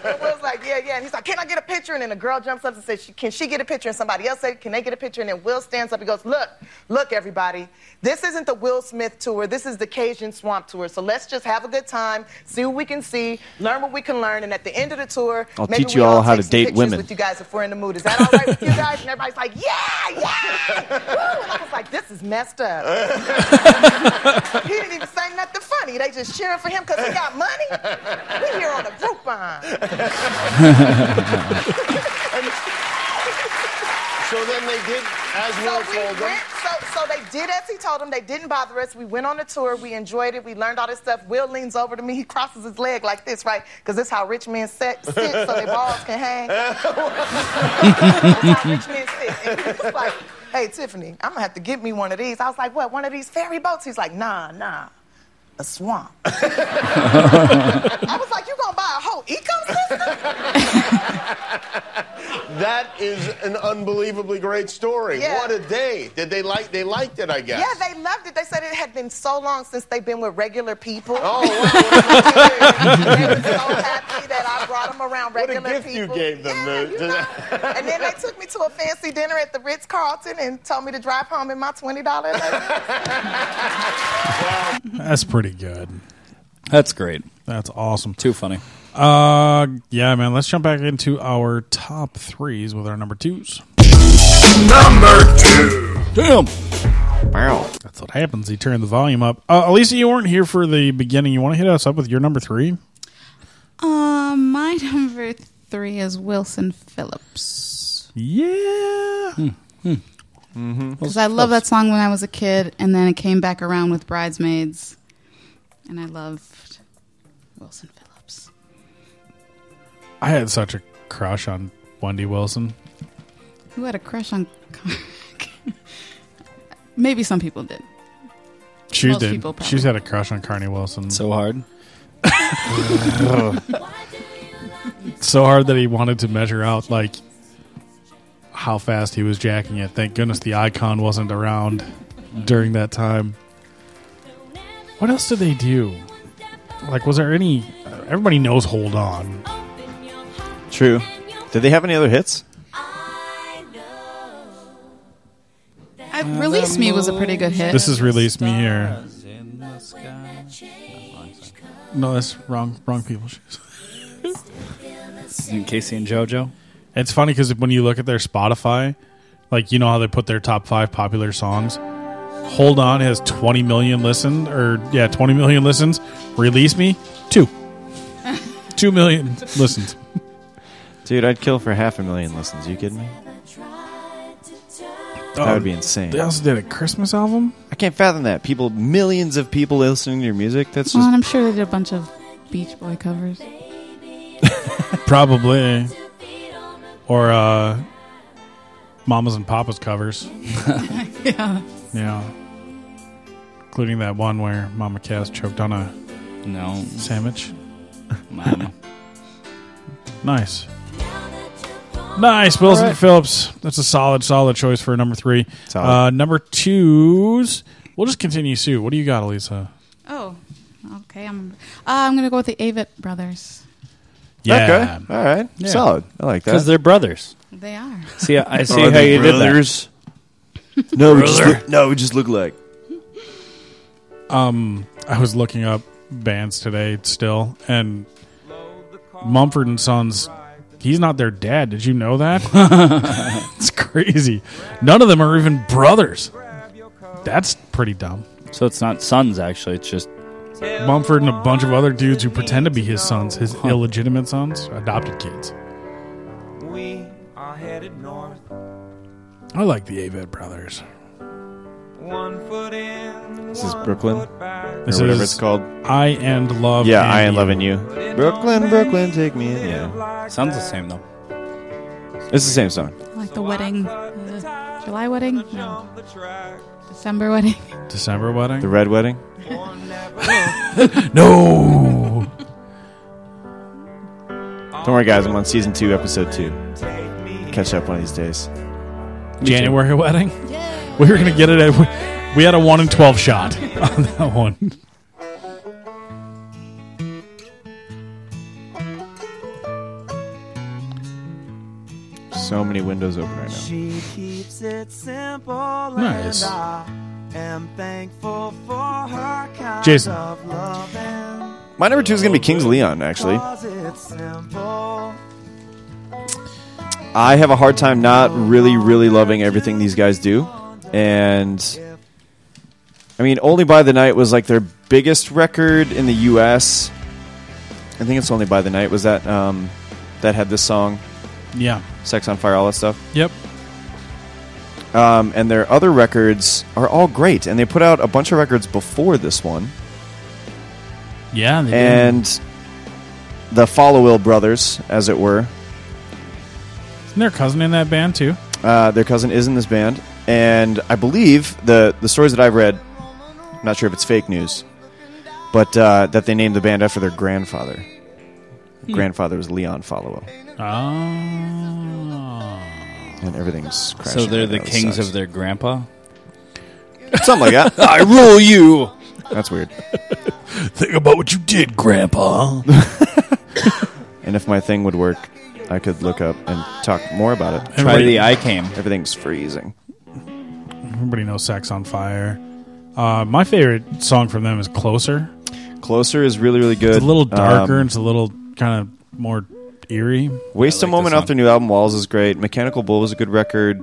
[SPEAKER 19] And Will's like, yeah, yeah. And he's like, can I get a picture? And then the girl jumps comes up and says, she- Can she get a picture? And somebody else said, Can they get a picture? And then Will stands up and goes, Look, look, everybody, this isn't the Will Smith tour. This is the Cajun Swamp Tour. So let's just have a good time, see what we can see, learn what we can learn. And at the end of the tour,
[SPEAKER 5] I'll
[SPEAKER 19] maybe
[SPEAKER 5] teach
[SPEAKER 19] we
[SPEAKER 5] you all how
[SPEAKER 19] take
[SPEAKER 5] to
[SPEAKER 19] some
[SPEAKER 5] date
[SPEAKER 19] pictures
[SPEAKER 5] women.
[SPEAKER 19] With you guys, if we're in the mood, is that all right with you guys? And everybody's like, Yeah, yeah. Woo! And I was like, This is messed up. he didn't even say nothing funny. They just cheering for him because he got money. We here on a Groupon.
[SPEAKER 18] So then they did, as Will told them.
[SPEAKER 19] went- so, so they did as he told them. They didn't bother us. We went on the tour. We enjoyed it. We learned all this stuff. Will leans over to me. He crosses his leg like this, right? Because this how rich men sit, sit so their balls can hang. That's how rich men sit. And he was like, hey, Tiffany, I'm going to have to get me one of these. I was like, what, one of these ferry boats? He's like, nah, nah. A swamp. I was like, you gonna buy a whole ecosystem?
[SPEAKER 18] That is an unbelievably great story.
[SPEAKER 19] Yeah.
[SPEAKER 18] What a day! Did they like? They liked it, I guess.
[SPEAKER 19] Yeah, they loved it. They said it had been so long since they've been with regular people.
[SPEAKER 18] Oh,
[SPEAKER 19] I brought them around
[SPEAKER 18] what
[SPEAKER 19] regular
[SPEAKER 18] a gift
[SPEAKER 19] people.
[SPEAKER 18] you gave them. the- the-
[SPEAKER 19] and then they took me to a fancy dinner at the Ritz Carlton and told me to drive home in my twenty dollars.
[SPEAKER 4] That's pretty good.
[SPEAKER 6] That's great.
[SPEAKER 4] That's awesome.
[SPEAKER 6] Too funny.
[SPEAKER 4] Uh, yeah, man. Let's jump back into our top threes with our number twos.
[SPEAKER 3] Number two.
[SPEAKER 4] Damn. Wow. That's what happens. He turned the volume up. Uh, Elisa, you weren't here for the beginning. You want to hit us up with your number three?
[SPEAKER 13] Um, my number three is Wilson Phillips.
[SPEAKER 4] Yeah.
[SPEAKER 6] Mm-hmm.
[SPEAKER 13] Because I love that song when I was a kid, and then it came back around with Bridesmaids, and I loved Wilson Phillips.
[SPEAKER 4] I had such a crush on Wendy Wilson.
[SPEAKER 13] Who had a crush on? Maybe some people did.
[SPEAKER 4] She
[SPEAKER 13] Most
[SPEAKER 4] did.
[SPEAKER 13] people probably.
[SPEAKER 4] She's had a crush on Carney Wilson
[SPEAKER 6] so hard.
[SPEAKER 4] so hard that he wanted to measure out like how fast he was jacking it. Thank goodness the icon wasn't around during that time. What else did they do? Like, was there any? Everybody knows "Hold On."
[SPEAKER 5] True. Did they have any other hits?
[SPEAKER 13] I, Release Me was a pretty good hit.
[SPEAKER 4] This is "Release Me Here." No, that's wrong. Wrong people.
[SPEAKER 6] In Casey and JoJo.
[SPEAKER 4] It's funny because when you look at their Spotify, like you know how they put their top five popular songs. Hold on has 20 million listen or yeah, 20 million listens. Release me two, two million listens.
[SPEAKER 5] Dude, I'd kill for half a million listens. You kidding me? That would be insane.
[SPEAKER 4] Um, They also did a Christmas album.
[SPEAKER 5] I can't fathom that. People, millions of people listening to your music. That's
[SPEAKER 13] Well,
[SPEAKER 5] just
[SPEAKER 13] and I'm sure they did a bunch of Beach Boy covers.
[SPEAKER 4] Probably. Or uh Mamas and Papas covers.
[SPEAKER 13] yeah.
[SPEAKER 4] Yeah. Including that one where Mama Cass choked on a
[SPEAKER 6] no
[SPEAKER 4] sandwich. nice. Nice, Wilson
[SPEAKER 6] All right.
[SPEAKER 4] Phillips. That's a solid, solid choice for number three. Uh, number twos. We'll just continue, Sue. What do you got, Elisa?
[SPEAKER 13] Oh, okay. I'm. Uh, I'm gonna go with the Avett Brothers.
[SPEAKER 4] Yeah.
[SPEAKER 5] Okay. All right.
[SPEAKER 6] Yeah.
[SPEAKER 5] Solid. I like that.
[SPEAKER 6] 'Cause they're brothers.
[SPEAKER 13] They are.
[SPEAKER 6] See, I see
[SPEAKER 5] Are
[SPEAKER 6] how
[SPEAKER 5] they
[SPEAKER 6] you did that.
[SPEAKER 5] brothers? No, we just
[SPEAKER 6] Brother.
[SPEAKER 5] look, no, we just look like.
[SPEAKER 4] Um, I was looking up bands today still, and Mumford and Sons. He's not their dad. Did you know that? it's crazy. None of them are even brothers. That's pretty dumb.
[SPEAKER 6] So it's not sons, actually. It's just
[SPEAKER 4] Mumford and a bunch of other dudes who pretend to be his sons, his illegitimate sons, adopted kids.
[SPEAKER 3] We are headed north.
[SPEAKER 4] I like the Avett brothers.
[SPEAKER 3] One foot in.
[SPEAKER 5] This is Brooklyn.
[SPEAKER 4] This
[SPEAKER 5] or whatever
[SPEAKER 4] is
[SPEAKER 5] it's called.
[SPEAKER 4] I and Love.
[SPEAKER 5] Yeah, I
[SPEAKER 4] and
[SPEAKER 5] am
[SPEAKER 4] You.
[SPEAKER 5] loving you. Brooklyn, Brooklyn, take me in. Yeah.
[SPEAKER 6] Sounds the same, though.
[SPEAKER 5] It's the same song.
[SPEAKER 13] Like the wedding, the July wedding, No. December wedding.
[SPEAKER 4] December wedding.
[SPEAKER 5] The Red Wedding.
[SPEAKER 4] no.
[SPEAKER 5] Don't worry, guys. I'm on season two, episode two. Catch up one of these days.
[SPEAKER 4] January wedding. We were gonna get it at. we- We had a one in twelve shot on that one.
[SPEAKER 5] so many windows open right now.
[SPEAKER 3] She keeps it simple
[SPEAKER 5] Nice.
[SPEAKER 3] and I am thankful for her kind
[SPEAKER 5] Jason.
[SPEAKER 3] of love and
[SPEAKER 5] My number two is gonna be King's Leon. Actually,
[SPEAKER 3] cause it's simple.
[SPEAKER 5] I have a hard time not really, really loving everything these guys do, and I mean, Only by the Night was like their biggest record in the U.S. I think it's Only by the Night was that um, that had this song,
[SPEAKER 4] Yeah.
[SPEAKER 5] "Sex on Fire," all that stuff.
[SPEAKER 4] Yep.
[SPEAKER 5] Um, and their other records are all great, and they put out a bunch of records before this one.
[SPEAKER 4] Yeah. They did.
[SPEAKER 5] and the Followill brothers, as it were.
[SPEAKER 4] Isn't their cousin in that band too?
[SPEAKER 5] Uh, their cousin is in this band, and I believe the the stories that I've read. I'm not sure if it's fake news, but uh, that they named the band after their grandfather.
[SPEAKER 4] Hmm.
[SPEAKER 5] Grandfather was Leon Followill,
[SPEAKER 6] Ah.
[SPEAKER 4] Oh.
[SPEAKER 5] and everything's crashing.
[SPEAKER 6] So they're
[SPEAKER 5] right
[SPEAKER 6] the
[SPEAKER 5] now. It
[SPEAKER 6] kings
[SPEAKER 5] sucks.
[SPEAKER 6] of their grandpa.
[SPEAKER 5] something like that. I rule you. That's weird.
[SPEAKER 6] Think about what you did, Grandpa.
[SPEAKER 5] and if my thing would work, I could look up and talk more about it.
[SPEAKER 6] Try the eye cam.
[SPEAKER 5] Everything's freezing.
[SPEAKER 4] Everybody knows "Sex on Fire." Uh, my favorite song from them is "Closer."
[SPEAKER 5] Closer is really, really good.
[SPEAKER 4] It's a little darker.
[SPEAKER 5] Um,
[SPEAKER 4] and it's a little kind of more eerie.
[SPEAKER 5] Waste
[SPEAKER 4] I
[SPEAKER 5] a
[SPEAKER 4] like
[SPEAKER 5] Moment
[SPEAKER 4] this
[SPEAKER 5] off their new album Walls is great. Mechanical Bull is a good record.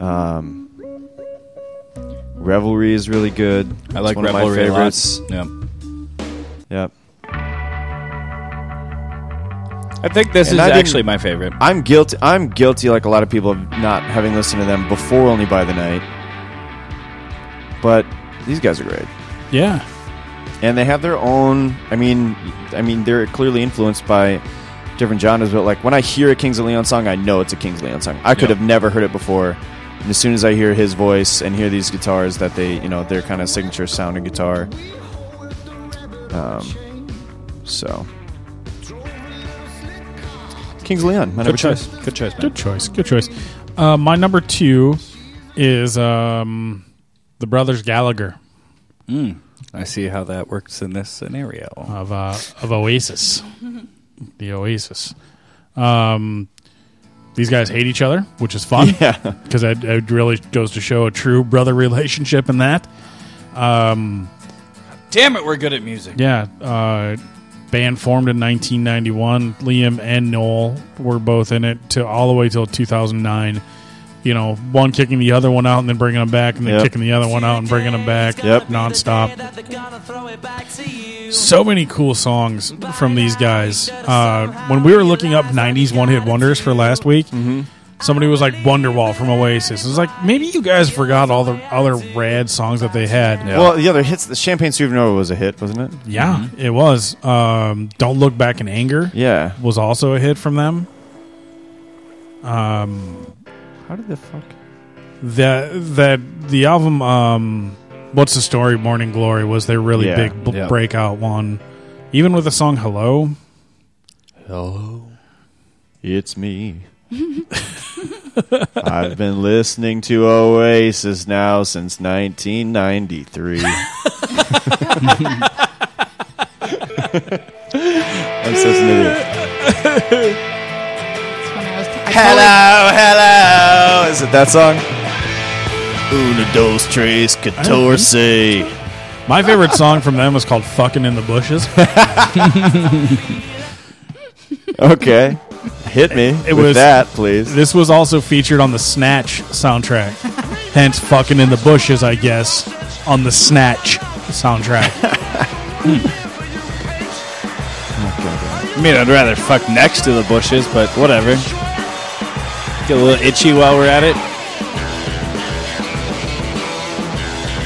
[SPEAKER 5] Um, Revelry is really good.
[SPEAKER 6] I like
[SPEAKER 5] it's one
[SPEAKER 6] Revelry a
[SPEAKER 5] of my
[SPEAKER 6] lot.
[SPEAKER 5] favorites.
[SPEAKER 6] Yep.
[SPEAKER 5] Yep.
[SPEAKER 6] I think this
[SPEAKER 5] And
[SPEAKER 6] is
[SPEAKER 5] I didn't-
[SPEAKER 6] actually my favorite.
[SPEAKER 5] I'm guilty. I'm guilty, like a lot of people, of not having listened to them before Only by the Night. But these guys are great,
[SPEAKER 4] Yeah.
[SPEAKER 5] and they have their own. I mean, I mean, they're clearly influenced by different genres. But like when I hear a Kings of Leon song, I know it's a Kings of Leon song. I could
[SPEAKER 6] Yep.
[SPEAKER 5] have never heard it before. And as soon as I hear his voice and hear these guitars, that they, you know, their kind of signature sounding guitar. Um, so. Kings of Leon, my number
[SPEAKER 4] Good choice.
[SPEAKER 5] two.
[SPEAKER 4] Good choice. Good choice. Good choice. Uh, my number two is um, the Brothers Gallagher
[SPEAKER 6] Mm. I see how that works in this scenario.
[SPEAKER 4] of uh, of Oasis, the Oasis. Um, these guys hate each other, which is fun.
[SPEAKER 5] Yeah,
[SPEAKER 4] because it, it really goes to show a true brother relationship in that. Um,
[SPEAKER 6] Damn it, we're good at music.
[SPEAKER 4] Yeah, uh, band formed in 1991. Liam and Noel were both in it to all the way till 2009. You know, one kicking the other one out and then bringing them back, and then
[SPEAKER 5] Yep.
[SPEAKER 4] kicking the other one out and bringing them back.
[SPEAKER 5] Yep.
[SPEAKER 4] nonstop. So many cool songs from these guys. Uh, when we were looking up 90s one hit wonders for last week,
[SPEAKER 5] Mm-hmm.
[SPEAKER 4] somebody was like Wonderwall from Oasis. It was like, maybe you guys forgot all the other rad songs that they had.
[SPEAKER 5] Well, the other hits, the Champagne Mm-hmm. Supernova was a hit, wasn't it?
[SPEAKER 4] Yeah, it was. Um, Don't look back in anger.
[SPEAKER 5] Yeah.
[SPEAKER 4] was also a hit from them. Um,
[SPEAKER 5] How did the fuck?
[SPEAKER 4] that that the album, um, what's the story? Morning Glory was their really
[SPEAKER 6] Yeah,
[SPEAKER 4] big b-
[SPEAKER 6] yeah.
[SPEAKER 4] breakout one. Even with the song "Hello,"
[SPEAKER 5] Hello, it's me. I've been listening to Oasis now since 1993. I'm such an idiot. Hello, hello. Is it that song? Una dos tres catorce.
[SPEAKER 4] my favorite song from them was called "Fucking in the Bushes."
[SPEAKER 5] Okay, hit me
[SPEAKER 4] It
[SPEAKER 5] with
[SPEAKER 4] was
[SPEAKER 5] that, please.
[SPEAKER 4] This was also featured on the Snatch soundtrack. Hence, "Fucking in the Bushes," I guess, on the Snatch soundtrack.
[SPEAKER 6] I mean, I'd rather fuck next to the bushes, but whatever. Get a little itchy while we're at it.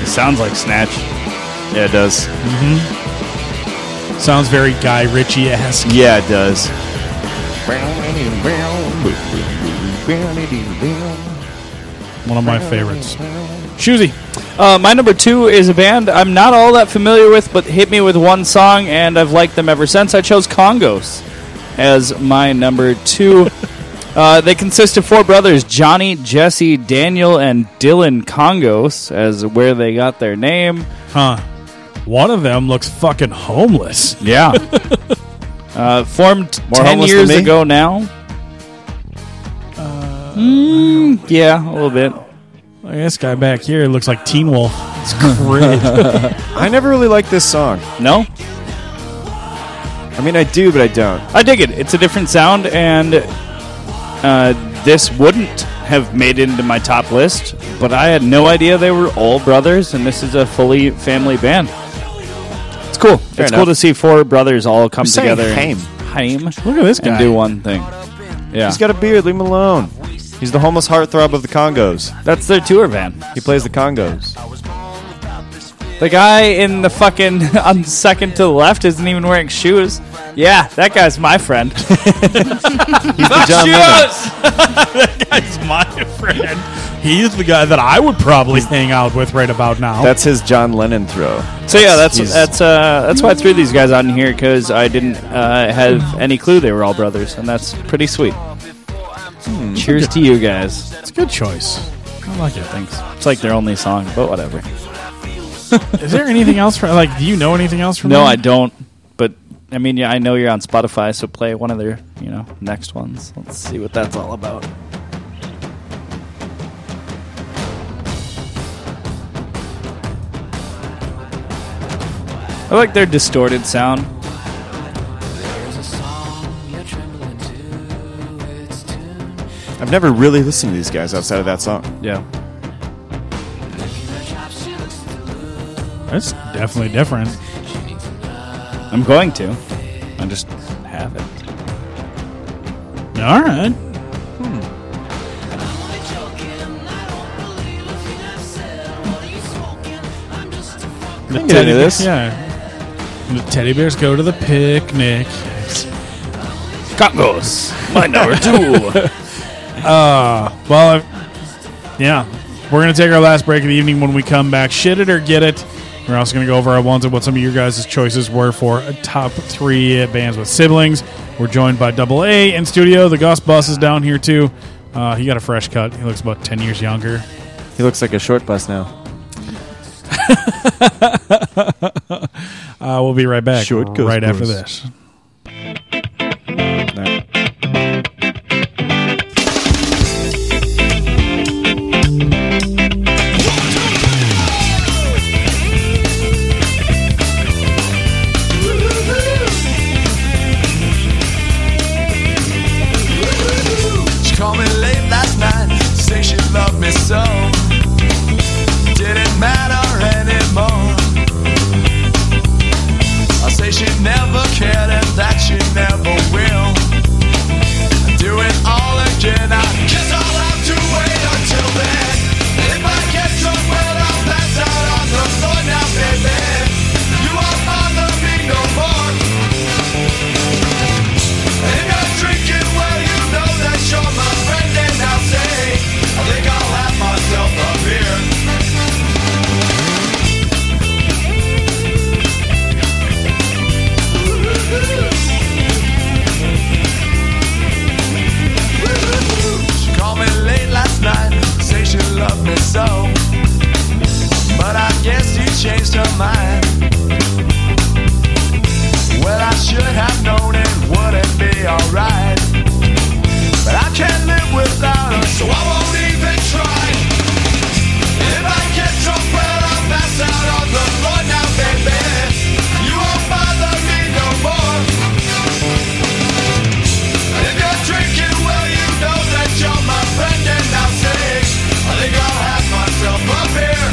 [SPEAKER 6] It sounds like Snatch.
[SPEAKER 5] Yeah, it does.
[SPEAKER 4] Mm-hmm. Sounds very Guy Ritchie esque.
[SPEAKER 5] Yeah, it does.
[SPEAKER 4] One of my favorites. Shoozy.
[SPEAKER 6] Uh, my number two is a band I'm not all that familiar with, but hit me with one song, and I've liked them ever since. I chose Congos as my number two. uh, they consist of four brothers Johnny, Jesse, Daniel, and Dylan Congos, as where they got their name.
[SPEAKER 4] Huh. One of them looks fucking homeless.
[SPEAKER 6] Yeah. uh, formed
[SPEAKER 4] More
[SPEAKER 6] 10
[SPEAKER 4] homeless than
[SPEAKER 6] years
[SPEAKER 4] me?
[SPEAKER 6] ago now.
[SPEAKER 4] Uh,
[SPEAKER 6] Mm, yeah, a little bit.
[SPEAKER 4] Like this guy back here looks like Teen Wolf. It's great.
[SPEAKER 5] I never really liked this song.
[SPEAKER 6] No?
[SPEAKER 5] I mean, I do, but I don't.
[SPEAKER 6] I dig it. It's a different sound, and uh, this wouldn't have made it into my top list, but I had no idea they were all brothers, and this is a fully family band. It's cool.
[SPEAKER 5] Fair
[SPEAKER 6] it's
[SPEAKER 5] enough.
[SPEAKER 6] cool to see four brothers all come
[SPEAKER 5] You're saying
[SPEAKER 6] together.
[SPEAKER 5] Haim.
[SPEAKER 6] Haim.
[SPEAKER 5] Look at this
[SPEAKER 6] And
[SPEAKER 5] guy.
[SPEAKER 6] do one thing. Yeah.
[SPEAKER 5] He's got a beard. Leave him alone. He's the homeless heartthrob of the Congos.
[SPEAKER 6] That's their tour van.
[SPEAKER 5] He plays the Congos.
[SPEAKER 6] The guy in the fucking on second to the left isn't even wearing shoes. Yeah, that guy's my friend. He's
[SPEAKER 4] the John
[SPEAKER 6] that guy's my friend.
[SPEAKER 4] He's the guy that I would probably hang out with right about now.
[SPEAKER 5] That's his John Lennon throw.
[SPEAKER 6] So yeah, that's
[SPEAKER 5] He's-
[SPEAKER 6] that's uh, that's why I threw these guys out in here because I didn't uh, have any clue they were all brothers, and that's pretty sweet. Cheers to you guys.
[SPEAKER 4] It's a good choice. I like it.
[SPEAKER 6] Thanks. It's like their only song, but whatever.
[SPEAKER 4] Is there anything else from like? Do you know anything else from?
[SPEAKER 6] No,
[SPEAKER 4] them?
[SPEAKER 6] I don't. But I mean, yeah, I know you're on Spotify, so play one of their you know next ones. Let's see what that's all about. I like their distorted sound.
[SPEAKER 5] I've never really listened to these guys outside of that song.
[SPEAKER 6] Yeah.
[SPEAKER 4] That's definitely different.
[SPEAKER 6] I'm going to. I just have it.
[SPEAKER 4] All right.
[SPEAKER 6] Hmm.
[SPEAKER 5] I didn't get any of this.
[SPEAKER 4] Yeah. The teddy bears go to the picnic.
[SPEAKER 6] Congos, my number two.
[SPEAKER 4] Uh, well, I- yeah. We're going to take our last break of the evening when we come back. Shit it or get it. We're also going to go over our ones and what some of your guys' choices were for uh, top three uh, bands with siblings. We're joined by Double A in studio. The Goss Boss is down here, too. Uh, he got a fresh cut. He looks about 10 years younger.
[SPEAKER 5] He looks like a short bus now.
[SPEAKER 4] uh, we'll be right back
[SPEAKER 5] Short Goss
[SPEAKER 4] right after
[SPEAKER 5] Boss.
[SPEAKER 4] this.
[SPEAKER 3] She called me late last night, say she loved me so. Didn't matter anymore. I say she never cared and that she never will. I do it all again. I guess I'll have to wait until then. If I get somewhere, I'll pass out on the floor now, baby. You won't bother me no more. If you're drinking, well, you know that you're my friend, and I'll say, I think I'll have myself a beer. She called me late last night, say she loved me so. But I guess you changed her mind. Well, I should have known it wouldn't be alright. But I can't live without her, so I won't even try. If I get drunk, well, I'll pass out on the floor now, baby. You won't bother me no more. If you're drinking, well, you know that you're my friend, and I'll say, I think I'll have myself a beer.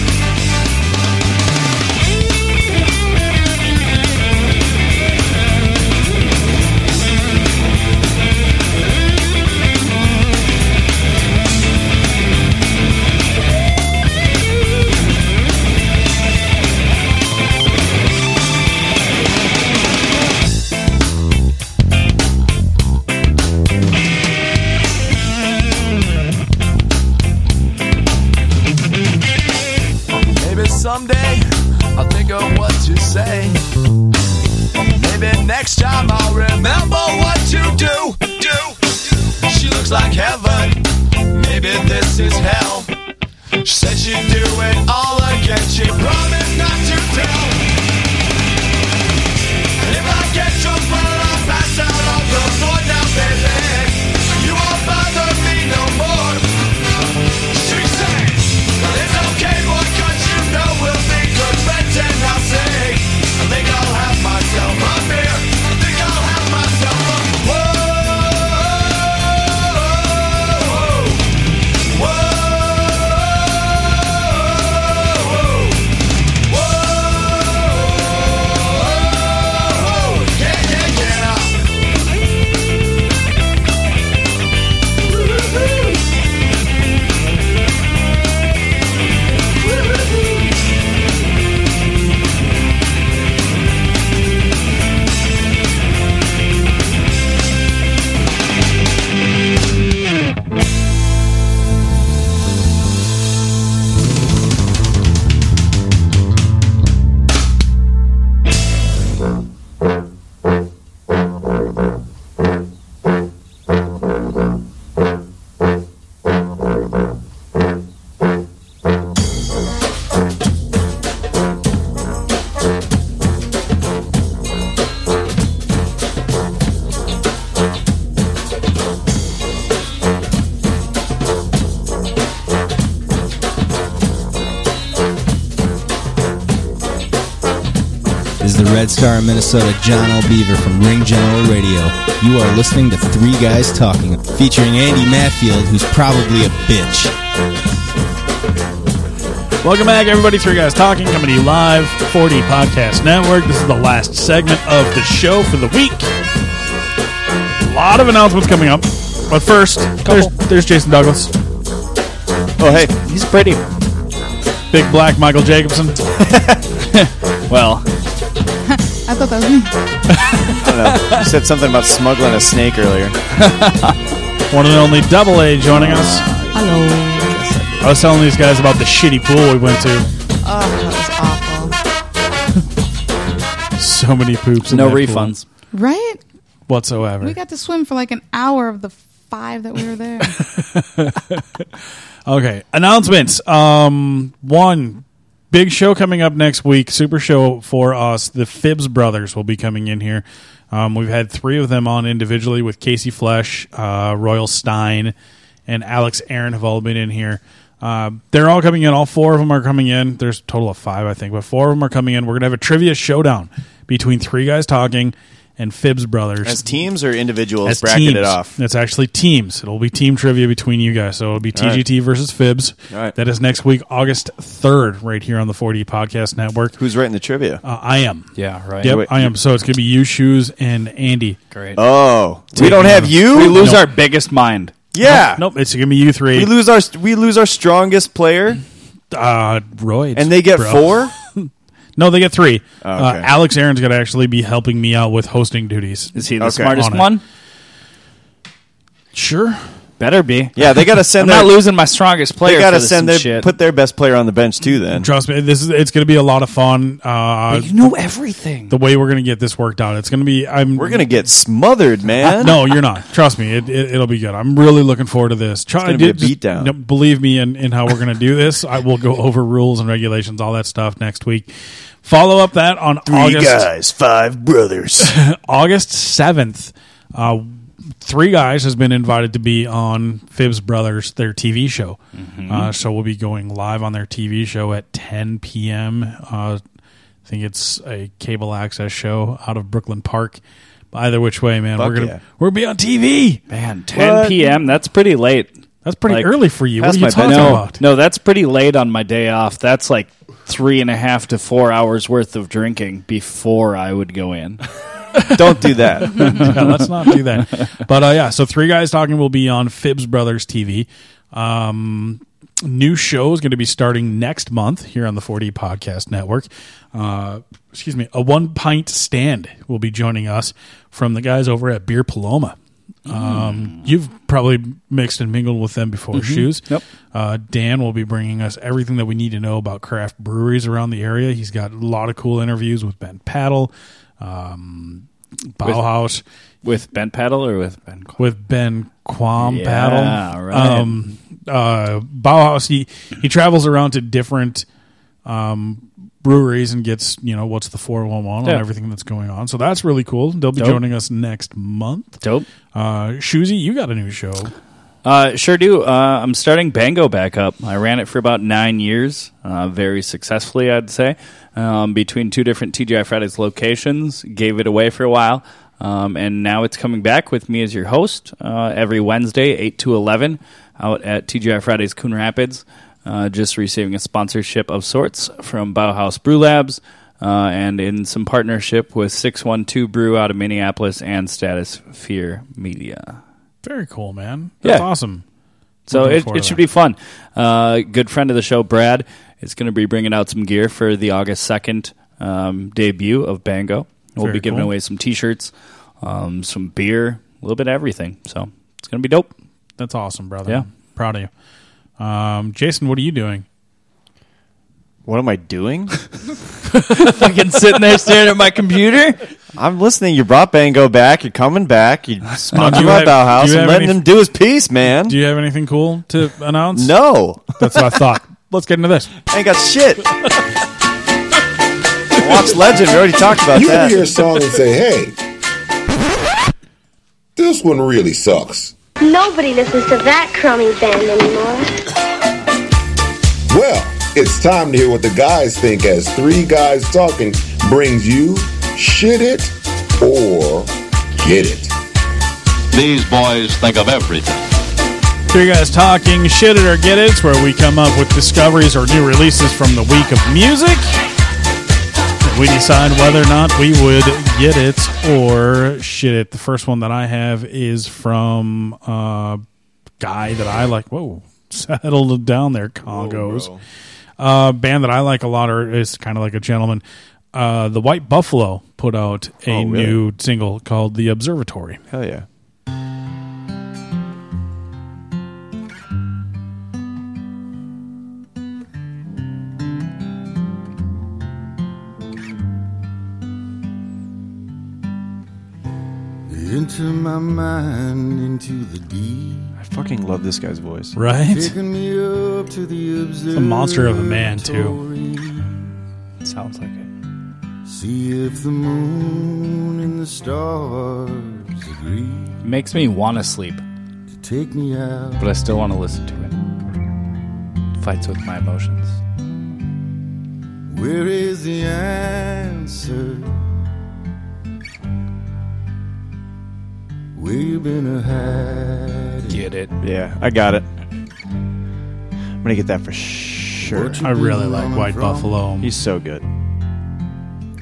[SPEAKER 3] Maybe someday I'll think of what you say. Maybe next time I'll remember what you do. Do. She looks like heaven. Maybe this is hell. She said she'd do it all again. She promised not to tell. If I get drunk, well, I'll pass out on the floor now, baby. You won't bother me no more.
[SPEAKER 20] the Red Star of Minnesota, John L. Beaver from Ring General Radio. You are listening to Three Guys Talking, featuring Andy Matfield, who's probably a bitch.
[SPEAKER 4] Welcome back, everybody. Three Guys Talking, coming to you live, 40 Podcast Network. This is the last segment of the show for the week. A lot of announcements coming up. But first, there's, there's Jason Douglas.
[SPEAKER 5] Oh, hey.
[SPEAKER 4] He's pretty. Big black Michael Jacobson. well,
[SPEAKER 13] I thought that was me.
[SPEAKER 5] I don't know. You said something about smuggling a snake earlier.
[SPEAKER 4] one and only Double A joining us.
[SPEAKER 13] Hello.
[SPEAKER 4] I was telling these guys about the shitty pool we went to.
[SPEAKER 13] Oh, that was awful.
[SPEAKER 4] So many poops. in
[SPEAKER 6] No
[SPEAKER 4] that pool
[SPEAKER 6] refunds.
[SPEAKER 13] Right?
[SPEAKER 4] whatsoever.
[SPEAKER 13] We got to swim for like an hour of the five that we were there.
[SPEAKER 4] Okay, announcements. Um, one big show coming up next week. Super show for us. The Fibs brothers will be coming in here. Um, we've had three of them on individually with Casey Flesh, uh, Royal Stein, and Alex Aaron have all been in here. Uh, they're all coming in. All four of them are coming in. There's a total of five, I think, but four of them are coming in. We're gonna have a trivia showdown between three guys talking and Fibs brothers
[SPEAKER 5] As teams or individuals
[SPEAKER 4] as
[SPEAKER 5] bracketed
[SPEAKER 4] teams.
[SPEAKER 5] it off?
[SPEAKER 4] It's actually teams. It'll be team trivia between you guys. So it'll be
[SPEAKER 5] All right.
[SPEAKER 4] TGT versus Fibs.
[SPEAKER 5] All right.
[SPEAKER 4] That is next week, August third, right here on the 4D Podcast Network.
[SPEAKER 5] Who's writing the trivia?
[SPEAKER 4] Uh, I am.
[SPEAKER 6] Yeah, right.
[SPEAKER 4] Yep,
[SPEAKER 5] Wait,
[SPEAKER 4] I am. So it's gonna be you, shoes, and Andy.
[SPEAKER 6] Great.
[SPEAKER 5] Oh, we don't have you?
[SPEAKER 6] We lose
[SPEAKER 4] Nope.
[SPEAKER 6] our biggest mind.
[SPEAKER 5] Yeah.
[SPEAKER 4] Nope, nope, it's gonna be you three.
[SPEAKER 5] We lose our we lose our strongest player.
[SPEAKER 4] Uh, Roy.
[SPEAKER 5] And they get Oh,
[SPEAKER 4] bro. No, they get three. uh,
[SPEAKER 5] okay.
[SPEAKER 4] Alex Aaron's gonna actually be helping me out with hosting duties. Is
[SPEAKER 6] he the Okay. smartest one?
[SPEAKER 4] Sure.
[SPEAKER 6] Better be.
[SPEAKER 5] Yeah, they got to send.
[SPEAKER 6] I'm
[SPEAKER 5] their,
[SPEAKER 6] not losing my strongest player.
[SPEAKER 5] They gotta
[SPEAKER 6] for this
[SPEAKER 5] send
[SPEAKER 6] some
[SPEAKER 5] their
[SPEAKER 6] shit.
[SPEAKER 5] put their best player on the bench too. Then
[SPEAKER 4] Trust me, this is it's going to be a lot of fun. Uh,
[SPEAKER 6] you know everything.
[SPEAKER 4] The way we're going to get this worked out, it's going to be. I'm.
[SPEAKER 5] We're gonna get smothered, man.
[SPEAKER 4] Uh, no, you're not. Trust me, it, it, it'll be good. I'm really looking forward to this. Try,
[SPEAKER 5] gonna be
[SPEAKER 4] did
[SPEAKER 5] a
[SPEAKER 4] just-
[SPEAKER 5] beatdown.
[SPEAKER 4] no, believe me, in, in how we're going to do this, I will go over rules and regulations, all that stuff next week. Follow up that on
[SPEAKER 5] Three
[SPEAKER 4] August.
[SPEAKER 5] guys, five brothers.
[SPEAKER 4] August seventh. Uh, Three guys has been invited to be on Fibs Brothers, their TV show.
[SPEAKER 6] Mm-hmm.
[SPEAKER 4] Uh, so we'll be going live on their TV show at 10 p.m. Uh, I think it's a cable access show out of Brooklyn Park. Either which way, man,
[SPEAKER 6] Fuck
[SPEAKER 4] we're gonna
[SPEAKER 6] yeah.
[SPEAKER 4] we're gonna be on TV.
[SPEAKER 6] Man, 10 p.m. That's pretty late.
[SPEAKER 4] That's pretty early for you.
[SPEAKER 6] past
[SPEAKER 4] What are you
[SPEAKER 6] my
[SPEAKER 4] talking
[SPEAKER 6] bedtime.
[SPEAKER 4] about?
[SPEAKER 6] No, no, that's pretty late on my day off. That's like three and a half to four hours worth of drinking before I would go in.
[SPEAKER 5] Don't do that.
[SPEAKER 4] Yeah, let's not do that. But uh, yeah, so three guys talking will be on Fibs Brothers TV. Um, new show is going to be starting next month here on the 4D Podcast Network. Uh, excuse me, a one pint stand will be joining us from the guys over at Beer Paloma. Um, You've probably mixed and mingled with them before,
[SPEAKER 6] Mhm.
[SPEAKER 4] shoes.
[SPEAKER 6] Yep.
[SPEAKER 4] Uh, Dan will be bringing us everything that we need to know about craft breweries around the area. He's got a lot of cool interviews with Ben Paddle, um, Bauhaus,
[SPEAKER 6] with Ben Paddle or with Ben
[SPEAKER 4] with Ben Quam
[SPEAKER 6] Yeah,
[SPEAKER 4] Paddle.
[SPEAKER 6] right.
[SPEAKER 4] Um, uh, Bauhaus. He he travels around to different um, breweries and gets you know what's the four one one on
[SPEAKER 6] Yeah.
[SPEAKER 4] everything that's going on. So that's really cool. They'll be
[SPEAKER 6] Dope.
[SPEAKER 4] joining us next month.
[SPEAKER 6] Dope.
[SPEAKER 4] Uh, Shoozy, you got a new show.
[SPEAKER 6] Uh, sure do. Uh, I'm starting Bango back up. I ran it for about nine years, uh, very successfully, I'd say, um, between two different TGI Fridays locations. Gave it away for a while, um, and now it's coming back with me as your host uh, every Wednesday, 8 to 11, out at TGI Fridays Coon Rapids. Uh, just receiving a sponsorship of sorts from Bauhaus Brew Labs. Uh, and in some partnership with 612 Brew out of Minneapolis and Status Fear Media.
[SPEAKER 4] Very cool, man. That's
[SPEAKER 6] Yeah.
[SPEAKER 4] awesome.
[SPEAKER 6] So
[SPEAKER 4] Looking
[SPEAKER 6] it,
[SPEAKER 4] forward
[SPEAKER 6] it
[SPEAKER 4] to
[SPEAKER 6] should
[SPEAKER 4] that.
[SPEAKER 6] be fun. Uh, good friend of the show, Brad, is going to be bringing out some gear for the August 2nd um, debut of Bango. We'll
[SPEAKER 4] Very
[SPEAKER 6] be giving
[SPEAKER 4] cool.
[SPEAKER 6] away some t shirts, um, some beer, a little bit of everything. So it's going to be dope.
[SPEAKER 4] That's awesome, brother.
[SPEAKER 6] Yeah.
[SPEAKER 4] Proud of you. Um, Jason, what are you doing?
[SPEAKER 5] What am I doing?
[SPEAKER 6] Fucking sitting there staring at my computer.
[SPEAKER 5] I'm listening. You brought Bango back. You're coming back. You sponsored
[SPEAKER 4] you
[SPEAKER 5] by
[SPEAKER 4] have- do
[SPEAKER 5] Bauhaus
[SPEAKER 4] you
[SPEAKER 5] and
[SPEAKER 4] have
[SPEAKER 5] letting
[SPEAKER 4] any-
[SPEAKER 5] him do his piece, man.
[SPEAKER 4] Do you have anything cool to announce?
[SPEAKER 5] No,
[SPEAKER 4] That's what I thought. Let's get into this.
[SPEAKER 5] ain't got shit. Watch Legend. We already talked about
[SPEAKER 21] you
[SPEAKER 5] that.
[SPEAKER 21] You hear a song and say, "Hey, this one really sucks."
[SPEAKER 17] Nobody listens to that crummy band anymore.
[SPEAKER 21] Well, it's time to hear what the guys think as three guys talking brings you Shit It or Get It.
[SPEAKER 22] These boys think of everything.
[SPEAKER 4] Three guys talking shit it or get it. It's where we come up with discoveries or new releases from the week of music. And we decide whether or not we would get it or shit it. The first one that I have is from uh, a guy that I like. Whoa, settled down there, Congos. uh, band that I like a lot or is kind of like a gentleman. Uh, the White Buffalo put out a
[SPEAKER 5] Oh, really?
[SPEAKER 4] new single called "The Observatory."
[SPEAKER 5] Hell Oh, yeah.
[SPEAKER 2] Into my mind, into the deep.
[SPEAKER 5] I fucking love this guy's voice.
[SPEAKER 2] Taking me up to the observatory.
[SPEAKER 4] a monster of a man, too.
[SPEAKER 2] Sounds like it. See if the moon and the stars agree.
[SPEAKER 6] It makes me want to sleep,
[SPEAKER 2] Take me out.
[SPEAKER 6] but I still want to listen to it. Fights with my emotions.
[SPEAKER 2] Where is the answer? We've been a hiding.
[SPEAKER 6] Get it.
[SPEAKER 5] Yeah, I got it. I'm gonna get that for sure.
[SPEAKER 2] I really like White Buffalo.
[SPEAKER 5] He's so good.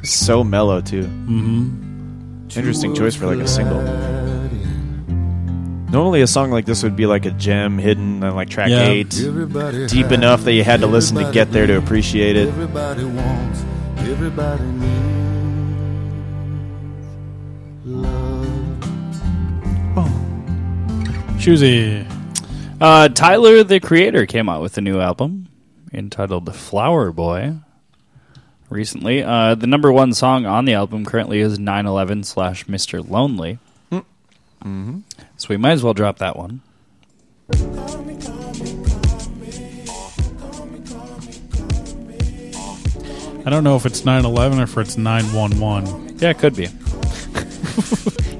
[SPEAKER 5] So mellow too. Mm-hmm. Interesting choice for like a single. Normally, a song like this would be like a gem hidden on like track
[SPEAKER 2] Yeah.
[SPEAKER 5] eight,
[SPEAKER 2] Everybody
[SPEAKER 5] deep
[SPEAKER 2] has-
[SPEAKER 5] enough that you had to listen to get there to appreciate it.
[SPEAKER 2] Everybody wants, everybody needs love.
[SPEAKER 4] Choosy.
[SPEAKER 6] Uh, Tyler, the creator, came out with a new album entitled Flower Boy recently. Uh, the number one song on the album currently is 911 slash Mr. Lonely. Mm-hmm. So we might as well drop that one.
[SPEAKER 4] I don't know if it's 911 or if it's 911.
[SPEAKER 6] Yeah, it could be.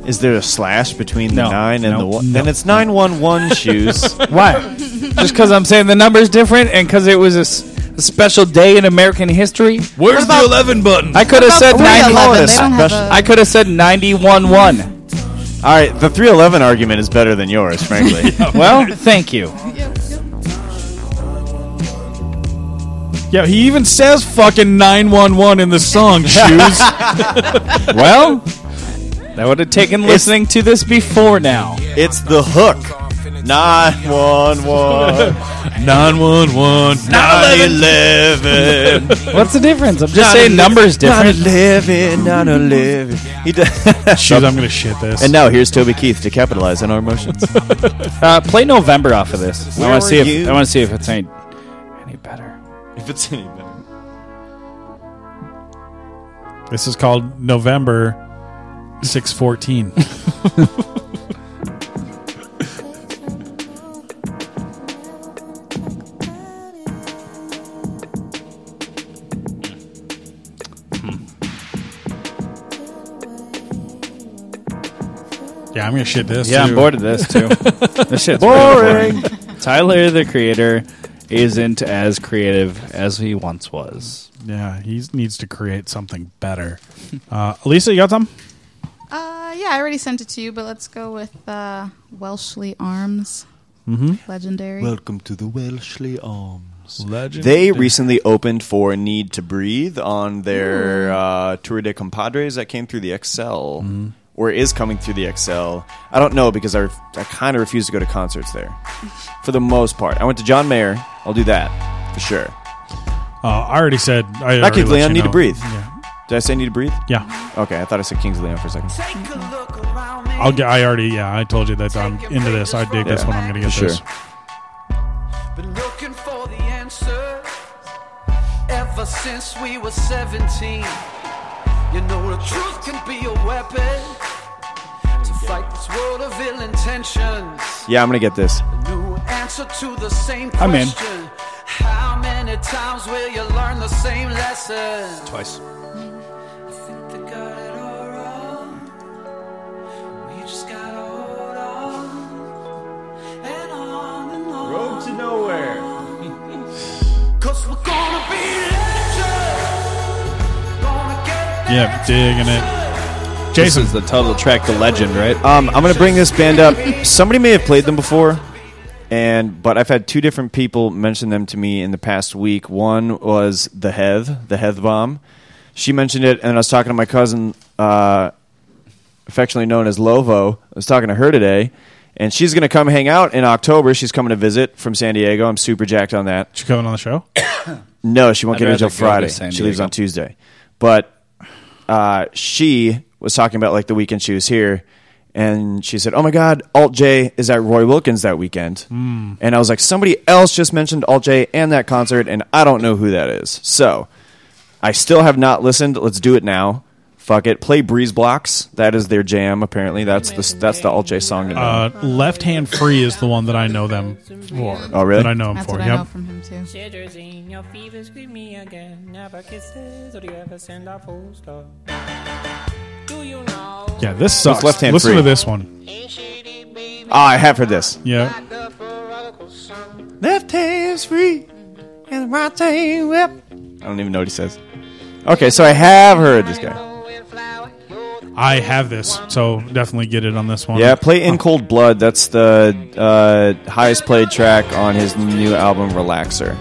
[SPEAKER 5] Is there a slash between the
[SPEAKER 4] No.
[SPEAKER 5] nine and the
[SPEAKER 4] No.
[SPEAKER 5] one? Then it's nine one one shoes.
[SPEAKER 6] Why? Just because I'm saying the number's different and because it was a, s- a special day in American history?
[SPEAKER 5] Where's the 11 button?
[SPEAKER 6] I could have
[SPEAKER 5] What
[SPEAKER 6] said
[SPEAKER 5] about 311? They don't
[SPEAKER 6] 91.
[SPEAKER 5] have a-
[SPEAKER 6] I could have said 91 1.
[SPEAKER 5] All right, the three eleven argument is better than yours, frankly.
[SPEAKER 6] Well, thank you.
[SPEAKER 4] Yeah, he even says fucking 911 in the song, Shoes.
[SPEAKER 6] well, that would have taken listening to this before now.
[SPEAKER 5] It's the hook. Nine one one.
[SPEAKER 4] Nine one one.
[SPEAKER 5] Nine eleven.
[SPEAKER 6] What's the difference? I'm just
[SPEAKER 5] Nine
[SPEAKER 6] saying
[SPEAKER 5] ele-
[SPEAKER 6] numbers different.
[SPEAKER 5] Nine eleven. Nine eleven. He does.
[SPEAKER 4] Shoes, I'm gonna shit this.
[SPEAKER 5] And now here's Toby Keith to capitalize on our emotions.
[SPEAKER 6] Uh, play November off of this. I
[SPEAKER 5] Where
[SPEAKER 6] want to see
[SPEAKER 5] were
[SPEAKER 6] if
[SPEAKER 5] you?
[SPEAKER 6] I want to see if it's any.
[SPEAKER 5] if it's any better.
[SPEAKER 4] This is called November 614. yeah, I'm gonna shit this.
[SPEAKER 6] Yeah, I'm
[SPEAKER 4] too.
[SPEAKER 6] bored of this too. this shit's really
[SPEAKER 4] Boring.
[SPEAKER 6] boring. Tyler, the creator, isn't as creative as he once was.
[SPEAKER 4] Yeah, he needs to create something better. Uh, Elisa, you got some?
[SPEAKER 13] Uh, yeah, I already sent it to you, but let's go with uh, Welshly Arms.
[SPEAKER 5] Mhm.
[SPEAKER 13] Legendary.
[SPEAKER 5] Welcome to the Welshley Arms.
[SPEAKER 4] Legend.
[SPEAKER 5] They recently opened for Need to Breathe on their uh, Tour de Compadres that came through the XL, or is coming through the XL. I don't know because I, ref- I kind of refuse to go to concerts there for the most part. I went to John Mayer. I'll do that for sure.
[SPEAKER 4] Uh, I already said. I
[SPEAKER 5] Not
[SPEAKER 4] already
[SPEAKER 5] Kings of
[SPEAKER 4] let
[SPEAKER 5] Leon,
[SPEAKER 4] you
[SPEAKER 5] Need to
[SPEAKER 4] know.
[SPEAKER 5] Breathe.
[SPEAKER 4] Yeah.
[SPEAKER 5] Did I say Need to Breathe?
[SPEAKER 4] Yeah.
[SPEAKER 5] Okay, I thought I said Kings of Leon for a second.
[SPEAKER 4] I'll get, I already, yeah, I told you that I'm into this. I dig this
[SPEAKER 5] Yeah,
[SPEAKER 4] one. I'm going to
[SPEAKER 5] for sure.
[SPEAKER 4] get this.
[SPEAKER 3] Been looking for the answers ever since we were 17. You know, the truth can be a weapon to fight this world of ill intentions.
[SPEAKER 5] Yeah, I'm going to get this.
[SPEAKER 3] New answer to the same
[SPEAKER 5] I'm in.
[SPEAKER 3] question. How many times will you learn the same lesson?
[SPEAKER 6] Twice.
[SPEAKER 3] We just gotta hold on and on and on.
[SPEAKER 5] Road to nowhere.
[SPEAKER 3] Cause we're gonna be legends. Gonna get
[SPEAKER 4] Yeah, digging it. Jason.
[SPEAKER 5] Jason's the title track, The Legend, right? Um, I'm going to bring this band up. Somebody may have played them before, and but I've had two different people mention them to me in the past week. One was the Heath, the Heath Bomb. She mentioned it, and I was talking to my cousin, uh, affectionately known as Lovo. I was talking to her today, and she's going to come hang out in October. She's coming to visit from San Diego. I'm super jacked on that.
[SPEAKER 4] She coming on the show?
[SPEAKER 5] No, she won't
[SPEAKER 4] I'd
[SPEAKER 5] get in
[SPEAKER 4] rather
[SPEAKER 5] until
[SPEAKER 4] go to
[SPEAKER 5] Friday.
[SPEAKER 4] San
[SPEAKER 5] She leaves
[SPEAKER 4] Diego.
[SPEAKER 5] on Tuesday. But uh, she was talking about like the weekend she was here, and she said, "Oh my God, Alt J is at Roy Wilkins that weekend."
[SPEAKER 4] Hmm.
[SPEAKER 8] Mm.
[SPEAKER 5] And I was like, "Somebody else just mentioned Alt J and that concert, and I don't know who that is." So I still have not listened. Let's do it now. Fuck it. Play Breeze Blocks. That is their jam. Apparently, that's the that's the Alt J song. To know.
[SPEAKER 4] Uh, Left Hand Free is the one that I know them for.
[SPEAKER 5] Oh, really?
[SPEAKER 4] That I know them
[SPEAKER 5] That's
[SPEAKER 4] for.
[SPEAKER 5] what I
[SPEAKER 4] yep.
[SPEAKER 5] know
[SPEAKER 13] from him too.
[SPEAKER 9] Jettering your fevers, greet me again. Never kisses, or do you ever send our full stop? Do you know?
[SPEAKER 4] Yeah, this
[SPEAKER 5] It's
[SPEAKER 4] sucks.
[SPEAKER 5] Left Hand
[SPEAKER 4] Listen
[SPEAKER 5] Free.
[SPEAKER 4] to this one.
[SPEAKER 5] Ah, I have heard this.
[SPEAKER 4] Yeah.
[SPEAKER 5] Left hand's free and right hand whip. I don't even know what he says. Okay, so I have heard this guy.
[SPEAKER 4] I have this, so definitely get it on this one.
[SPEAKER 5] Yeah, play in cold blood. That's the uh, highest played track on his new album, Relaxer.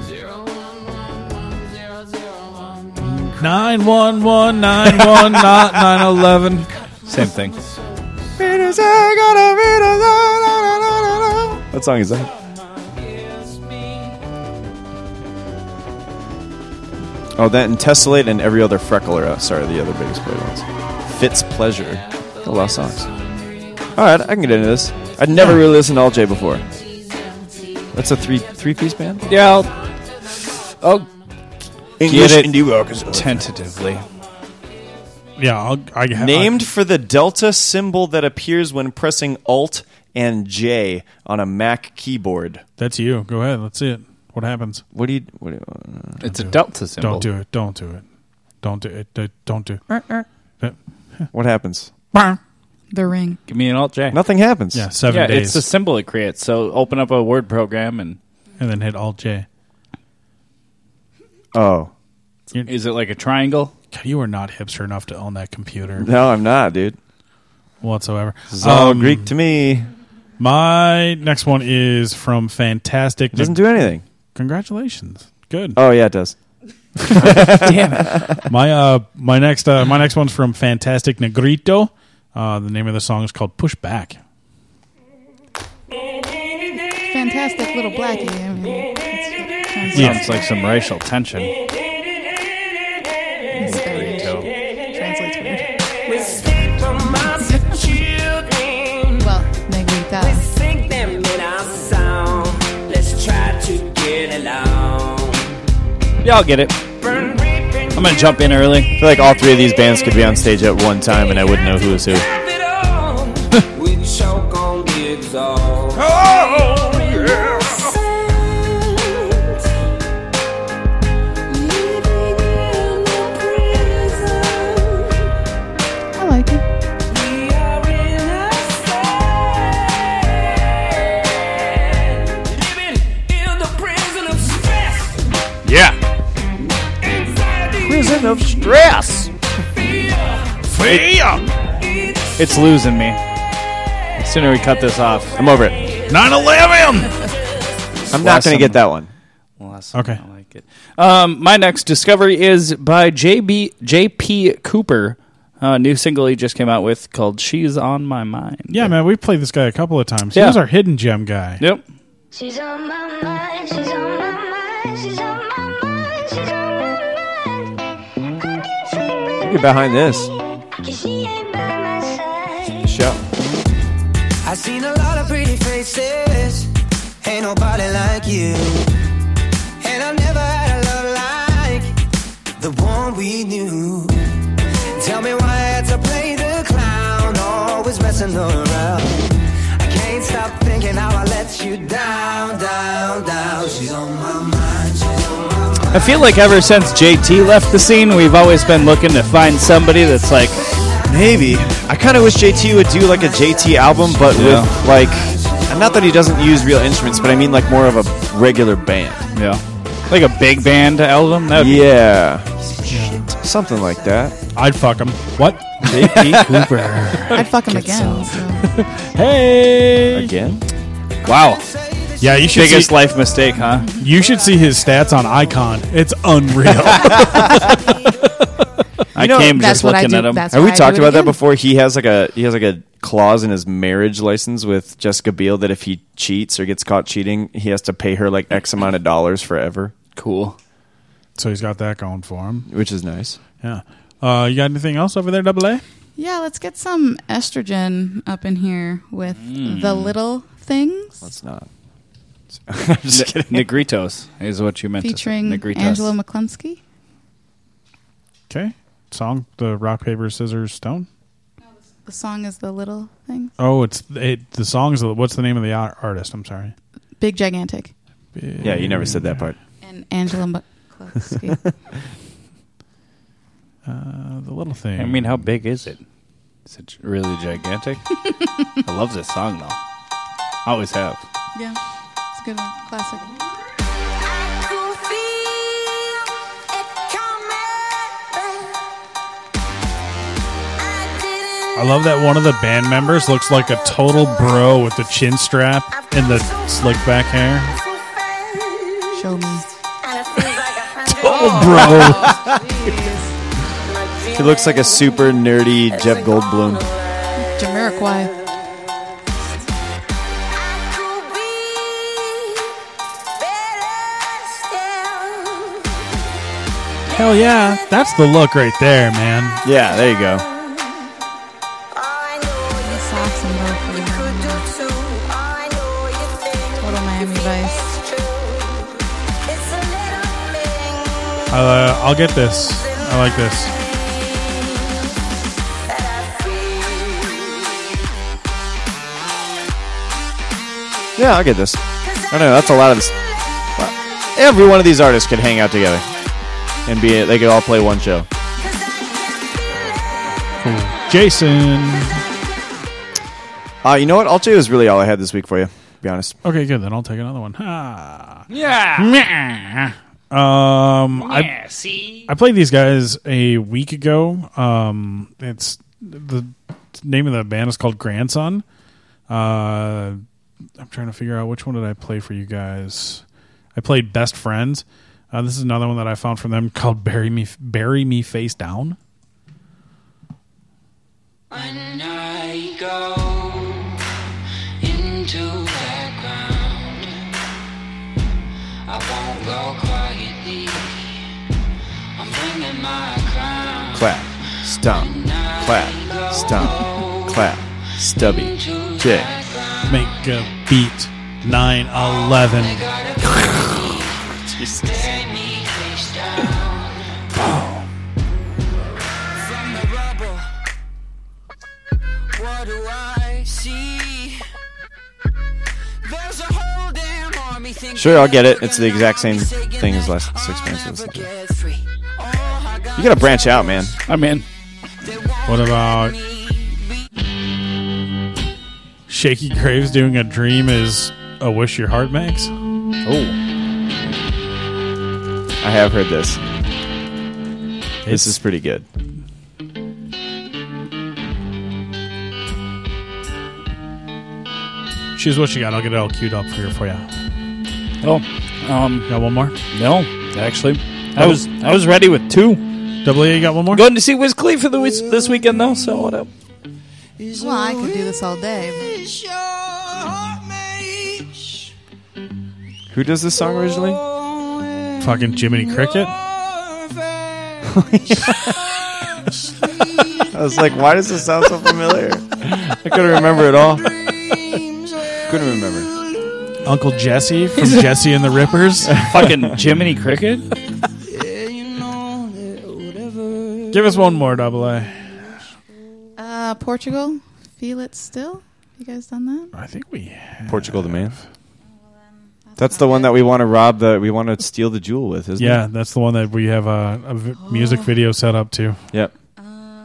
[SPEAKER 7] 911, 911, not 911.
[SPEAKER 6] Same thing.
[SPEAKER 5] What song is that? Oh, that and Tessellate and every other freckle are out. Sorry, the other biggest played ones. Fits pleasure. A lot of songs. All right, I can get into this. I'd never really listened to All J before. That's a three three piece band.
[SPEAKER 6] Yeah. I'll, I'll
[SPEAKER 5] English
[SPEAKER 6] get it
[SPEAKER 5] indie rock is
[SPEAKER 6] tentatively.
[SPEAKER 4] Yeah, I'll, I have
[SPEAKER 5] Named for the delta symbol that appears when pressing Alt and J on a Mac keyboard.
[SPEAKER 4] That's you. Go ahead. Let's see it. What happens?
[SPEAKER 5] What do you? What do
[SPEAKER 6] It's a delta symbol.
[SPEAKER 4] Don't do it. Don't do it. Don't do it. Don't- Don't do. it.
[SPEAKER 5] What happens?
[SPEAKER 13] Uh, The ring.
[SPEAKER 6] Give me an alt J.
[SPEAKER 5] Nothing happens.
[SPEAKER 4] Yeah, seven
[SPEAKER 6] yeah,
[SPEAKER 4] days.
[SPEAKER 6] It's the symbol it creates. So open up a word program and
[SPEAKER 4] and then hit alt J.
[SPEAKER 5] Oh
[SPEAKER 6] is it like a triangle?
[SPEAKER 4] God, you are not hipster enough to own that computer.
[SPEAKER 5] no, I'm not, dude.
[SPEAKER 4] whatsoever. Um,
[SPEAKER 5] This is all Greek to me.
[SPEAKER 4] My next one is from Fantastic.
[SPEAKER 5] It doesn't do anything.
[SPEAKER 4] Congratulations. Good.
[SPEAKER 5] Oh yeah, it does.
[SPEAKER 4] Damn it. My uh, my next uh, my next one's from Fantastic Negrito. Uh, the name of the song is called Push Back.
[SPEAKER 13] Fantastic little blackie. eh? I mean, it's- sounds
[SPEAKER 6] Yeah. Sounds like some racial tension.
[SPEAKER 13] it's very- Translates weird.
[SPEAKER 9] We sleep amongst the children.
[SPEAKER 13] Well, negrita.
[SPEAKER 9] We sing them in our song. Let's try to get along.
[SPEAKER 6] Yeah, I'll get it. I'm gonna jump in early. I
[SPEAKER 5] feel like all three of these bands could be on stage at one time, and I wouldn't know who is who.
[SPEAKER 9] We choke on the exhaust.
[SPEAKER 5] Oh,
[SPEAKER 13] I like it.
[SPEAKER 6] Yeah.
[SPEAKER 5] Prison of stress.
[SPEAKER 6] It's losing me. The sooner we cut this off.
[SPEAKER 5] I'm over it.
[SPEAKER 6] 9 11!
[SPEAKER 5] I'm not going to get that one.
[SPEAKER 4] Okay.
[SPEAKER 6] Um, my next discovery is by JB, JP Cooper. Uh, new single he just came out with called She's On My Mind.
[SPEAKER 4] Yeah, man, we've played this guy a couple of times. He
[SPEAKER 6] Yeah.
[SPEAKER 4] was our hidden gem guy.
[SPEAKER 6] Yep.
[SPEAKER 17] She's on my mind, she's on my mind, she's on my mind, she's on
[SPEAKER 5] I think you're behind this. Show.
[SPEAKER 8] I've seen a lot of pretty faces. Ain't nobody like you. And I've never had a love like the one we knew. Tell me why I had to play the clown, always messing around. I can't stop thinking how I let you down, down, down. She's on my mind. She's on my mind.
[SPEAKER 6] I feel like ever since JT left the scene, we've always been looking to find somebody that's like,
[SPEAKER 5] Maybe. I kind of wish JT would do like a JT album, but
[SPEAKER 6] Yeah.
[SPEAKER 5] with like, and not that he doesn't use real instruments, but I mean like more of a regular band.
[SPEAKER 6] Yeah. Like a big band album? That would be-
[SPEAKER 5] yeah. Something like that.
[SPEAKER 4] I'd fuck him. What?
[SPEAKER 5] J.P. Cooper.
[SPEAKER 13] I'd fuck him
[SPEAKER 5] Get
[SPEAKER 13] again.
[SPEAKER 4] hey.
[SPEAKER 5] Again?
[SPEAKER 6] Wow.
[SPEAKER 4] Yeah, you should
[SPEAKER 6] Biggest
[SPEAKER 4] see-
[SPEAKER 6] life mistake, huh?
[SPEAKER 4] You should see his stats on Icon. It's unreal.
[SPEAKER 5] I
[SPEAKER 6] came just looking at him.
[SPEAKER 5] Have we talked about that before? He has like a he has like a clause in his marriage license with Jessica Biel that if he cheats or gets caught cheating, he has to pay her like X amount of dollars forever.
[SPEAKER 6] Cool.
[SPEAKER 4] So he's got that going for him,
[SPEAKER 5] which is nice.
[SPEAKER 4] Yeah. Uh, you got anything else over there, Double A?
[SPEAKER 13] Yeah, let's get some estrogen up in here with the little things
[SPEAKER 5] Let's not.
[SPEAKER 6] I'm just kidding. Negritos is what you meant. to say.
[SPEAKER 13] featuring
[SPEAKER 6] Negritos.
[SPEAKER 13] Angela McClunsky.
[SPEAKER 4] Okay. Song, the rock, paper, scissors, stone.
[SPEAKER 13] The song is the little things.
[SPEAKER 4] Oh, it's it, the song's. What's the name of the ar- artist? I'm sorry.
[SPEAKER 13] Big gigantic.
[SPEAKER 5] Yeah, you never said that part.
[SPEAKER 13] And Angela McCluskey.
[SPEAKER 4] Uh, the little thing.
[SPEAKER 6] I mean, how big is it? Is it really gigantic? I love this song though. I always have.
[SPEAKER 13] yeah, it's a good one. Classic.
[SPEAKER 4] I love that one of the band members looks like a total bro Oh, with the chin strap and the slick back hair.
[SPEAKER 13] Show me.
[SPEAKER 5] bro. he looks like a super nerdy Jeff Goldblum.
[SPEAKER 13] Jamiroquai.
[SPEAKER 4] Hell yeah, that's the look right there, man.
[SPEAKER 5] Yeah, there you go.
[SPEAKER 13] The socks and both for Total Miami Vice.
[SPEAKER 4] Uh, I'll get this. I like this.
[SPEAKER 5] Yeah, I'll get this. I don't know. That's a lot of this. Every one of these artists could hang out together and be. They could all play one show.
[SPEAKER 4] Jason.
[SPEAKER 5] Uh, you know what? Alche was really all I had this week for you. To be honest.
[SPEAKER 4] Okay, good. Then I'll take another one. Ah.
[SPEAKER 6] Yeah.
[SPEAKER 4] Um,
[SPEAKER 6] Yeah,
[SPEAKER 4] I,
[SPEAKER 6] see?
[SPEAKER 4] I played these guys a week ago. Um, it's the name of the band is called Grandson. Uh, I'm trying to figure out which one did I play for you guys. I played Best Friends. Uh, this is another one that I found from them called Bury Me Bury Me Face Down.
[SPEAKER 3] When I go into that ground, I won't go quietly. I'm bringing my crown.
[SPEAKER 5] Clap, stomp, clap, stomp, clap, stubby, kick.
[SPEAKER 4] Make a beat. Nine eleven.
[SPEAKER 3] Bury me face down. From the rubble, what do I see? There's a whole damn army thing.
[SPEAKER 5] Sure, I'll get it. It's the exact same thing as last six bands I listened to. You gotta branch out, man.
[SPEAKER 6] I'm in.
[SPEAKER 4] What about Shaky Graves doing a dream is a wish your heart makes?
[SPEAKER 5] Oh. I have heard this. This is pretty good.
[SPEAKER 4] Choose what you got. I'll get it all queued up here for you.
[SPEAKER 6] Oh, um,
[SPEAKER 4] got one more? Oh.
[SPEAKER 6] No, actually, I was I was ready with two.
[SPEAKER 4] Double A, you got one more?
[SPEAKER 6] Going to see Wiz Khalifa the week, this weekend though, so what up?
[SPEAKER 13] Well, I could do this all day.
[SPEAKER 5] Who does this song originally?
[SPEAKER 4] Fucking Jiminy Cricket.
[SPEAKER 5] I was like, why does this sound so familiar? I couldn't remember it all. Couldn't remember.
[SPEAKER 4] Uncle Jesse from Jesse and the Rippers.
[SPEAKER 6] Fucking Jiminy Cricket?
[SPEAKER 4] Give us one more, Double A.
[SPEAKER 13] Uh, Portugal. Feel it still. You guys done that?
[SPEAKER 4] I think we
[SPEAKER 5] Portugal the Man. That's the one that we want to rob the we want to steal the jewel with, isn't
[SPEAKER 4] Yeah,
[SPEAKER 5] it?
[SPEAKER 4] that's the one that we have a, a v-
[SPEAKER 13] Oh.
[SPEAKER 4] music video set up to.
[SPEAKER 5] Yep.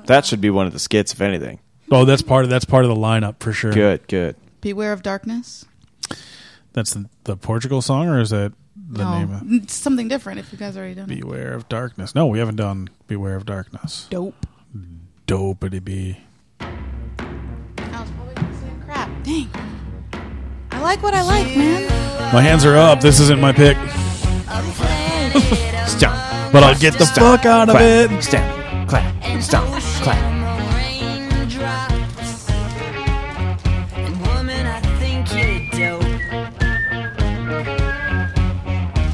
[SPEAKER 5] That should be one of the skits, if anything.
[SPEAKER 4] Oh, that's part of that's part of the lineup for sure.
[SPEAKER 5] Good, good.
[SPEAKER 13] Beware of darkness.
[SPEAKER 4] That's the, the Portugal song, or is that the
[SPEAKER 13] no,
[SPEAKER 4] name of
[SPEAKER 13] It's something different. If you guys already done it,
[SPEAKER 4] Beware of Darkness. No, we haven't done Beware of Darkness.
[SPEAKER 13] Dope.
[SPEAKER 4] Dope it'd be.
[SPEAKER 13] I was probably gonna say crap. Dang, I like what I like, man.
[SPEAKER 4] My hands are up. This isn't my pick. Stop. But I'll get the fuck out of it. Stop. Clap. Stop. Clap.
[SPEAKER 3] Woman, I think you're dope.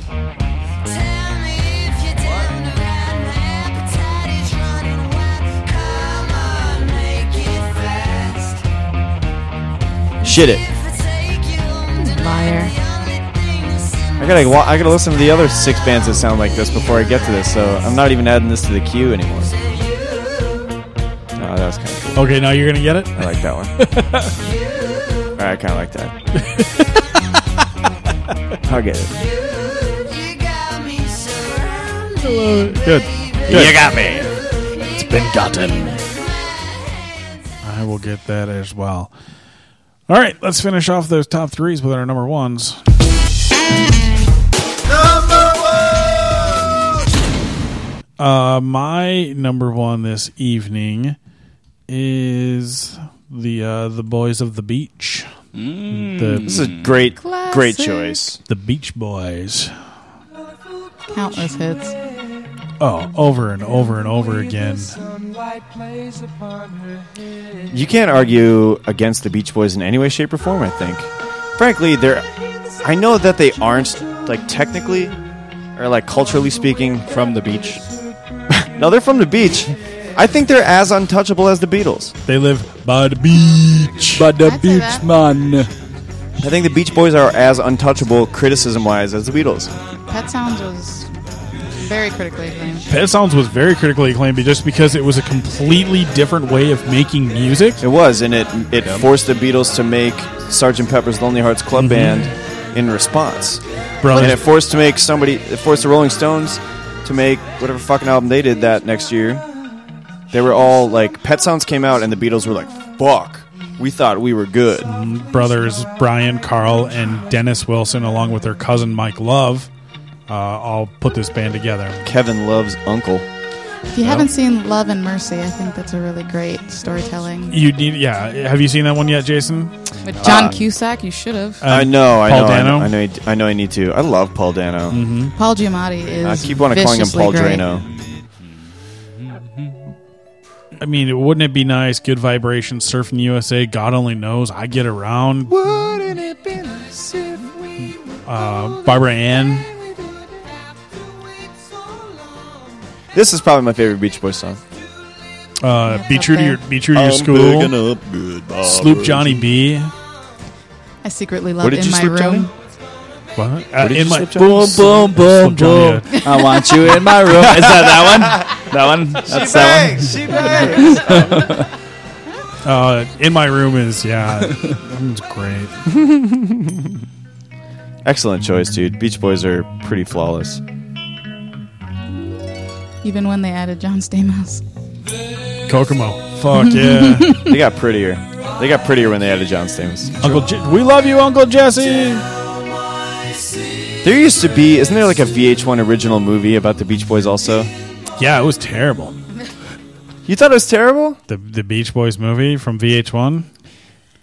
[SPEAKER 3] Tell me if you're down to ride. My appetite is running wild. Come on, make it fast.
[SPEAKER 5] Shit it.
[SPEAKER 13] Liar.
[SPEAKER 5] I gotta wa- I gotta listen to the other six bands that sound like this before I get to this. So I'm not even adding this to the queue anymore. No, that was kind of cool.
[SPEAKER 4] Okay, now you're gonna get it.
[SPEAKER 5] I like that one. All right, I kind of like that. I'll get it.
[SPEAKER 4] Good. Good.
[SPEAKER 5] You got me.
[SPEAKER 4] It's been gotten. I will get that as well. All right, let's finish off those top threes with our number ones. Uh, my number one this evening is the uh, the Boys of the Beach.
[SPEAKER 5] Mm. This is a great- great Classic. choice.
[SPEAKER 4] The Beach Boys.
[SPEAKER 13] Countless hits.
[SPEAKER 4] Oh, over and over and over again.
[SPEAKER 5] You can't argue against the Beach Boys in any way, shape, or form. I think, frankly, they're. I know that they aren't like technically, or like culturally speaking, from the beach. no, they're from the beach. I think they're as untouchable as the Beatles.
[SPEAKER 4] They live by the beach.
[SPEAKER 5] By the
[SPEAKER 13] beach, that.
[SPEAKER 5] man. I think the Beach Boys are as untouchable criticism-wise as the Beatles.
[SPEAKER 13] Pet Sounds was very critically acclaimed.
[SPEAKER 4] Pet Sounds was very critically acclaimed just because it was a completely different way of making music.
[SPEAKER 5] It was, and it it forced the Beatles to make Sgt. Pepper's Lonely Hearts Club
[SPEAKER 4] Mhm.
[SPEAKER 5] Band in response.
[SPEAKER 4] Brothers-
[SPEAKER 5] And it forced to make somebody it forced the Rolling Stones to make whatever fucking album they did that next year. They were all like Pet Sounds came out and the Beatles were like, "Fuck, we thought we were good."
[SPEAKER 4] brothers Brian, Carl, and Dennis Wilson, along with their cousin Mike Love, uh, all put this band together.
[SPEAKER 5] Kevin Love's uncle.
[SPEAKER 13] If you haven't seen Love and Mercy, I think that's a really great storytelling.
[SPEAKER 4] You need, yeah. Have you seen that one yet, Jason?
[SPEAKER 13] With John
[SPEAKER 5] Uh,
[SPEAKER 13] Cusack, you should have.
[SPEAKER 5] I know, I
[SPEAKER 4] Paul
[SPEAKER 5] know, I know,
[SPEAKER 4] Dano?
[SPEAKER 5] I know, I d- I know, I need to. I love Paul Dano. Mm-hmm.
[SPEAKER 13] Paul Giamatti is.
[SPEAKER 5] I keep wanting to calling him
[SPEAKER 13] viciously
[SPEAKER 5] Paul
[SPEAKER 13] great.
[SPEAKER 5] Drano.
[SPEAKER 4] I mean, wouldn't it be nice? Good vibrations, surfing USA. God only knows. I get around.
[SPEAKER 3] Wouldn't it be nice if we
[SPEAKER 4] Uh, Barbara Ann.
[SPEAKER 5] This is probably my favorite Beach Boys song.
[SPEAKER 4] Uh, be true to your be true to your
[SPEAKER 5] I'm
[SPEAKER 4] school.
[SPEAKER 5] picking up good Barbara
[SPEAKER 4] Sloop Johnny B.
[SPEAKER 13] I secretly love
[SPEAKER 4] What did
[SPEAKER 13] in
[SPEAKER 4] you
[SPEAKER 13] my
[SPEAKER 4] slip,
[SPEAKER 13] room.
[SPEAKER 4] What?
[SPEAKER 6] What did
[SPEAKER 4] uh, in
[SPEAKER 6] you
[SPEAKER 4] my
[SPEAKER 6] slip, Johnny? Boom, boom, boom, boom. I want you in my room. Is that that one? That one? She That's that one? bangs, she bangs.
[SPEAKER 4] uh, in my room is yeah, that one's great.
[SPEAKER 5] Excellent choice, dude. Beach Boys are pretty flawless.
[SPEAKER 13] Even when they added John Stamos.
[SPEAKER 4] Kokomo. Fuck yeah.
[SPEAKER 5] they got prettier. They got prettier when they added John Stamos.
[SPEAKER 4] Uncle, Je- we love you, Uncle Jesse.
[SPEAKER 5] There used to be, isn't there like a VH1 original movie about the Beach Boys also?
[SPEAKER 4] Yeah, it was terrible.
[SPEAKER 5] You thought it was terrible?
[SPEAKER 4] The the Beach Boys movie from VH1.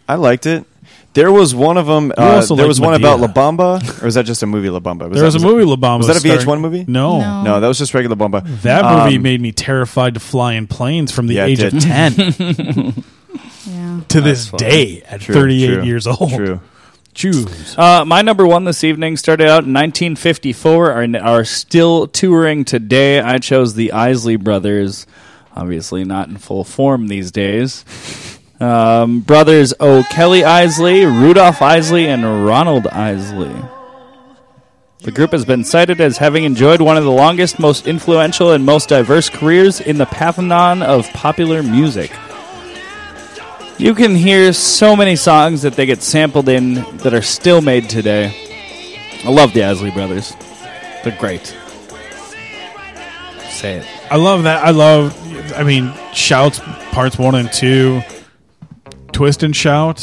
[SPEAKER 5] I liked it. There was one of them. Uh,
[SPEAKER 4] also
[SPEAKER 5] there
[SPEAKER 4] liked
[SPEAKER 5] was one about La
[SPEAKER 4] Medea.
[SPEAKER 5] Bamba, or was that just a movie La Bamba?
[SPEAKER 4] There
[SPEAKER 5] that,
[SPEAKER 4] was a movie La Bamba
[SPEAKER 5] Was that a
[SPEAKER 4] starring-
[SPEAKER 5] VH1
[SPEAKER 4] Mm.
[SPEAKER 5] movie?
[SPEAKER 4] No. No.
[SPEAKER 5] no, that was just regular La Bamba.
[SPEAKER 4] That
[SPEAKER 5] Um,
[SPEAKER 4] movie made me terrified to fly in planes from the
[SPEAKER 5] yeah, it
[SPEAKER 4] age of
[SPEAKER 5] did.
[SPEAKER 4] ten. To this
[SPEAKER 6] That's funny.
[SPEAKER 4] day, at
[SPEAKER 6] True,
[SPEAKER 4] 38
[SPEAKER 6] true,
[SPEAKER 4] years old.
[SPEAKER 6] true.
[SPEAKER 4] Choose.
[SPEAKER 6] Uh, my number one this evening started out in 1954 and are still touring today. I chose the Isley Brothers, obviously not in full form these days. Um, brothers O'Kelly Isley, Rudolph Isley, and Ronald Isley. The group has been cited as having enjoyed one of the longest, most influential, and most diverse careers in the pantheon of popular music. You can hear so many songs that they get sampled in that are still made today. I love the Isley Brothers. They're great. Say it.
[SPEAKER 4] I love that. I love. I mean, shouts parts one and two, twist and shout.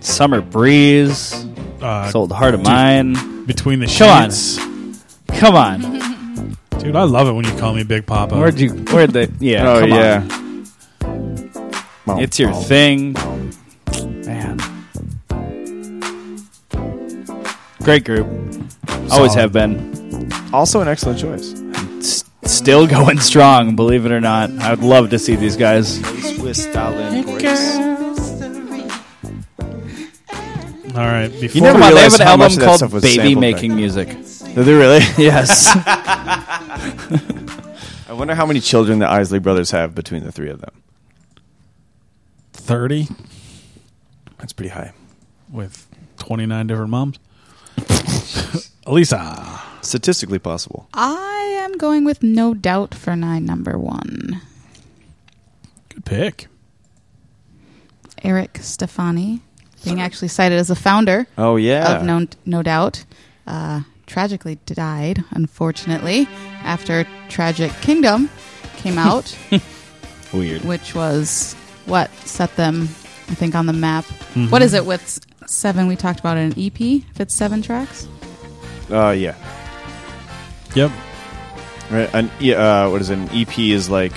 [SPEAKER 6] Summer Breeze.
[SPEAKER 4] uh,
[SPEAKER 6] Sold Heart of
[SPEAKER 4] dude,
[SPEAKER 6] Mine.
[SPEAKER 4] between the
[SPEAKER 6] Come on.
[SPEAKER 4] sheets.
[SPEAKER 6] Come on.
[SPEAKER 4] Dude, I love it when you call me Big Papa.
[SPEAKER 6] Where'd you? Where'd they? Yeah.
[SPEAKER 4] Oh,
[SPEAKER 6] come
[SPEAKER 4] yeah.
[SPEAKER 6] On. It's your thing, man. Great group. Always
[SPEAKER 5] Solid.
[SPEAKER 6] have been.
[SPEAKER 5] Also an excellent choice.
[SPEAKER 6] S- still going strong. Believe it or not, I would love to see these guys.
[SPEAKER 5] Swiss style and grace.
[SPEAKER 4] All right. Before
[SPEAKER 6] You never
[SPEAKER 4] we-
[SPEAKER 6] mind, they
[SPEAKER 5] realized
[SPEAKER 6] have an
[SPEAKER 5] how
[SPEAKER 6] album
[SPEAKER 5] much of that stuff
[SPEAKER 6] called
[SPEAKER 5] was
[SPEAKER 6] Baby
[SPEAKER 5] sampled back
[SPEAKER 6] Making
[SPEAKER 5] then.
[SPEAKER 6] Music.
[SPEAKER 5] Did they really?
[SPEAKER 6] Yes.
[SPEAKER 5] I wonder how many children the Isley brothers have between the three of them.
[SPEAKER 4] 30
[SPEAKER 5] That's pretty high.
[SPEAKER 4] with 29 different moms. Elisa.
[SPEAKER 5] Statistically possible.
[SPEAKER 13] I am going with No Doubt for my number one.
[SPEAKER 4] Good pick.
[SPEAKER 13] Eric Stefani, being actually cited as a founder.
[SPEAKER 5] Oh,
[SPEAKER 4] Ah.
[SPEAKER 5] yeah.
[SPEAKER 13] of No, no Doubt, uh, tragically died unfortunately after Tragic Kingdom came out,
[SPEAKER 6] Weird.
[SPEAKER 13] which was what set them, I think, on the map.
[SPEAKER 4] Mm-hmm.
[SPEAKER 5] Mhm.
[SPEAKER 13] What is it with s- seven? We talked about an EP. If it's seven tracks,
[SPEAKER 5] Uh, yeah.
[SPEAKER 4] Yep.
[SPEAKER 5] Right. An E- uh, what is it? an EP is like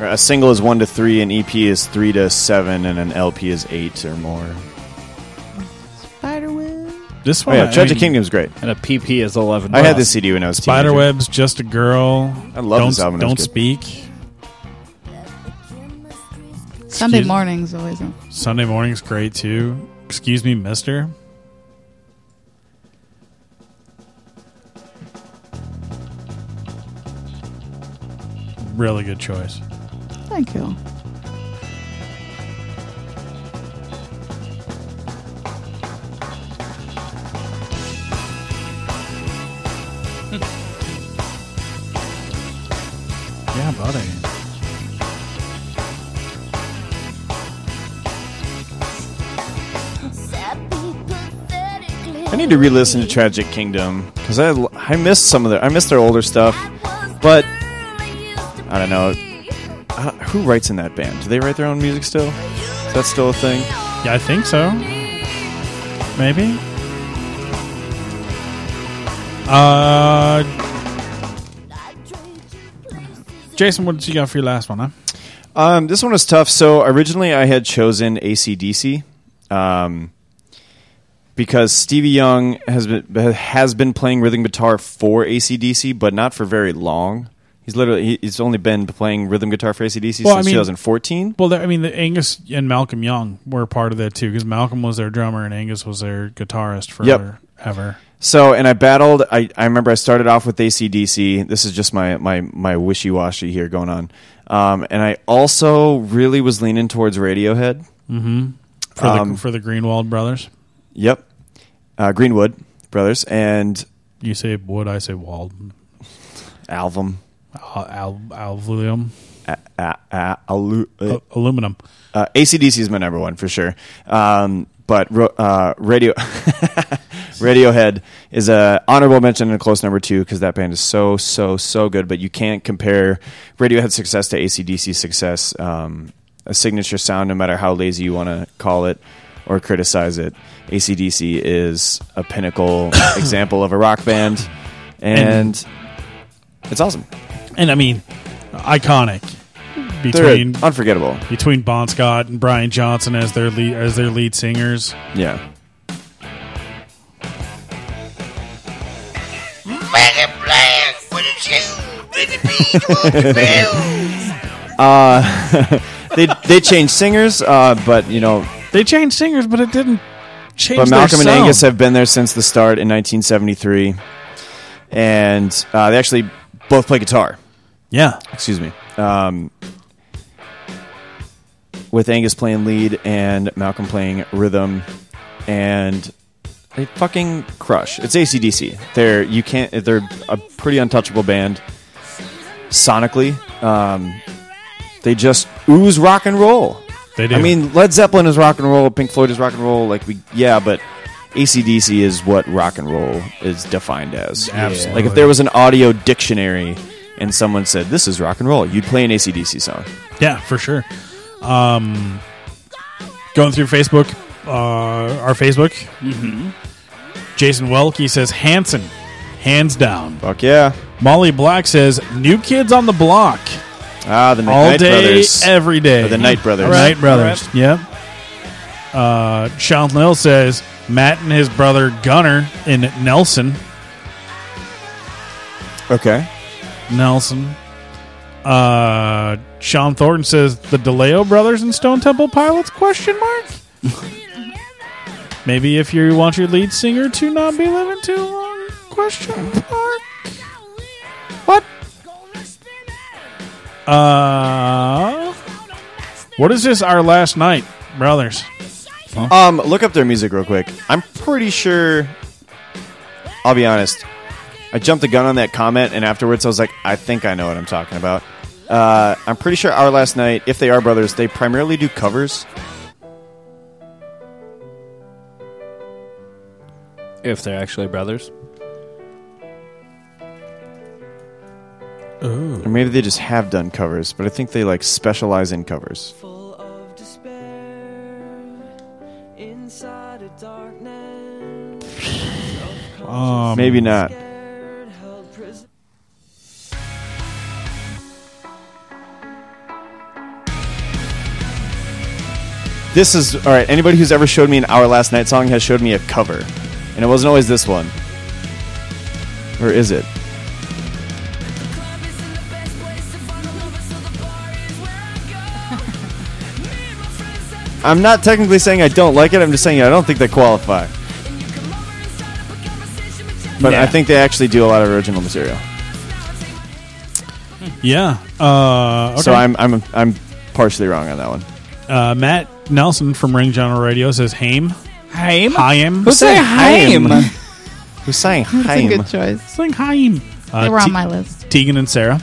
[SPEAKER 5] or a single is one to three, an EP is three to seven, and an LP is eight or more.
[SPEAKER 4] This
[SPEAKER 5] Oh
[SPEAKER 4] one.
[SPEAKER 5] yeah,
[SPEAKER 4] I
[SPEAKER 5] Tragic
[SPEAKER 4] mean,
[SPEAKER 5] Kingdom's great.
[SPEAKER 6] And a PP is eleven.
[SPEAKER 5] I had this CD when I was a teenager.
[SPEAKER 4] Spiderwebs, Just a Girl.
[SPEAKER 5] I love
[SPEAKER 4] don't,
[SPEAKER 5] this album. It was
[SPEAKER 4] Don't
[SPEAKER 5] good.
[SPEAKER 4] Speak.
[SPEAKER 13] Sunday
[SPEAKER 4] Excuse-
[SPEAKER 13] mornings always. a-
[SPEAKER 4] Sunday morning's great too. Excuse me, mister. Really good choice.
[SPEAKER 13] Thank you.
[SPEAKER 4] Yeah, buddy.
[SPEAKER 5] I need to re-listen to Tragic Kingdom because I l- I missed some of their I missed their older stuff, but I don't know I, who writes in that band. Do they write their own music still? Is that still a thing?
[SPEAKER 4] Yeah, I think so. Maybe. Uh, Jason, what did you got for your last one? Huh?
[SPEAKER 5] Um, this one was tough. So originally I had chosen ACDC um, because Stevie Young has been has been playing rhythm guitar for ACDC, but not for very long. He's literally he- he's only been playing rhythm guitar for ACDC since 2014.
[SPEAKER 4] Well, there- I mean, the Angus and Malcolm Young were part of that too, because Malcolm was their drummer and Angus was their guitarist forever. Ever.
[SPEAKER 5] So, and I battled. I, I remember I started off with ACDC. This is just my my my wishy washy here going on. Um, and I also really was leaning towards Radiohead.
[SPEAKER 4] Mm-hmm. For the
[SPEAKER 5] Um,
[SPEAKER 4] for the Greenwald brothers,
[SPEAKER 5] Yep, uh, Greenwood brothers and
[SPEAKER 4] you say Wood, I say Wald.
[SPEAKER 5] Alvum.
[SPEAKER 4] Al- al- alveolum.
[SPEAKER 5] a- a- a- alu- uh,
[SPEAKER 4] aluminum.
[SPEAKER 5] Uh, ACDC is my number one for sure. Um, but ro- uh, radio Radiohead is a honorable mention and a close number two because that band is so so so good. But you can't compare Radiohead's success to ACDC's success. Um, a signature sound, no matter how lazy you want to call it or criticize it. ACDC is a pinnacle example of a rock band, and it's awesome.
[SPEAKER 4] and I mean, iconic
[SPEAKER 5] They're
[SPEAKER 4] between
[SPEAKER 5] unforgettable.
[SPEAKER 4] between Bon Scott and Brian Johnson as their lead as their lead singers.
[SPEAKER 5] Yeah. uh, they they changed singers, uh, but you know,
[SPEAKER 4] They changed singers, but it didn't change.
[SPEAKER 5] but Malcolm
[SPEAKER 4] their
[SPEAKER 5] and
[SPEAKER 4] sound.
[SPEAKER 5] Angus have been there since the start in 1973, and uh, they actually both play guitar.
[SPEAKER 4] Yeah,
[SPEAKER 5] excuse me. Um, with Angus playing lead and Malcolm playing rhythm, and they fucking crush. It's ACDC. They're you can't. They're a pretty untouchable band sonically. Um, they just ooze rock and roll.
[SPEAKER 4] They do.
[SPEAKER 5] I mean, Led Zeppelin is rock and roll. Pink Floyd is rock and roll. Like we, yeah, but ACDC is what rock and roll is defined as.
[SPEAKER 4] Absolutely.
[SPEAKER 5] Like if there was an audio dictionary and someone said this is rock and roll, you'd play an ACDC song.
[SPEAKER 4] Yeah, for sure. Um, going through Facebook, uh, our Facebook.
[SPEAKER 6] Mhm.
[SPEAKER 4] Jason Welke says Hanson, hands down.
[SPEAKER 5] Fuck yeah.
[SPEAKER 4] Molly Black says New Kids on the Block.
[SPEAKER 5] Ah, the
[SPEAKER 4] all
[SPEAKER 5] Knight
[SPEAKER 4] day, eh.
[SPEAKER 5] Brothers.
[SPEAKER 4] every day.
[SPEAKER 5] Or the Knight Brothers.
[SPEAKER 4] All Knight Brothers. Yep. Uh, Sean Lill says Matt and his brother Gunner in Nelson.
[SPEAKER 5] Okay.
[SPEAKER 4] Nelson. Uh, Sean Thornton says the DeLeo brothers and Stone Temple Pilots? Question mark. Maybe if you want your lead singer to not be living too long. Question mark. What? Uh, what is this? Our last night, brothers.
[SPEAKER 5] Um, look up their music real quick. I'm pretty sure. I'll be honest. I jumped the gun on that comment, and afterwards I was like, I think I know what I'm talking about. Uh, I'm pretty sure our last night, if they are brothers, they primarily do covers.
[SPEAKER 6] If they're actually brothers.
[SPEAKER 5] Or maybe they just have done covers, but I think they like specialize in covers.
[SPEAKER 4] Um,
[SPEAKER 5] maybe not. This is all right. Anybody who's ever showed me an Our Last Night song has showed me a cover, and it wasn't always this one. Or is it? I'm not technically saying I don't like it. I'm just saying I don't think they qualify. But
[SPEAKER 4] Yeah.
[SPEAKER 5] I think they actually do a lot of original material.
[SPEAKER 4] Yeah. Uh, okay.
[SPEAKER 5] So I'm I'm I'm partially wrong on that one.
[SPEAKER 4] uh, Matt Nelson from Ring General Radio says Haim.
[SPEAKER 6] Haim.
[SPEAKER 4] Haim.
[SPEAKER 6] Who said Haim?
[SPEAKER 5] Who's saying
[SPEAKER 4] Haim?
[SPEAKER 5] Haim?
[SPEAKER 4] choice. Saying Haim.
[SPEAKER 13] They were on my list.
[SPEAKER 4] Tegan and Sarah.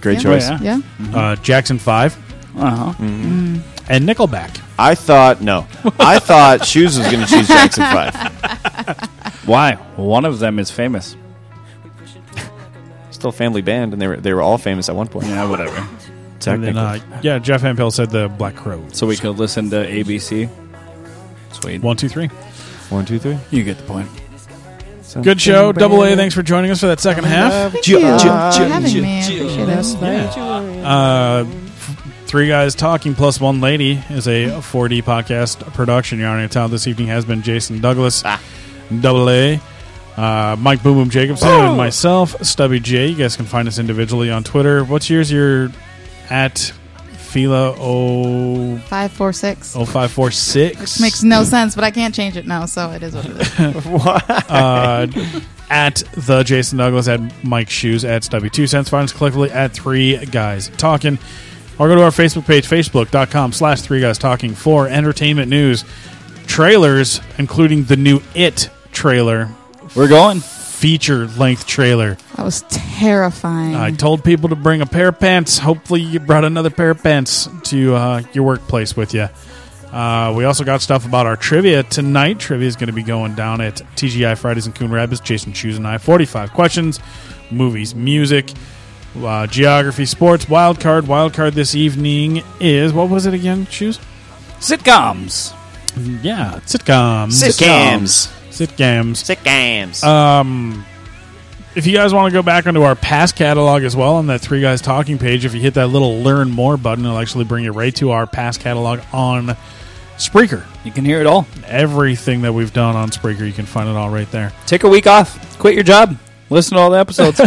[SPEAKER 5] Great
[SPEAKER 4] Oh,
[SPEAKER 6] Oh,
[SPEAKER 5] Yeah. choice.
[SPEAKER 13] Yeah.
[SPEAKER 4] Uh, Jackson Five. Mm.
[SPEAKER 6] Uh huh.
[SPEAKER 4] And Nickelback.
[SPEAKER 5] I thought no. I thought Shoes was going to choose Jackson Five.
[SPEAKER 6] Why? One of them is famous.
[SPEAKER 5] Still family band, and they were they were all famous at one point.
[SPEAKER 6] Yeah, whatever.
[SPEAKER 4] And then,
[SPEAKER 5] Technically,
[SPEAKER 4] uh, yeah, Jeff Van Pelt said the Black Crow.
[SPEAKER 6] So we could listen to ABC. Sweet.
[SPEAKER 4] One, two, three.
[SPEAKER 5] One, two, three.
[SPEAKER 6] You get the point.
[SPEAKER 4] Good show, Double A. Thanks for joining us for that second half.
[SPEAKER 13] Thank you for having me. I appreciate it.
[SPEAKER 4] Uh, Three Guys Talking Plus One Lady is a 4D podcast production. Your honor, town this evening has been Jason Douglas,
[SPEAKER 13] Ah.
[SPEAKER 4] Double A, uh, Mike Boom Boom Jacobson, and myself, Stubby J. You guys can find us individually on Twitter. What's yours? You're at Fila O
[SPEAKER 13] Five, four, six.
[SPEAKER 4] O five four six.
[SPEAKER 13] Which makes no sense, but I can't change it now, so it is what it is.
[SPEAKER 4] uh, at the Jason Douglas, at Mike Shoes, at Stubby Two Cents. Find us collectively at Three Guys Talking. Or go to our Facebook page, facebook.com slash Three Guys Talking for entertainment news, trailers, including the new It trailer.
[SPEAKER 6] We're going.
[SPEAKER 4] Feature length trailer.
[SPEAKER 13] That was terrifying.
[SPEAKER 4] I told people to bring a pair of pants. Hopefully, you brought another pair of pants to uh, your workplace with you. Uh, we also got stuff about our trivia tonight. Trivia is going to be going down at TGI Fridays in Coon Rapids. Jason Shoes and I, 45 questions, movies, music, uh, geography, sports, wild card. Wild card this evening is what was it again? Shoes?
[SPEAKER 6] Sitcoms.
[SPEAKER 4] Yeah, sitcoms.
[SPEAKER 6] Sitcoms.
[SPEAKER 4] Sitcoms.
[SPEAKER 5] Sitcoms.
[SPEAKER 4] Um, if you guys want to go back onto our past catalog as well on that Three Guys Talking page, if you hit that little Learn More button, it'll actually bring you right to our past catalog on Spreaker.
[SPEAKER 6] You can hear it all.
[SPEAKER 4] Everything that we've done on Spreaker, you can find it all right there.
[SPEAKER 6] Take a week off. Quit your job. Listen to all the episodes.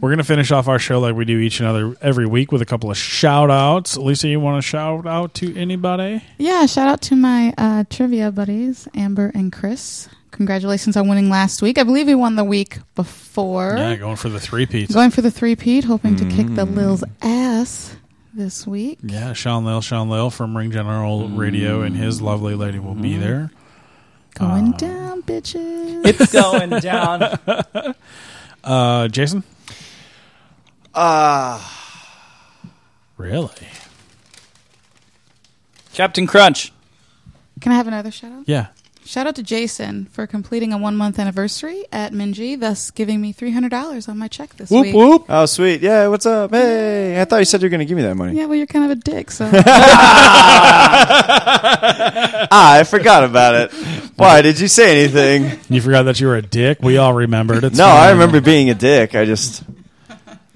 [SPEAKER 4] We're going to finish off our show like we do each and other every week with a couple of shout outs. Lisa, you want to shout out to anybody?
[SPEAKER 13] Yeah, shout out to my uh, trivia buddies, Amber and Chris. Congratulations on winning last week. I believe we won the week before.
[SPEAKER 4] Yeah, going for the three piece.
[SPEAKER 13] Going for the three-peat, hoping to kick the Lil's ass this week.
[SPEAKER 4] Yeah, Sean Lil, Sean Lil from Ring General Radio and his lovely lady will
[SPEAKER 5] Mm-hmm.
[SPEAKER 4] be there.
[SPEAKER 13] Going down, bitches.
[SPEAKER 6] It's going down.
[SPEAKER 4] Uh, Jason?
[SPEAKER 5] Uh,
[SPEAKER 4] Really?
[SPEAKER 6] Captain Crunch.
[SPEAKER 13] Can I have another shout out?
[SPEAKER 4] Yeah.
[SPEAKER 13] Shout out to Jason for completing a one month anniversary at Minji, thus giving me three hundred dollars on my check this week.
[SPEAKER 5] Oh, sweet. Yeah, what's up? Hey, I thought you said you were going to give me that money.
[SPEAKER 13] Yeah, well, you're kind of a dick, so
[SPEAKER 5] ah, I forgot about it. Why did you say anything?
[SPEAKER 4] You forgot that you were a dick. We all remembered. It's
[SPEAKER 5] no,
[SPEAKER 4] fine.
[SPEAKER 5] I remember being a dick. I just,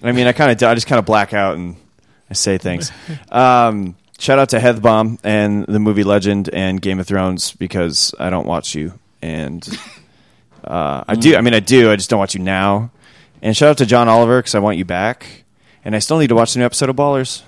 [SPEAKER 5] I mean, I kind of, I just kind of black out and I say things. Um, shout out to Heathbomb and the movie Legend and Game of Thrones because I don't watch you, and uh, I do. I mean, I do. I just don't watch you now. And shout out to John Oliver because I want you back, and I still need to watch the new episode of Ballers.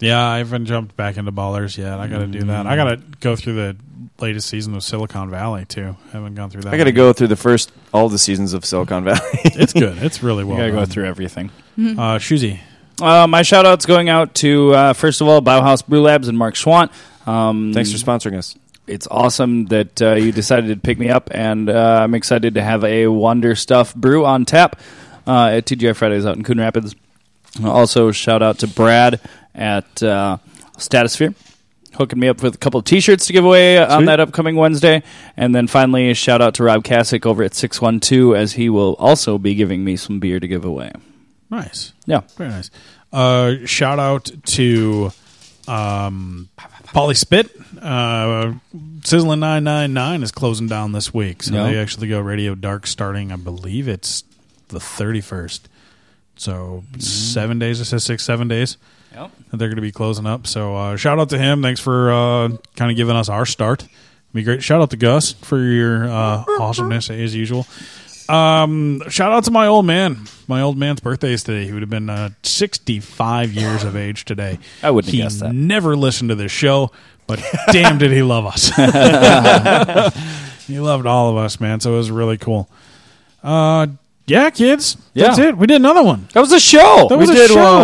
[SPEAKER 4] Yeah, I haven't jumped back into Ballers yet. I got to do that. I got to go through the latest season of Silicon Valley too. I haven't gone through that.
[SPEAKER 5] I got to
[SPEAKER 4] one.
[SPEAKER 5] go through the first all the seasons of Silicon Valley.
[SPEAKER 4] It's good. It's really well.
[SPEAKER 6] You gotta go
[SPEAKER 4] done.
[SPEAKER 6] through everything.
[SPEAKER 4] Mhm. Uh, Shuzy.
[SPEAKER 6] Uh, my shout out's going out to, uh, first of all, Bauhaus Brew Labs and Mark Schwant. Um,
[SPEAKER 5] Thanks for sponsoring us.
[SPEAKER 6] It's awesome that uh, you decided to pick me up, and uh, I'm excited to have a Wonder Stuff brew on tap uh, at TGI Fridays out in Coon Rapids. Also, shout out to Brad at uh, Statosphere. Hooking me up with a couple of T-shirts to give away on
[SPEAKER 1] Sweet.
[SPEAKER 6] that upcoming Wednesday, and then finally shout out to Rob Cassick over at Six One Two, as he will also be giving me some beer to give away.
[SPEAKER 4] Nice.
[SPEAKER 6] Yeah.
[SPEAKER 4] Very nice. Uh, shout out to um, Polly Spit. Uh, Sizzling 999 is closing down this week. So
[SPEAKER 6] Yeah.
[SPEAKER 4] they actually go radio dark starting, I believe it's the 31st. So seven days, it says six, seven days.
[SPEAKER 6] Mm-hmm. Yep.
[SPEAKER 4] that They're going to be closing up. So uh, shout out to him. Thanks for uh, kind of giving us our start. Be great. Shout out to Gus for your uh, awesomeness as usual. Um, shout out to my old man. My old man's birthday is today. He would have been uh, 65 years of age today.
[SPEAKER 6] I wouldn't have
[SPEAKER 4] he
[SPEAKER 6] guessed that.
[SPEAKER 4] Never listened to this show, but damn, did he love us. he loved all of us, man. So it was really cool. Uh, yeah, kids. That's
[SPEAKER 5] Yeah.
[SPEAKER 4] it. We did another one.
[SPEAKER 6] That was a show.
[SPEAKER 4] That
[SPEAKER 5] We
[SPEAKER 4] was a
[SPEAKER 5] did
[SPEAKER 4] show.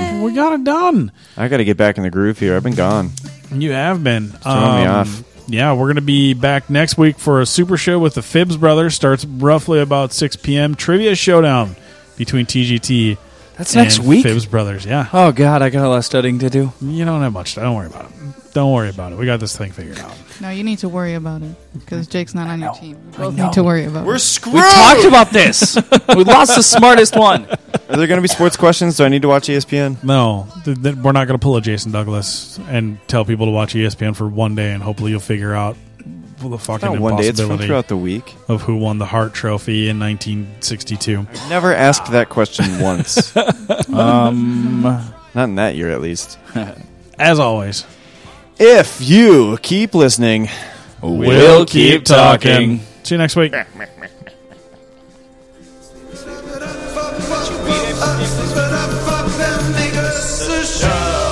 [SPEAKER 5] one.
[SPEAKER 4] We got it done.
[SPEAKER 5] I got to get back in the groove here. I've been gone.
[SPEAKER 4] You have been.
[SPEAKER 5] throwing me off.
[SPEAKER 4] um, Yeah, we're going to be back next week for a super show with the Fibs brothers. Starts roughly about 6 p.m. Trivia showdown between TGT.
[SPEAKER 6] That's next
[SPEAKER 4] and
[SPEAKER 6] week?
[SPEAKER 4] Fibs brothers. Yeah.
[SPEAKER 6] Oh God, I got a lot of studying to do.
[SPEAKER 4] You don't have much. Don't worry about it. Don't worry about it. We got this thing figured out.
[SPEAKER 13] no, you need to worry about it because Jake's not on your team. You both need to worry about it.
[SPEAKER 6] We talked about this. we lost the smartest one.
[SPEAKER 5] Are there going to be sports questions? Do I need to watch E ESPN?
[SPEAKER 4] No, th- th- we're not going to pull a Jason Douglas and tell people to watch E ESPN for one day, and hopefully you'll figure out the fucking
[SPEAKER 5] not one day, it's from
[SPEAKER 4] impossibility
[SPEAKER 5] throughout the week.
[SPEAKER 4] of who won the Hart Trophy in 1962.
[SPEAKER 5] Never asked that question once.
[SPEAKER 4] Um,
[SPEAKER 5] not in that year, at least.
[SPEAKER 4] As always,
[SPEAKER 5] if you keep listening,
[SPEAKER 4] See you next week.
[SPEAKER 3] Fuck them niggas, a show.